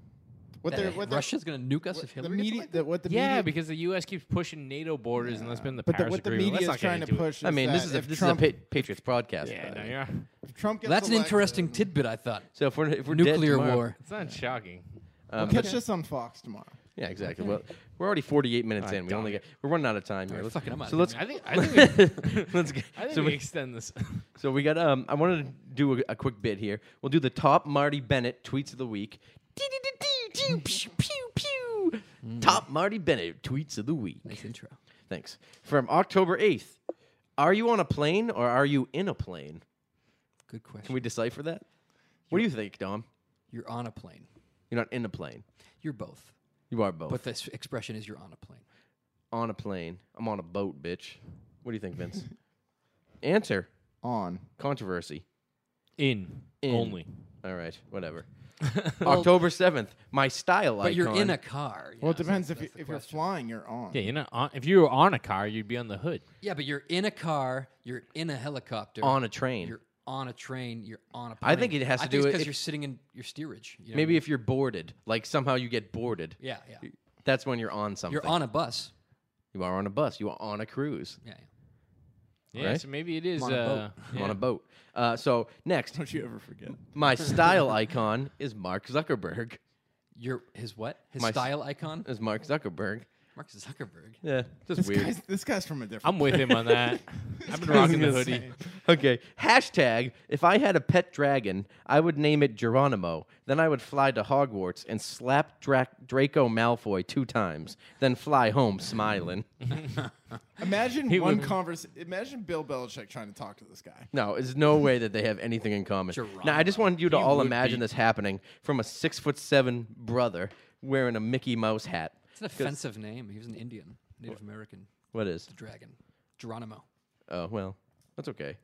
[SPEAKER 4] what
[SPEAKER 5] that
[SPEAKER 4] they're, what they're-
[SPEAKER 5] Russia's going to nuke us
[SPEAKER 4] what
[SPEAKER 5] if
[SPEAKER 4] the
[SPEAKER 5] Hillary gets
[SPEAKER 4] media,
[SPEAKER 5] elected.
[SPEAKER 4] the, what the
[SPEAKER 7] yeah,
[SPEAKER 4] media,
[SPEAKER 7] because the U.S. keeps pushing NATO borders, and that's been the
[SPEAKER 4] but the,
[SPEAKER 7] Paris
[SPEAKER 4] what the
[SPEAKER 7] Agreement.
[SPEAKER 4] media
[SPEAKER 7] Let's
[SPEAKER 4] is
[SPEAKER 7] not get
[SPEAKER 4] trying to
[SPEAKER 7] into it.
[SPEAKER 4] push.
[SPEAKER 3] I mean,
[SPEAKER 4] that
[SPEAKER 3] this is a,
[SPEAKER 4] if
[SPEAKER 3] this
[SPEAKER 4] Trump,
[SPEAKER 3] is a pa- Patriots broadcast.
[SPEAKER 7] Yeah,
[SPEAKER 3] uh,
[SPEAKER 7] no, you're, <laughs>
[SPEAKER 4] if Trump gets
[SPEAKER 5] That's an
[SPEAKER 4] elected-
[SPEAKER 5] interesting tidbit, I thought.
[SPEAKER 3] So if we're if we're dead
[SPEAKER 5] nuclear
[SPEAKER 3] tomorrow-
[SPEAKER 5] war.
[SPEAKER 3] um,
[SPEAKER 7] it's not shocking.
[SPEAKER 4] We'll catch this on Fox tomorrow.
[SPEAKER 3] yeah, exactly. Well, We're already 48 minutes
[SPEAKER 7] Ah,
[SPEAKER 3] in. We
[SPEAKER 7] darn
[SPEAKER 3] only
[SPEAKER 7] it.
[SPEAKER 3] get, we're running out of time here.
[SPEAKER 7] Alright,
[SPEAKER 3] Let's-
[SPEAKER 7] fucking, I'm out
[SPEAKER 3] so
[SPEAKER 7] of
[SPEAKER 3] let's.
[SPEAKER 7] here. I think- I <laughs> think we-
[SPEAKER 3] <laughs> let's get,
[SPEAKER 7] I think
[SPEAKER 3] so
[SPEAKER 7] we extend this.
[SPEAKER 3] so we got. Um, I wanted to do a, a quick bit here. We'll do the top Marty Bennett tweets of the week.
[SPEAKER 7] Mm.
[SPEAKER 3] Pew pew pew. Top Marty Bennett tweets of the week. Nice
[SPEAKER 5] intro.
[SPEAKER 3] Thanks. From October 8th. Are you on a plane or are you in a plane?
[SPEAKER 5] Good question.
[SPEAKER 3] Can we decipher that? What do you think, Dom?
[SPEAKER 5] You're on a plane.
[SPEAKER 3] You're not in a plane.
[SPEAKER 5] You're both.
[SPEAKER 3] You are both.
[SPEAKER 5] But the s- expression is you're on a plane.
[SPEAKER 3] on a plane. I'm on a boat, bitch. What do you think,
[SPEAKER 5] <laughs>
[SPEAKER 3] Vince? Answer.
[SPEAKER 4] On.
[SPEAKER 3] Controversy.
[SPEAKER 7] <laughs> In. Only.
[SPEAKER 3] All right, whatever.
[SPEAKER 5] <laughs> Well-
[SPEAKER 3] October 7th, my style
[SPEAKER 5] But you're
[SPEAKER 3] icon.
[SPEAKER 5] in a car.
[SPEAKER 4] Well, it depends if, you, if you're flying, you're on.
[SPEAKER 7] Yeah, you're not on. If you were on a car, you'd be on the hood.
[SPEAKER 5] Yeah, but you're in a car. You're in a helicopter.
[SPEAKER 3] On a train.
[SPEAKER 5] You're on a train. You're on a plane.
[SPEAKER 3] I think it has to do with-
[SPEAKER 5] because
[SPEAKER 3] if-
[SPEAKER 5] you're sitting in your steerage. You know what I
[SPEAKER 3] Maybe
[SPEAKER 5] mean?
[SPEAKER 3] if you're boarded, like somehow you get boarded.
[SPEAKER 5] Yeah, yeah.
[SPEAKER 3] That's when you're on something.
[SPEAKER 5] you're on a bus.
[SPEAKER 3] You are on a bus. You are on a cruise.
[SPEAKER 5] Yeah, yeah.
[SPEAKER 7] Yeah,
[SPEAKER 3] Right?
[SPEAKER 7] so maybe it is.
[SPEAKER 5] on a boat.
[SPEAKER 7] uh,
[SPEAKER 3] I'm on
[SPEAKER 7] yeah.
[SPEAKER 3] a boat. Uh, so next,
[SPEAKER 5] <laughs>
[SPEAKER 4] Don't you ever forget.
[SPEAKER 3] my style icon is Mark Zuckerberg.
[SPEAKER 5] You're his what? His
[SPEAKER 3] My s- Uh,
[SPEAKER 5] style icon?
[SPEAKER 3] Is Mark Zuckerberg?
[SPEAKER 5] Mark Zuckerberg.
[SPEAKER 3] Yeah, just
[SPEAKER 4] This
[SPEAKER 3] weird.
[SPEAKER 4] guy's, this guy's from a different.
[SPEAKER 7] I'm with him on <laughs> that. I've been rocking the hoodie.
[SPEAKER 3] <laughs> Okay. Hashtag, if I had a pet dragon, I would name it Geronimo. Then I would fly to Hogwarts and slap Dra- Draco Malfoy two times, then fly home smiling.
[SPEAKER 4] Imagine one converse. Imagine Bill Belichick trying to talk to this guy.
[SPEAKER 3] no, there's no way that they have anything in common. Now, I just wanted you to
[SPEAKER 7] He
[SPEAKER 3] all
[SPEAKER 7] would
[SPEAKER 3] imagine
[SPEAKER 7] be-
[SPEAKER 3] this happening from a six foot seven brother wearing a Mickey Mouse hat.
[SPEAKER 5] It's
[SPEAKER 3] <laughs>
[SPEAKER 5] an offensive name. He was an Indian, Native American,
[SPEAKER 3] What is?
[SPEAKER 5] the dragon, Geronimo.
[SPEAKER 3] Oh, well, that's okay.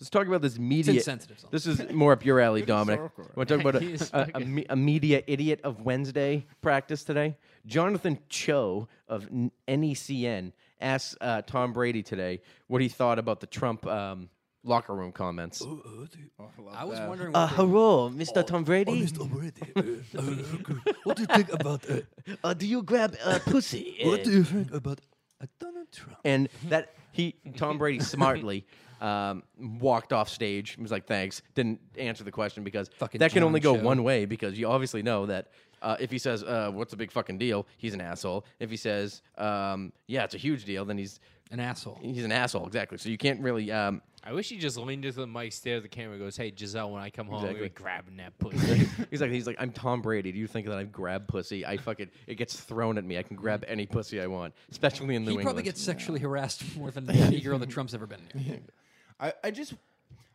[SPEAKER 3] Let's talk about this media.
[SPEAKER 5] insensitive, Solomon.
[SPEAKER 3] This is more up your <laughs> alley, Dominic.
[SPEAKER 4] historical.
[SPEAKER 3] Want to talk about
[SPEAKER 7] He is
[SPEAKER 3] a, a, a,
[SPEAKER 7] fucking-
[SPEAKER 3] me- a media idiot of Wednesday practice today? Jonathan Cho of N- NECN asked uh, Tom Brady today what he thought about the Trump um, locker room comments.
[SPEAKER 5] I was wondering
[SPEAKER 3] Uh,
[SPEAKER 5] what they-
[SPEAKER 3] hello, Mr.
[SPEAKER 5] Oh,
[SPEAKER 3] Tom Brady.
[SPEAKER 5] <laughs> what do you think about uh,
[SPEAKER 3] Uh, do you grab uh, pussy?
[SPEAKER 5] what do you think about uh, Donald Trump? <laughs>
[SPEAKER 3] and that he Tom Brady smartly um, walked off stage. and was like, "Thanks," didn't answer the question because
[SPEAKER 5] Fucking
[SPEAKER 3] that can
[SPEAKER 5] John
[SPEAKER 3] only go
[SPEAKER 5] Cho.
[SPEAKER 3] one way. Because you obviously know that uh, if he says, uh, "What's a big fucking deal?" he's an asshole. If he says, um, "Yeah, it's a huge deal," then he's
[SPEAKER 5] An asshole.
[SPEAKER 3] he's an asshole. Exactly. So you can't really. Um, <laughs>
[SPEAKER 7] I wish he just leaned into the mic, stared at the camera, and goes, "Hey, Giselle, when I come home,
[SPEAKER 3] Exactly.
[SPEAKER 7] I'm grabbing
[SPEAKER 5] <laughs>
[SPEAKER 7] that pussy."
[SPEAKER 3] he's like he's like I'm Tom Brady. Do you think that I grab pussy? I fucking it gets thrown at me. I can grab any pussy I want, especially in New
[SPEAKER 5] Mm. He
[SPEAKER 3] England.
[SPEAKER 5] probably gets sexually harassed more <laughs> than any girl that Trump's ever been near.
[SPEAKER 4] I, I just.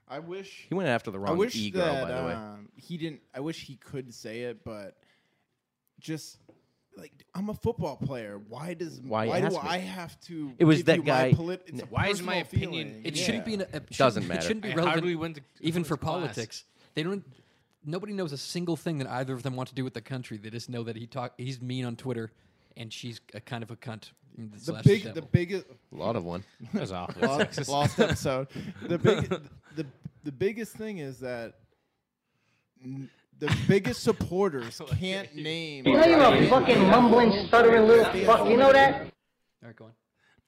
[SPEAKER 4] I wish.
[SPEAKER 3] he went after the
[SPEAKER 4] I
[SPEAKER 3] wrong
[SPEAKER 4] wish
[SPEAKER 3] e girl,
[SPEAKER 4] that
[SPEAKER 3] by the way.
[SPEAKER 4] um, he didn't. I wish he could say it, but just like I'm a football player. Why does
[SPEAKER 3] Why
[SPEAKER 4] why,
[SPEAKER 3] you
[SPEAKER 4] do
[SPEAKER 3] ask me?
[SPEAKER 4] I have to?
[SPEAKER 3] It was
[SPEAKER 4] give
[SPEAKER 3] that
[SPEAKER 4] you
[SPEAKER 3] guy-
[SPEAKER 4] My polit- it's a
[SPEAKER 7] Why is my
[SPEAKER 4] personal
[SPEAKER 7] opinion-
[SPEAKER 4] feeling.
[SPEAKER 5] It
[SPEAKER 4] Yeah.
[SPEAKER 5] shouldn't be. An, it shouldn't-
[SPEAKER 3] Doesn't matter.
[SPEAKER 5] It shouldn't be
[SPEAKER 7] I
[SPEAKER 5] relevant.
[SPEAKER 7] hardly went to
[SPEAKER 5] even for
[SPEAKER 7] class.
[SPEAKER 5] politics. They don't. Nobody knows a single thing that either of them want to do with the country. They just know that he talk. He's mean on Twitter, and she's a kind of a cunt. Mm,
[SPEAKER 4] The big, the biggest
[SPEAKER 3] A lot of one.
[SPEAKER 7] That was awful.
[SPEAKER 4] lost,
[SPEAKER 5] <laughs>
[SPEAKER 4] lost episode. The big, the the biggest thing is that n- the
[SPEAKER 5] <laughs>
[SPEAKER 4] biggest supporters can't name.
[SPEAKER 9] You're a fucking mumbling, stuttering little fuck. You know that?
[SPEAKER 5] All right, go on.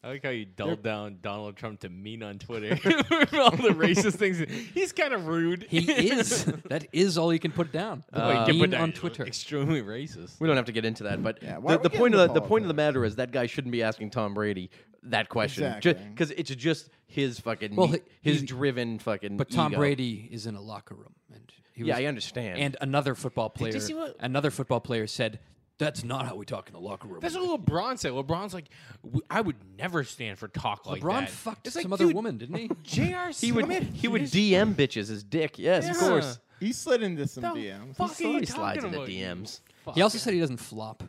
[SPEAKER 7] I like how you dulled down Donald Trump to mean
[SPEAKER 5] <laughs>
[SPEAKER 7] on Twitter. <laughs> All the racist things. He's kind of rude.
[SPEAKER 5] He
[SPEAKER 3] <laughs>
[SPEAKER 5] is. that is all he can put down. The
[SPEAKER 3] Uh,
[SPEAKER 7] Like,
[SPEAKER 5] mean
[SPEAKER 7] but that-
[SPEAKER 5] on Twitter.
[SPEAKER 7] Extremely racist.
[SPEAKER 3] We don't have to get into that, but
[SPEAKER 4] why
[SPEAKER 3] the,
[SPEAKER 4] are we
[SPEAKER 3] the
[SPEAKER 4] getting
[SPEAKER 3] point of
[SPEAKER 4] into
[SPEAKER 3] the, the point of the
[SPEAKER 4] politics?
[SPEAKER 3] matter is that guy shouldn't be asking Tom Brady that question
[SPEAKER 4] Exactly.
[SPEAKER 3] because it's just his fucking
[SPEAKER 5] Well,
[SPEAKER 3] me-
[SPEAKER 5] he-
[SPEAKER 3] his
[SPEAKER 5] he-
[SPEAKER 3] driven fucking.
[SPEAKER 5] But Tom
[SPEAKER 3] ego.
[SPEAKER 5] Brady is in a locker room, and he was,
[SPEAKER 3] Yeah, I understand.
[SPEAKER 5] And another football player,
[SPEAKER 7] see what-
[SPEAKER 5] another football player said, "That's not how we talk in the locker room."
[SPEAKER 7] That's what LeBron said. LeBron's like, "W- I would never stand for talk like
[SPEAKER 5] LeBron
[SPEAKER 7] that.
[SPEAKER 5] fucked
[SPEAKER 7] It's
[SPEAKER 5] some
[SPEAKER 7] like,
[SPEAKER 5] other
[SPEAKER 7] dude,
[SPEAKER 5] woman,
[SPEAKER 7] <laughs>
[SPEAKER 5] didn't he?
[SPEAKER 7] J.R.
[SPEAKER 3] he would
[SPEAKER 7] Smith,
[SPEAKER 3] he would
[SPEAKER 7] is-
[SPEAKER 3] DM bitches his dick. Yes, of
[SPEAKER 7] Yeah.
[SPEAKER 3] course.
[SPEAKER 4] He slid into some
[SPEAKER 7] The
[SPEAKER 4] DMs.
[SPEAKER 7] fuck
[SPEAKER 3] He
[SPEAKER 7] are you
[SPEAKER 3] slides
[SPEAKER 7] talking
[SPEAKER 3] into
[SPEAKER 7] about?
[SPEAKER 3] DMs.
[SPEAKER 5] he also said he doesn't flop.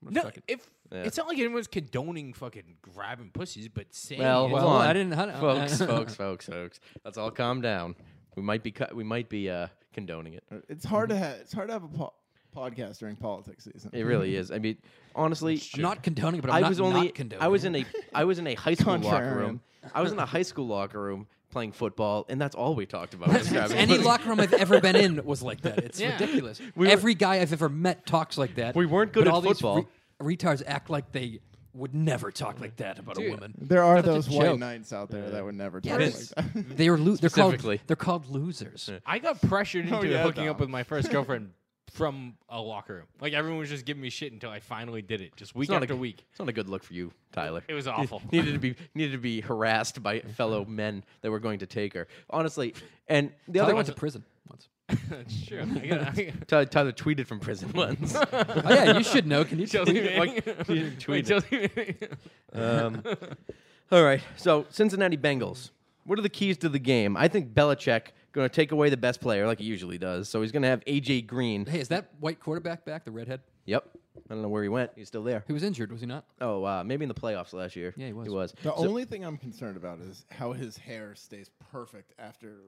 [SPEAKER 7] No, if
[SPEAKER 3] Yeah.
[SPEAKER 7] it's not like anyone's condoning fucking grabbing pussies, but saying
[SPEAKER 3] Well,
[SPEAKER 7] it-
[SPEAKER 5] Well,
[SPEAKER 3] hold on.
[SPEAKER 5] I didn't- I don't- <laughs>
[SPEAKER 3] folks, folks, folks, folks. Let's all calm down. We might be cut. We might be uh, condoning it.
[SPEAKER 4] It's hard to have. It's hard to have a po- podcast during politics season.
[SPEAKER 3] It really is. I mean, honestly,
[SPEAKER 5] I'm not condoning, but I'm
[SPEAKER 3] I
[SPEAKER 5] not
[SPEAKER 3] was only
[SPEAKER 5] not condoning.
[SPEAKER 3] I was in a I was in a high school locker
[SPEAKER 4] Contrarian.
[SPEAKER 3] room. I was in a high school locker room playing football, and that's all we talked about. was grabbing
[SPEAKER 5] <laughs> <laughs> Any
[SPEAKER 3] pussy.
[SPEAKER 5] locker room I've ever been in was like that. It's
[SPEAKER 7] <laughs> Yeah.
[SPEAKER 5] ridiculous.
[SPEAKER 3] We were-
[SPEAKER 5] Every guy I've ever met talks like that.
[SPEAKER 3] We weren't good
[SPEAKER 5] but
[SPEAKER 3] at
[SPEAKER 5] all these
[SPEAKER 3] football.
[SPEAKER 5] re- retards act like they would never talk like that about a woman.
[SPEAKER 4] There are
[SPEAKER 5] Such a
[SPEAKER 4] those white
[SPEAKER 5] joke.
[SPEAKER 4] knights out there that would never
[SPEAKER 5] Yeah,
[SPEAKER 4] talk like
[SPEAKER 5] it's-
[SPEAKER 4] that.
[SPEAKER 5] <laughs> They are lo- they're called
[SPEAKER 3] Specifically.
[SPEAKER 5] they're called losers.
[SPEAKER 3] Oh,
[SPEAKER 7] I got pressured into
[SPEAKER 4] yeah,
[SPEAKER 7] hooking up
[SPEAKER 3] <laughs>
[SPEAKER 4] Dom.
[SPEAKER 7] with my first girlfriend from a locker room. Like everyone was just giving me shit until I finally did it, just week
[SPEAKER 3] not a
[SPEAKER 7] after
[SPEAKER 3] g- <laughs>
[SPEAKER 7] week.
[SPEAKER 3] It's not a good look for you, Tyler.
[SPEAKER 7] It was awful.
[SPEAKER 3] <laughs> needed to be needed to be harassed by fellow men that were going to take her. Honestly, and the
[SPEAKER 5] Tyler
[SPEAKER 3] other
[SPEAKER 5] went to prison once.
[SPEAKER 7] That's true. <laughs> I gotta- I
[SPEAKER 3] <laughs>
[SPEAKER 7] gotta-
[SPEAKER 3] Tyler, Tyler tweeted from prison <laughs> once.
[SPEAKER 5] <laughs> Oh, yeah, you should know.
[SPEAKER 4] <laughs>
[SPEAKER 5] Can you tell
[SPEAKER 7] <laughs> Chelsea
[SPEAKER 5] me?
[SPEAKER 7] Manning.
[SPEAKER 3] Like, <laughs> you
[SPEAKER 7] <laughs> Wait,
[SPEAKER 3] didn't tweet it.
[SPEAKER 7] Chelsea Manning.
[SPEAKER 3] Um, all right. So Cincinnati Bengals. What are the keys to the game? I think Belichick going to take away the best player like he usually does. So he's going to have AJ Green.
[SPEAKER 5] Hey, is that white quarterback back? The redhead?
[SPEAKER 3] Yep. I don't know where he went. He's still there.
[SPEAKER 5] He was injured, was he not?
[SPEAKER 3] Oh, uh, maybe in the playoffs last year.
[SPEAKER 5] Yeah, he was.
[SPEAKER 3] He was.
[SPEAKER 4] The
[SPEAKER 3] So-
[SPEAKER 4] only thing I'm concerned about is how his hair stays perfect after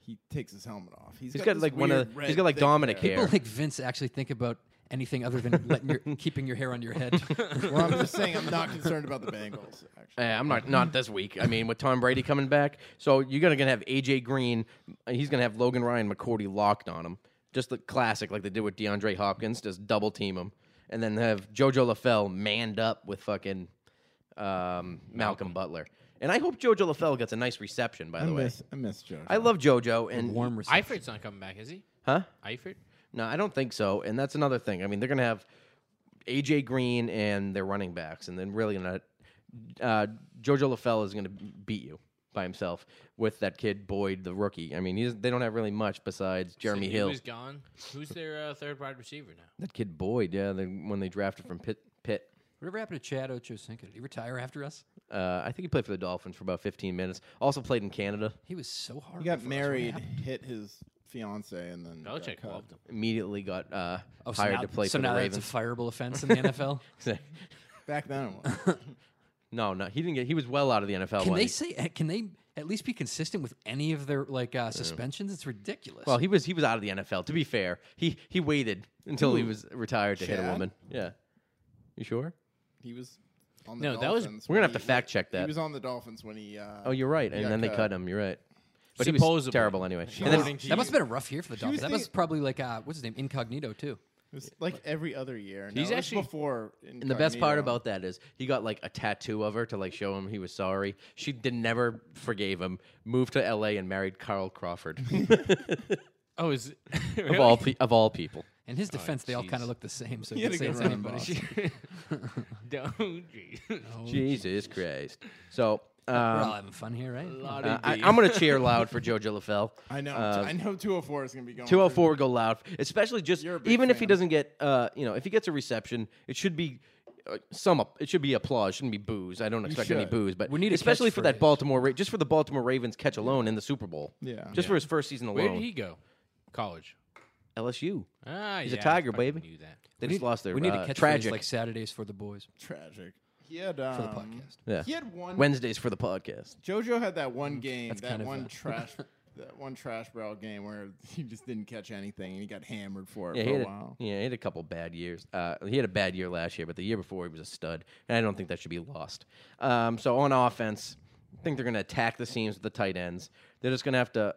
[SPEAKER 4] he takes his helmet off.
[SPEAKER 3] He's got,
[SPEAKER 4] this
[SPEAKER 3] like, one of
[SPEAKER 4] weird
[SPEAKER 3] the- he's
[SPEAKER 4] red
[SPEAKER 3] got, like,
[SPEAKER 4] thick
[SPEAKER 3] Dominic
[SPEAKER 4] hair.
[SPEAKER 5] People
[SPEAKER 3] Hair.
[SPEAKER 5] like Vince actually think about anything other than letting
[SPEAKER 3] <laughs>
[SPEAKER 5] your keeping your hair on your head.
[SPEAKER 4] Well, I'm just saying I'm not concerned about the Bengals. Actually,
[SPEAKER 3] Eh, I'm not not this week. I mean, with Tom Brady coming back, so you're gonna gonna have AJ Green. uh, He's gonna have Logan Ryan McCourty locked on him, just the classic like they did with DeAndre Hopkins, just double team him, and then have JoJo LaFell manned up with fucking um, Malcolm Butler. And I hope JoJo LaFell gets a nice reception. By
[SPEAKER 4] I
[SPEAKER 3] the way,
[SPEAKER 4] miss I miss Joe.
[SPEAKER 3] I love JoJo and
[SPEAKER 5] Warm reception.
[SPEAKER 7] Eifert's not coming back, is he?
[SPEAKER 3] huh?
[SPEAKER 7] Eifert?
[SPEAKER 3] No, I don't think so. And that's another thing. I mean, they're going to have AJ Green and their running backs, and then really not. Uh, Jojo LaFell is going to beat you by himself with that kid Boyd, the rookie. I mean, he's, they don't have really much besides Jeremy
[SPEAKER 7] He
[SPEAKER 3] Hill.
[SPEAKER 7] was gone. Who's their uh, third wide receiver now?
[SPEAKER 3] That kid Boyd, yeah, they, when they drafted from Pitt. Pitt.
[SPEAKER 5] Whatever happened to Chad Ochocinco? Did he retire after us?
[SPEAKER 3] Uh, I think he played for the Dolphins for about 15 minutes. Also played in Canada.
[SPEAKER 5] He was so hard.
[SPEAKER 4] He got married, hit his fiance, and then got
[SPEAKER 7] Belichick
[SPEAKER 4] cut.
[SPEAKER 7] loved him.
[SPEAKER 3] Immediately got uh,
[SPEAKER 5] Oh, so
[SPEAKER 3] hired
[SPEAKER 5] now,
[SPEAKER 3] to play
[SPEAKER 5] so
[SPEAKER 3] for
[SPEAKER 5] now
[SPEAKER 3] the Ravens.
[SPEAKER 5] that's a fireable offense in the
[SPEAKER 3] <laughs>
[SPEAKER 5] NFL.
[SPEAKER 4] Back then, it was.
[SPEAKER 3] no, no, he didn't get. He was well out of the NFL.
[SPEAKER 5] Can
[SPEAKER 3] when
[SPEAKER 5] they
[SPEAKER 3] he-
[SPEAKER 5] say? eh, Can they at least be consistent with any of their like uh, suspensions? It's ridiculous.
[SPEAKER 3] Well, he was he was out of the NFL. To be fair, he he waited until he was retired to hit a
[SPEAKER 4] Chad?
[SPEAKER 3] woman. Yeah, you sure?
[SPEAKER 4] He was on the
[SPEAKER 7] No, that was-
[SPEAKER 4] Dolphins.
[SPEAKER 3] We're gonna
[SPEAKER 4] when
[SPEAKER 3] have to
[SPEAKER 4] he-
[SPEAKER 3] fact check
[SPEAKER 4] He
[SPEAKER 3] that.
[SPEAKER 4] was on the Dolphins when he. Uh,
[SPEAKER 3] Oh, you're right. And
[SPEAKER 4] Yeah,
[SPEAKER 3] then they
[SPEAKER 4] cut.
[SPEAKER 3] cut him. You're right. But he was
[SPEAKER 7] Supposedly.
[SPEAKER 3] terrible anyway. And
[SPEAKER 7] According
[SPEAKER 3] then,
[SPEAKER 7] to
[SPEAKER 5] that must
[SPEAKER 7] you.
[SPEAKER 5] have been a rough year for the
[SPEAKER 4] was
[SPEAKER 5] Dolphins. That was
[SPEAKER 4] thinking-
[SPEAKER 5] probably like uh, what's his name, Incognito too.
[SPEAKER 4] It was like every other year. No,
[SPEAKER 7] He's
[SPEAKER 4] it was
[SPEAKER 7] actually-
[SPEAKER 4] before.
[SPEAKER 3] and the best part about that is he got like a tattoo of her to like show him he was sorry. She did never forgave him. Moved to L.A. and married Carl Crawford
[SPEAKER 7] Oh, <laughs> is
[SPEAKER 3] of all pe- of all people.
[SPEAKER 5] In his defense, they all kind of look the same, so you
[SPEAKER 4] had
[SPEAKER 5] can
[SPEAKER 4] a
[SPEAKER 5] say
[SPEAKER 4] good
[SPEAKER 5] it's
[SPEAKER 4] run,
[SPEAKER 5] <laughs> anybody.
[SPEAKER 7] <laughs> Don't <laughs> geez.
[SPEAKER 3] <laughs> Jesus Christ. So.
[SPEAKER 5] We're
[SPEAKER 3] Um,
[SPEAKER 5] all having fun here, right?
[SPEAKER 3] uh, I, I'm gonna cheer loud for Jojo LaFell.
[SPEAKER 4] I know.
[SPEAKER 3] Uh,
[SPEAKER 4] I know. Two hundred four is gonna be going.
[SPEAKER 3] Two hundred four would go loud, especially just
[SPEAKER 4] You're a big
[SPEAKER 3] even if he
[SPEAKER 4] fan.
[SPEAKER 3] doesn't get, uh, you know, if he gets a reception, it should be uh, some. Up, it should be applause. Shouldn't be booze. I don't expect any
[SPEAKER 4] should.
[SPEAKER 3] booze, but
[SPEAKER 5] We need a
[SPEAKER 3] especially for
[SPEAKER 5] catchphrase.
[SPEAKER 3] that Baltimore, Ra- just for the Baltimore Ravens catch alone in the Super Bowl.
[SPEAKER 4] Yeah.
[SPEAKER 3] just for his first season
[SPEAKER 7] Where
[SPEAKER 3] alone.
[SPEAKER 7] did he go? College.
[SPEAKER 3] LSU.
[SPEAKER 7] Ah,
[SPEAKER 3] He's a
[SPEAKER 7] yeah, I
[SPEAKER 3] Tiger,
[SPEAKER 7] fucking
[SPEAKER 3] baby.
[SPEAKER 7] Knew that.
[SPEAKER 3] They just lost their
[SPEAKER 5] We need
[SPEAKER 3] uh,
[SPEAKER 5] to catch
[SPEAKER 3] tragic
[SPEAKER 5] like Saturdays for the boys
[SPEAKER 4] Tragic. He had um,
[SPEAKER 5] for the podcast.
[SPEAKER 3] yeah.
[SPEAKER 4] He had one.
[SPEAKER 3] Wednesdays for the podcast.
[SPEAKER 4] JoJo had that one
[SPEAKER 3] Mm,
[SPEAKER 4] game, that
[SPEAKER 5] kind of
[SPEAKER 4] one
[SPEAKER 5] a-
[SPEAKER 4] trash,
[SPEAKER 3] <laughs>
[SPEAKER 4] that one trash barrel game where he just didn't catch anything and he got hammered for it
[SPEAKER 3] Yeah,
[SPEAKER 7] Oh,
[SPEAKER 4] for
[SPEAKER 3] he
[SPEAKER 4] a
[SPEAKER 3] had a,
[SPEAKER 4] while.
[SPEAKER 3] yeah, he had a couple bad years. Uh, he had a bad year last year, but the year before he was a stud, and I don't think that should be lost. Um, so on offense, I think they're going to attack the seams with the tight ends. They're just going to have to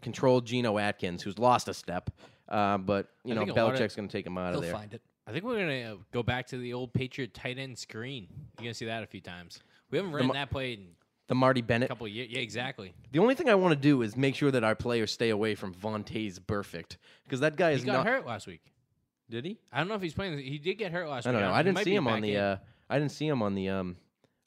[SPEAKER 3] control Geno Atkins, who's lost a step, uh, but you
[SPEAKER 7] I
[SPEAKER 3] know
[SPEAKER 7] think a lot of-
[SPEAKER 3] Belichick's going to take him out
[SPEAKER 5] They'll
[SPEAKER 3] of there.
[SPEAKER 5] find it.
[SPEAKER 7] I think we're gonna uh, go back to the old Patriot tight end screen. You're gonna see that a few times. We haven't ran
[SPEAKER 3] mo- Eh.
[SPEAKER 7] that play in
[SPEAKER 3] The Marty
[SPEAKER 7] a
[SPEAKER 3] Bennett.
[SPEAKER 7] couple of years. Yeah, exactly.
[SPEAKER 3] The only thing I want to do is make sure that our players stay away from Vontae's perfect because that guy
[SPEAKER 7] He
[SPEAKER 3] is
[SPEAKER 7] got
[SPEAKER 3] not.
[SPEAKER 7] hurt last week.
[SPEAKER 3] Did he?
[SPEAKER 7] I don't know if he's playing. He did get hurt last
[SPEAKER 3] I
[SPEAKER 7] week.
[SPEAKER 3] don't know.
[SPEAKER 7] He
[SPEAKER 3] I didn't
[SPEAKER 7] might
[SPEAKER 3] see
[SPEAKER 7] be
[SPEAKER 3] him on
[SPEAKER 7] back
[SPEAKER 3] the.
[SPEAKER 7] in.
[SPEAKER 3] Uh, I didn't see him on the um,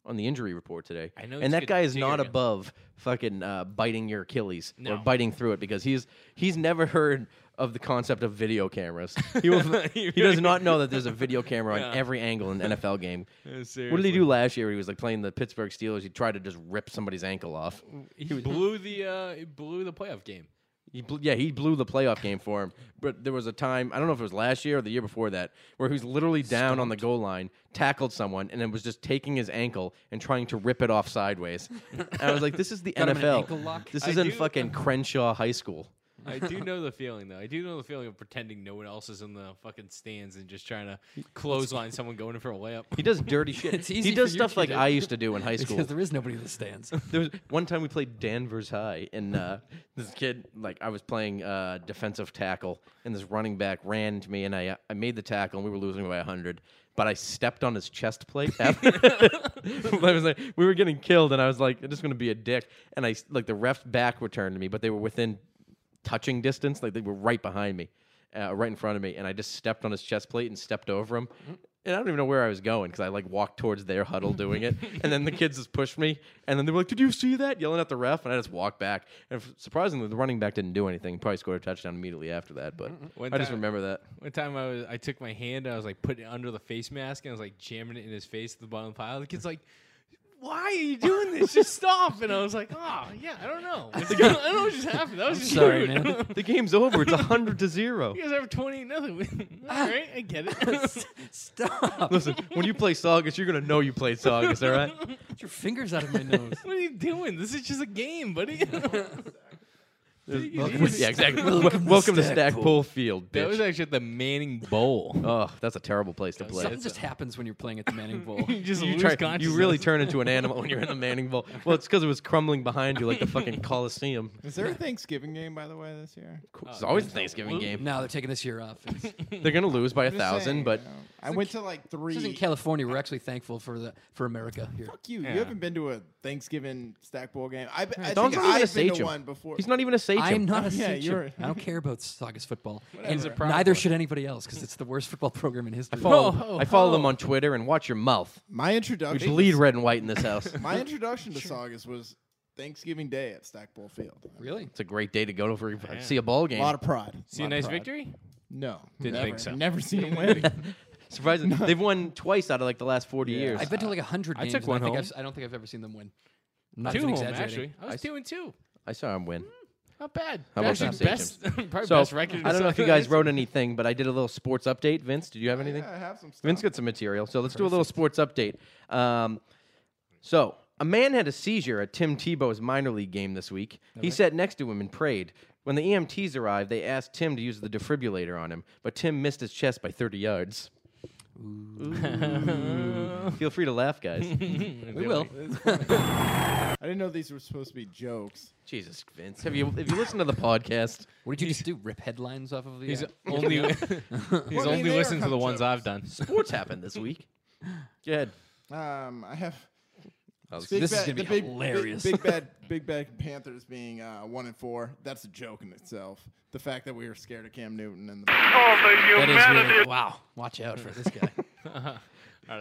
[SPEAKER 3] on the injury report today.
[SPEAKER 7] I know he's
[SPEAKER 3] and that
[SPEAKER 7] good
[SPEAKER 3] guy is
[SPEAKER 7] digger.
[SPEAKER 3] not above fucking uh, biting your Achilles
[SPEAKER 7] No.
[SPEAKER 3] or biting through it because he's he's never heard of the concept of video
[SPEAKER 7] <laughs>
[SPEAKER 3] cameras. uh, He, will, he does not know that there's a video camera on every angle in an NFL
[SPEAKER 7] <laughs>
[SPEAKER 3] game. what did he do last year? He was like playing the Pittsburgh Steelers. He tried to just rip somebody's ankle off.
[SPEAKER 7] he blew the uh, he blew the playoff game.
[SPEAKER 3] He blew, yeah, he blew the playoff game for him. But there was a time, I don't know if it was last year or the year before that, where he was literally down on the goal line, tackled someone, and then was just taking his ankle and trying to rip it off
[SPEAKER 5] <laughs>
[SPEAKER 3] sideways. And I was like, this is the
[SPEAKER 5] Got him an
[SPEAKER 3] NFL.
[SPEAKER 5] ankle lock?
[SPEAKER 3] This
[SPEAKER 7] I
[SPEAKER 3] isn't
[SPEAKER 7] do-
[SPEAKER 3] fucking Crenshaw High School.
[SPEAKER 7] I do know the feeling though. I do know the feeling of pretending no one else is in the fucking stands and just trying to clothesline someone going in for a layup.
[SPEAKER 3] He does
[SPEAKER 5] <laughs>
[SPEAKER 3] dirty shit.
[SPEAKER 5] It's easy
[SPEAKER 3] he does
[SPEAKER 5] for you
[SPEAKER 3] stuff
[SPEAKER 5] to
[SPEAKER 3] like
[SPEAKER 5] do.
[SPEAKER 3] I used to do
[SPEAKER 5] <laughs>
[SPEAKER 3] in high school.
[SPEAKER 5] Because there is nobody in
[SPEAKER 4] <laughs>
[SPEAKER 5] the stands.
[SPEAKER 3] <laughs> There was one time we played Danvers High, and uh, this kid, like, I was playing uh, defensive tackle, and this running back ran to me, and I uh, I made the tackle, and we were losing by hundred. But I stepped on his chest plate. <laughs> After I was like, we were getting killed, and I was like, I'm just gonna be a dick. And I s- like the ref's back returned to me, but they were within touching distance, like they were right behind me. uh, right in front of me, and I just stepped on his chest plate and stepped over him. And I don't even know where I was going because I like walked towards their huddle doing <laughs> it, and then the kids just pushed me, and then they were like, "Did you see that?" yelling at the ref, and I just walked back. And f- surprisingly, the running back didn't do anything. Probably scored a touchdown immediately after that, but
[SPEAKER 7] One
[SPEAKER 3] I just
[SPEAKER 7] time-
[SPEAKER 3] remember that.
[SPEAKER 7] One time I was, I took my hand, I was like putting it under the face mask, and I was like jamming it in his face at the bottom of the pile. The kid's like, "Why are you doing
[SPEAKER 3] <laughs>
[SPEAKER 7] this? Just stop!" And I was like, "Oh yeah, I don't know. What's going on? <laughs> I don't know what just happened. That was just
[SPEAKER 3] sorry,
[SPEAKER 7] rude.
[SPEAKER 3] man. <laughs> the game's over. It's hundred to zero.
[SPEAKER 7] <laughs> You guys have twenty nothing. <laughs>
[SPEAKER 3] Ah.
[SPEAKER 7] All right, I get it. <laughs>
[SPEAKER 4] <laughs>
[SPEAKER 3] <laughs>
[SPEAKER 5] Stop.
[SPEAKER 3] Listen, when you play Saugus, you're gonna know you played Saugus, all right?
[SPEAKER 5] Get your fingers out of my nose.
[SPEAKER 7] what are you doing? This is just a
[SPEAKER 3] <laughs>
[SPEAKER 7] game, buddy."
[SPEAKER 3] <laughs> Welcome yeah, exactly. Wel-
[SPEAKER 5] welcome
[SPEAKER 3] Welcome,
[SPEAKER 5] to
[SPEAKER 3] to
[SPEAKER 5] Stackpole.
[SPEAKER 3] Stackpole Field,
[SPEAKER 7] <laughs> that was
[SPEAKER 3] bitch.
[SPEAKER 7] actually at the Manning Bowl.
[SPEAKER 3] Oh, that's a terrible place to play.
[SPEAKER 5] Something just happens when you're playing at the Manning
[SPEAKER 4] <laughs>
[SPEAKER 5] Bowl.
[SPEAKER 7] You just
[SPEAKER 3] you,
[SPEAKER 7] lose
[SPEAKER 3] try- you
[SPEAKER 7] consciousness.
[SPEAKER 3] really turn into an animal when you're in the Manning Bowl. Well, it's because it was crumbling behind you like the fucking Coliseum.
[SPEAKER 4] Is
[SPEAKER 3] <laughs>
[SPEAKER 4] there a Thanksgiving game by the way this year?
[SPEAKER 3] It's always a Thanksgiving game.
[SPEAKER 5] now they're taking
[SPEAKER 4] <laughs>
[SPEAKER 5] this year off. It's-
[SPEAKER 3] They're gonna lose by a
[SPEAKER 4] Just saying,
[SPEAKER 3] thousand, but
[SPEAKER 4] you know. I went to like three.
[SPEAKER 5] This isn't California. We're actually thankful for the for America here.
[SPEAKER 4] Fuck you. You haven't been to a Thanksgiving stack bowl game. I, I think
[SPEAKER 3] Don's not even a
[SPEAKER 4] I've been to
[SPEAKER 3] sachem.
[SPEAKER 4] one before.
[SPEAKER 3] he's not even a sachem.
[SPEAKER 5] I'm not a
[SPEAKER 4] <laughs> Yeah,
[SPEAKER 5] sachem.
[SPEAKER 4] you're-
[SPEAKER 5] I don't care about Saugus
[SPEAKER 4] <laughs>
[SPEAKER 5] football.
[SPEAKER 4] He's
[SPEAKER 5] And
[SPEAKER 4] a
[SPEAKER 3] proud
[SPEAKER 5] neither
[SPEAKER 3] boy.
[SPEAKER 5] should anybody else because it's the worst football program in history.
[SPEAKER 4] <laughs>
[SPEAKER 5] Oh,
[SPEAKER 3] Follow-
[SPEAKER 7] Ho, ho,
[SPEAKER 3] I follow
[SPEAKER 7] ho.
[SPEAKER 3] them on Twitter and watch your mouth.
[SPEAKER 4] my
[SPEAKER 3] We
[SPEAKER 4] introduction. to
[SPEAKER 3] bleed red and white in this house.
[SPEAKER 4] My introduction to Saugus was Thanksgiving Day at Stackpole Field.
[SPEAKER 5] Really?
[SPEAKER 3] It's a great day to go to for, see a ball
[SPEAKER 4] A
[SPEAKER 3] game.
[SPEAKER 4] lot of pride.
[SPEAKER 7] See
[SPEAKER 4] Lot
[SPEAKER 7] a
[SPEAKER 4] of
[SPEAKER 7] nice
[SPEAKER 4] pride.
[SPEAKER 7] victory?
[SPEAKER 4] No,
[SPEAKER 7] Didn't
[SPEAKER 4] never.
[SPEAKER 7] think so.
[SPEAKER 4] Never seen
[SPEAKER 3] <laughs>
[SPEAKER 4] him win.
[SPEAKER 3] Surprising, they've won twice out of like the last forty
[SPEAKER 4] Yeah.
[SPEAKER 3] years.
[SPEAKER 5] I've been to like hundred
[SPEAKER 7] I
[SPEAKER 5] games.
[SPEAKER 7] took
[SPEAKER 5] and I
[SPEAKER 7] one
[SPEAKER 5] think
[SPEAKER 7] home.
[SPEAKER 5] I've, s- I don't think I've ever seen them win. I'm not
[SPEAKER 7] two
[SPEAKER 5] even
[SPEAKER 7] home
[SPEAKER 5] exaggerating.
[SPEAKER 7] actually. I was two and two.
[SPEAKER 3] I saw him win.
[SPEAKER 7] Not bad.
[SPEAKER 3] How about
[SPEAKER 7] Actually,
[SPEAKER 3] that,
[SPEAKER 7] best, <laughs> probably
[SPEAKER 3] So
[SPEAKER 7] best record. in
[SPEAKER 3] I don't know
[SPEAKER 7] <laughs>
[SPEAKER 3] if you guys
[SPEAKER 7] Southern
[SPEAKER 3] wrote anything, but I did a little sports update. Vince, did you have anything?
[SPEAKER 4] I have some stuff.
[SPEAKER 3] Vince got some material, so let's do a little sports update. Um, so a man had a seizure at Tim Tebow's minor league game this week. He sat next to him and prayed. When the EMTs arrived, they asked Tim to use the defibrillator on him, but Tim missed his chest by 30 yards. Ooh. <laughs> Feel free to laugh, guys.
[SPEAKER 5] We will.
[SPEAKER 4] I didn't know these were supposed to be jokes.
[SPEAKER 3] Jesus, Vince, have you have you listened to the podcast?
[SPEAKER 5] What did you just do? Rip headlines off of the?
[SPEAKER 7] He's
[SPEAKER 5] uh,
[SPEAKER 7] <laughs>
[SPEAKER 4] <laughs>
[SPEAKER 7] only he's
[SPEAKER 4] Well, I mean,
[SPEAKER 7] only
[SPEAKER 4] they are
[SPEAKER 7] listened to
[SPEAKER 4] kind
[SPEAKER 7] the
[SPEAKER 4] of
[SPEAKER 7] ones I've done.
[SPEAKER 3] Sports happened this week. Go ahead.
[SPEAKER 4] Um, I have.
[SPEAKER 5] Oh, This is
[SPEAKER 4] bad,
[SPEAKER 5] gonna be
[SPEAKER 4] the big,
[SPEAKER 5] hilarious.
[SPEAKER 4] Big, big
[SPEAKER 5] <laughs>
[SPEAKER 4] bad, big bad Panthers being uh, one and four. That's a joke in itself. The fact that we were scared of Cam Newton and the
[SPEAKER 5] Oh, that is really, wow. Watch out for this
[SPEAKER 3] <laughs>
[SPEAKER 5] guy.
[SPEAKER 3] All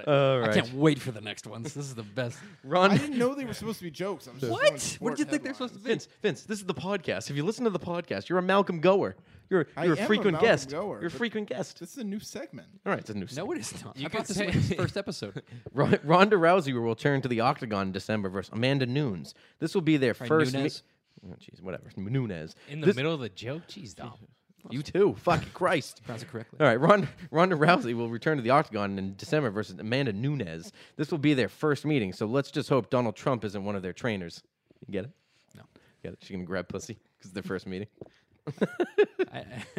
[SPEAKER 5] I
[SPEAKER 3] right.
[SPEAKER 5] can't wait for the next ones. This is the best.
[SPEAKER 3] Ron,
[SPEAKER 4] I didn't know they were supposed to be jokes. I'm just going
[SPEAKER 5] What? What
[SPEAKER 4] sport
[SPEAKER 5] did you think they're supposed
[SPEAKER 4] headlines.
[SPEAKER 5] to be?
[SPEAKER 3] Vince, Vince, this is the podcast. If you listen to the podcast, you're a Malcolm goer. You're
[SPEAKER 4] I
[SPEAKER 3] you're
[SPEAKER 4] am
[SPEAKER 3] a
[SPEAKER 4] a
[SPEAKER 3] frequent
[SPEAKER 4] Malcolm
[SPEAKER 3] guest.
[SPEAKER 4] goer,
[SPEAKER 3] you're a
[SPEAKER 4] but-
[SPEAKER 3] frequent guest.
[SPEAKER 4] This is a new segment.
[SPEAKER 3] All right, it's a new. segment.
[SPEAKER 5] No, it is not. I
[SPEAKER 7] You
[SPEAKER 5] brought this
[SPEAKER 7] could say-
[SPEAKER 3] <laughs>
[SPEAKER 5] up in the first episode.
[SPEAKER 3] Ron- Ronda Rousey will return to the octagon in December versus Amanda Nunes. This will be their first. me-
[SPEAKER 5] Nunes.
[SPEAKER 3] Oh, Jeez, whatever. Nunes.
[SPEAKER 7] In the
[SPEAKER 3] This-
[SPEAKER 7] middle of the joke, jeez, Dom.
[SPEAKER 3] You too. Fuck <laughs> Christ.
[SPEAKER 5] Pronounce it correctly.
[SPEAKER 3] All right, Ronda, Ronda Rousey will return to the octagon in December versus Amanda Nunes. This will be their first meeting, so let's just hope Donald Trump isn't one of their trainers. You get it? No. Get it? She's gonna grab pussy because their first meeting.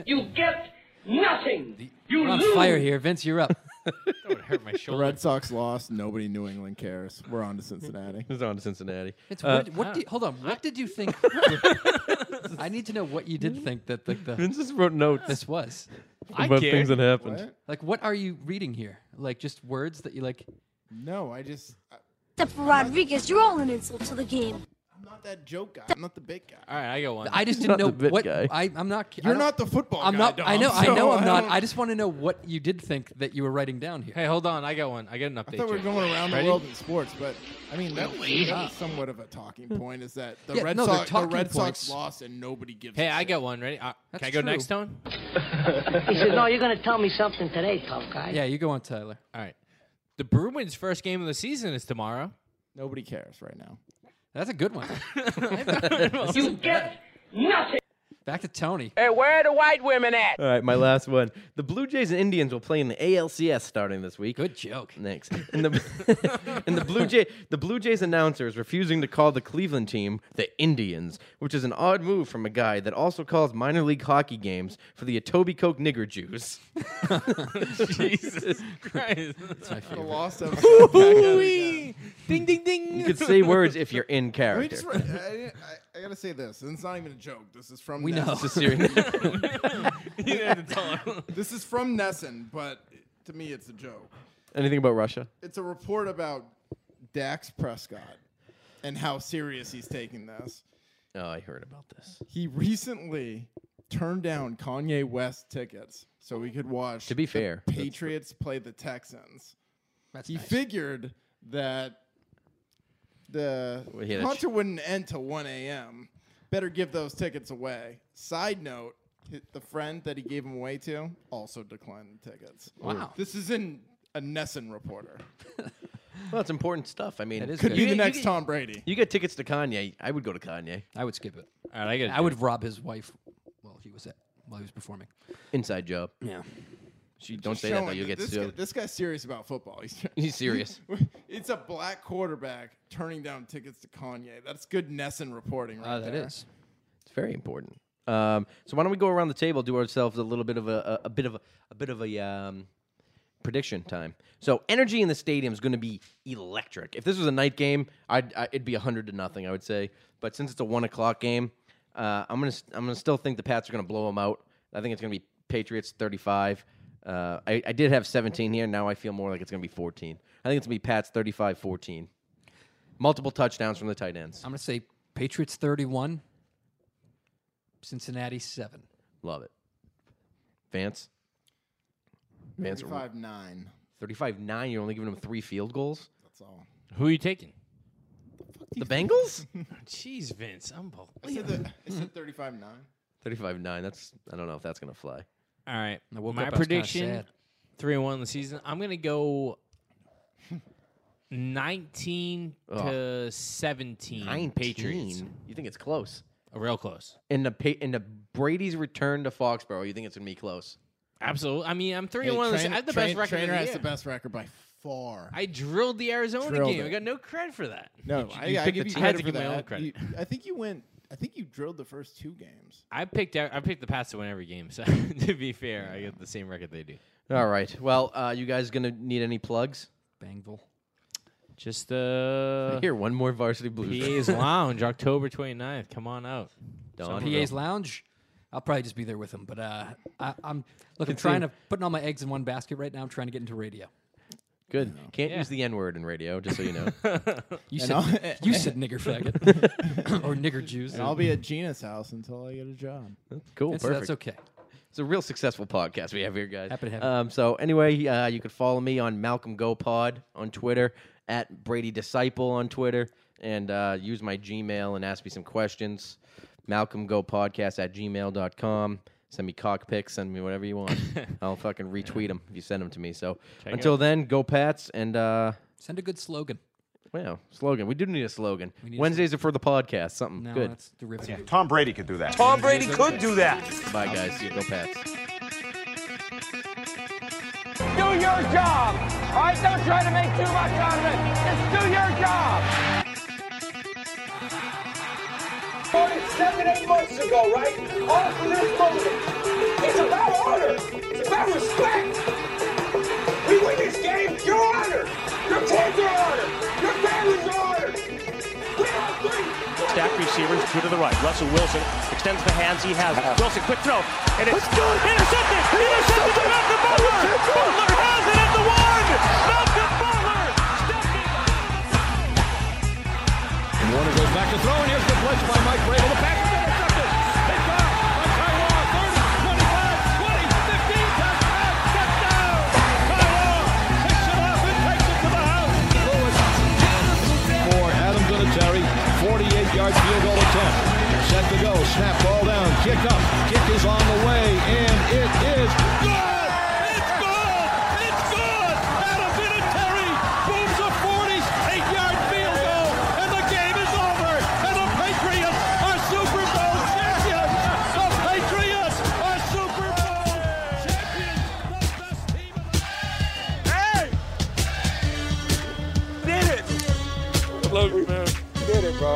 [SPEAKER 9] You get nothing. You
[SPEAKER 5] We're on
[SPEAKER 9] lose.
[SPEAKER 5] fire here, Vince.
[SPEAKER 3] <laughs>
[SPEAKER 5] You're up.
[SPEAKER 7] That would <laughs> hurt my
[SPEAKER 4] The
[SPEAKER 7] shoulder.
[SPEAKER 4] Red Sox lost. Nobody in New England cares. We're on to Cincinnati.
[SPEAKER 3] It's on to Cincinnati.
[SPEAKER 5] Vince,
[SPEAKER 3] Uh,
[SPEAKER 5] what, did- what did, hold on. What did
[SPEAKER 3] <laughs>
[SPEAKER 5] you think? <laughs> I need to know what you did think that the, the
[SPEAKER 3] Vince just wrote notes
[SPEAKER 5] this was.
[SPEAKER 7] I
[SPEAKER 3] about
[SPEAKER 7] care.
[SPEAKER 3] things that happened.
[SPEAKER 4] What?
[SPEAKER 5] Like, <laughs> what are you reading here? Like, just words that you like.
[SPEAKER 4] No, I just I,
[SPEAKER 12] Except for Rodriguez, you're all an insult to the game.
[SPEAKER 4] I'm not that joke guy. I'm not the big guy.
[SPEAKER 7] All right, I got one.
[SPEAKER 5] I just
[SPEAKER 3] He's
[SPEAKER 5] didn't
[SPEAKER 3] not
[SPEAKER 5] know
[SPEAKER 3] the bit
[SPEAKER 5] what.
[SPEAKER 3] guy.
[SPEAKER 5] I, I'm not. I
[SPEAKER 4] You're
[SPEAKER 5] don't-
[SPEAKER 4] not the football
[SPEAKER 5] I'm
[SPEAKER 4] guy.
[SPEAKER 5] not. I
[SPEAKER 4] Dom,
[SPEAKER 5] know. I
[SPEAKER 4] so
[SPEAKER 5] know. I'm not.
[SPEAKER 4] don't-
[SPEAKER 5] I just want to know what you did think that you were writing down here.
[SPEAKER 7] hey, hold on. I got one. I got an update.
[SPEAKER 4] I thought we were
[SPEAKER 7] Jay.
[SPEAKER 4] going around
[SPEAKER 7] Ready?
[SPEAKER 4] the world in sports, but I mean that's, that's somewhat of a talking point. Is that the
[SPEAKER 5] Hmm. Yeah,
[SPEAKER 4] Red
[SPEAKER 5] no, they're
[SPEAKER 4] Sox? The
[SPEAKER 5] talking
[SPEAKER 4] Red
[SPEAKER 5] points.
[SPEAKER 4] Sox lost, and nobody gives.
[SPEAKER 7] Hey,
[SPEAKER 4] a
[SPEAKER 7] I
[SPEAKER 4] shit.
[SPEAKER 7] got one. Ready? Uh,
[SPEAKER 5] That's
[SPEAKER 7] can I go
[SPEAKER 5] true.
[SPEAKER 7] next, Tone?
[SPEAKER 10] He says, "No, you're gonna tell me something today, tough guy."
[SPEAKER 5] Yeah, you go on, Tyler.
[SPEAKER 7] All right. The Bruins' first game of the season is <laughs> tomorrow.
[SPEAKER 4] Nobody cares right now. <laughs>
[SPEAKER 5] That's a good one.
[SPEAKER 9] You get nothing.
[SPEAKER 5] Back to Tony.
[SPEAKER 3] All right, my last one. The Blue Jays and Indians will play in the ALCS starting this week.
[SPEAKER 5] Good joke.
[SPEAKER 3] Thanks. And the <laughs> and the Blue Jay the Blue Jays announcer is refusing to call the Cleveland team the Indians, which is an odd move from a guy that also calls minor league hockey games for the Etobicoke nigger Jews.
[SPEAKER 7] Jesus Christ.
[SPEAKER 4] The loss of. Let
[SPEAKER 7] ding, ding, ding.
[SPEAKER 3] You can say words if you're
[SPEAKER 4] <laughs>
[SPEAKER 3] in
[SPEAKER 4] me just.
[SPEAKER 3] character.
[SPEAKER 4] write- I, I, I gotta say this, and it's not even a joke. This is from
[SPEAKER 5] We know.
[SPEAKER 4] Nesson.
[SPEAKER 3] It's a serious-
[SPEAKER 4] <laughs>
[SPEAKER 7] You didn't have to tell him.
[SPEAKER 4] This is from Nesson, but to me, it's a joke.
[SPEAKER 3] Anything about Russia?
[SPEAKER 4] It's a report about Dax Prescott and how serious he's taking this.
[SPEAKER 3] Oh, I heard about this.
[SPEAKER 4] He recently turned down Kanye West tickets so we could watch.
[SPEAKER 3] To be
[SPEAKER 4] the
[SPEAKER 3] fair, that's-
[SPEAKER 4] Patriots play the Texans. he figured that the
[SPEAKER 3] Well, he had a
[SPEAKER 4] Hunter wouldn't end till 1 a.m. Better give those tickets away. Side note, hi- the friend that he gave them away to also declined the tickets.
[SPEAKER 3] Wow.
[SPEAKER 4] This is in a Nesson reporter.
[SPEAKER 3] Well, it's important stuff. I mean,
[SPEAKER 4] That is Could good. be
[SPEAKER 3] You
[SPEAKER 4] the
[SPEAKER 3] get- you
[SPEAKER 4] next
[SPEAKER 3] get-
[SPEAKER 4] Tom Brady.
[SPEAKER 3] You get tickets to Kanye. I would go to Kanye.
[SPEAKER 5] I would skip it.
[SPEAKER 7] All right, I got.
[SPEAKER 5] I would rob his wife while he was at while he was performing.
[SPEAKER 3] inside job.
[SPEAKER 5] Yeah.
[SPEAKER 3] She don't
[SPEAKER 4] Just
[SPEAKER 3] say that though.
[SPEAKER 4] showing
[SPEAKER 3] You'll get
[SPEAKER 4] this guy-
[SPEAKER 3] sued.
[SPEAKER 4] this guy's serious about football. He's,
[SPEAKER 3] <laughs> He's serious.
[SPEAKER 4] <laughs> it's a black quarterback turning down tickets to Kanye. That's good Nesson reporting,
[SPEAKER 7] Ah,
[SPEAKER 4] right?
[SPEAKER 3] that
[SPEAKER 4] there.
[SPEAKER 3] is. It's very important. Um, so why don't we go around the table, do ourselves a little bit of a, a, a bit of a, a bit of a um, prediction time. So energy in the stadium is going to be electric. If this was a night game, I'd, I, it'd be hundred to nothing, I would say. But since it's a one o'clock game, uh, I'm gonna s- I'm gonna still think the Pats are gonna blow them out. I think it's gonna be Patriots 35. Uh, I, I did have 17 here. Now I feel more like it's going to be 14. I think it's going to be Pats 35 14. Multiple touchdowns from the tight ends.
[SPEAKER 5] I'm gonna say Patriots 31, Cincinnati 7.
[SPEAKER 3] Love it. Vance? Vance
[SPEAKER 4] 35 9.
[SPEAKER 3] 35 9. You're only giving them three field goals?
[SPEAKER 4] That's
[SPEAKER 7] <laughs>
[SPEAKER 4] all.
[SPEAKER 7] Who are you taking?
[SPEAKER 3] The Bengals?
[SPEAKER 7] Jeez, Vince, I'm bold.
[SPEAKER 4] I said, the, I said 35 9.
[SPEAKER 7] <laughs>
[SPEAKER 3] 35 9. That's, I don't know if that's going to fly.
[SPEAKER 7] All right.
[SPEAKER 5] I woke
[SPEAKER 7] My
[SPEAKER 5] up, I was kinda
[SPEAKER 7] prediction:
[SPEAKER 5] sad.
[SPEAKER 7] three and one in the season. I'm gonna go nineteen to seventeen.
[SPEAKER 3] 19.
[SPEAKER 7] Patriots.
[SPEAKER 3] You think it's close?
[SPEAKER 7] Real close.
[SPEAKER 3] In the, pa- in the Brady's return to Foxborough, you think it's going to be close?
[SPEAKER 7] Absolutely. I mean, I'm three
[SPEAKER 4] Hey,
[SPEAKER 7] and one. in the
[SPEAKER 4] Train-
[SPEAKER 7] se- I have the
[SPEAKER 4] Train-
[SPEAKER 7] best record.
[SPEAKER 4] Trainer
[SPEAKER 7] of the
[SPEAKER 4] has
[SPEAKER 7] year.
[SPEAKER 4] the best record by far.
[SPEAKER 7] I drilled the Arizona
[SPEAKER 4] Drilled
[SPEAKER 7] game. I
[SPEAKER 4] it.
[SPEAKER 7] got no credit for that.
[SPEAKER 4] No,
[SPEAKER 3] You-
[SPEAKER 4] I,
[SPEAKER 3] you
[SPEAKER 4] I
[SPEAKER 3] picked
[SPEAKER 4] give
[SPEAKER 3] the
[SPEAKER 4] you
[SPEAKER 3] team. I had
[SPEAKER 4] credit
[SPEAKER 7] to
[SPEAKER 4] for
[SPEAKER 7] give my own
[SPEAKER 4] that.
[SPEAKER 7] credit.
[SPEAKER 4] You- I think you went. I think you drilled the first two games.
[SPEAKER 7] I picked. out- I picked the Pats to win every game. So <laughs> to be fair, I got the same record they do.
[SPEAKER 3] All right. Well, uh, you guys going to need any plugs?
[SPEAKER 5] Bangville.
[SPEAKER 7] Just uh,
[SPEAKER 3] Here, one more varsity blues.
[SPEAKER 7] PA's Lounge, October 29th. Come on out.
[SPEAKER 3] Done.
[SPEAKER 5] PA's Lounge. I'll probably just be there with him, but uh, I, I'm look. I'm
[SPEAKER 3] see
[SPEAKER 5] trying
[SPEAKER 3] him.
[SPEAKER 5] to putting all my eggs in one basket right now. I'm trying to get into radio.
[SPEAKER 3] Good. Can't use the N word in radio, just so you know.
[SPEAKER 4] And
[SPEAKER 5] You said
[SPEAKER 4] I'll- <laughs>
[SPEAKER 5] you said nigger faggot or nigger Jews.
[SPEAKER 4] And I'll be at Gina's house until I get a job.
[SPEAKER 3] cool.
[SPEAKER 5] That's,
[SPEAKER 3] perfect.
[SPEAKER 5] that's okay.
[SPEAKER 3] It's a real successful podcast we have here, guys.
[SPEAKER 5] Happy to have you.
[SPEAKER 3] um, So anyway, uh, you can follow me on Malcolm Go Pod on Twitter at Brady Disciple on Twitter, and uh, use my Gmail and ask me some questions. Malcolm Go Podcast at gmail.com. Send me cock pics, send me whatever you
[SPEAKER 5] <laughs>
[SPEAKER 3] want. I'll fucking retweet them if you send them to me. So until then, go Pats and uh,
[SPEAKER 5] Send a good slogan.
[SPEAKER 3] wow, slogan. We do need a slogan.
[SPEAKER 5] need a
[SPEAKER 3] Wednesdays are for the podcast. Something
[SPEAKER 5] No,
[SPEAKER 3] good.
[SPEAKER 5] that's derivative.
[SPEAKER 1] Tom Brady could do that.
[SPEAKER 9] <laughs> Tom Brady could do that.
[SPEAKER 3] Bye guys. Go Pats.
[SPEAKER 9] Do your job. All right, don't try to make too much out of it. Just do your job. More than seven, eight months ago, right? All from this moment. It's about honor. It's about respect. We win this game, your honor. Your kids are honored. Your families are honored. We all three.
[SPEAKER 13] Stack receivers, two to the right. Russell Wilson extends the hands he has. Wilson, quick throw. And it's intercepted. Intercepted to Malcolm Butler. Butler has it at the one. Malcolm Butler.
[SPEAKER 1] And Warner goes back to throw, and here's the blitz by Mike Vrabel. The pass is intercepted. It's caught by Kyle 30, 25, 20, 15, touchdown, touchdown. Kyle picks it up and takes it to the house. Lewis for Adam Vinatieri, 48-yard field goal attempt. Set to go, snap, ball down, kick up, kick is on the way, and it is good! It's good! It's good! Adam Vinatieri booms a 48-yard field goal, and the game is over, and the Patriots are Super Bowl champions! The Patriots are Super Bowl champions! The best team in the Hey! Did it! Love you, man.
[SPEAKER 14] did it, bro.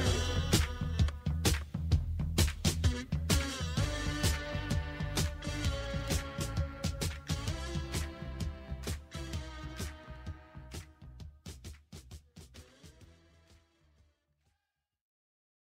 [SPEAKER 1] you.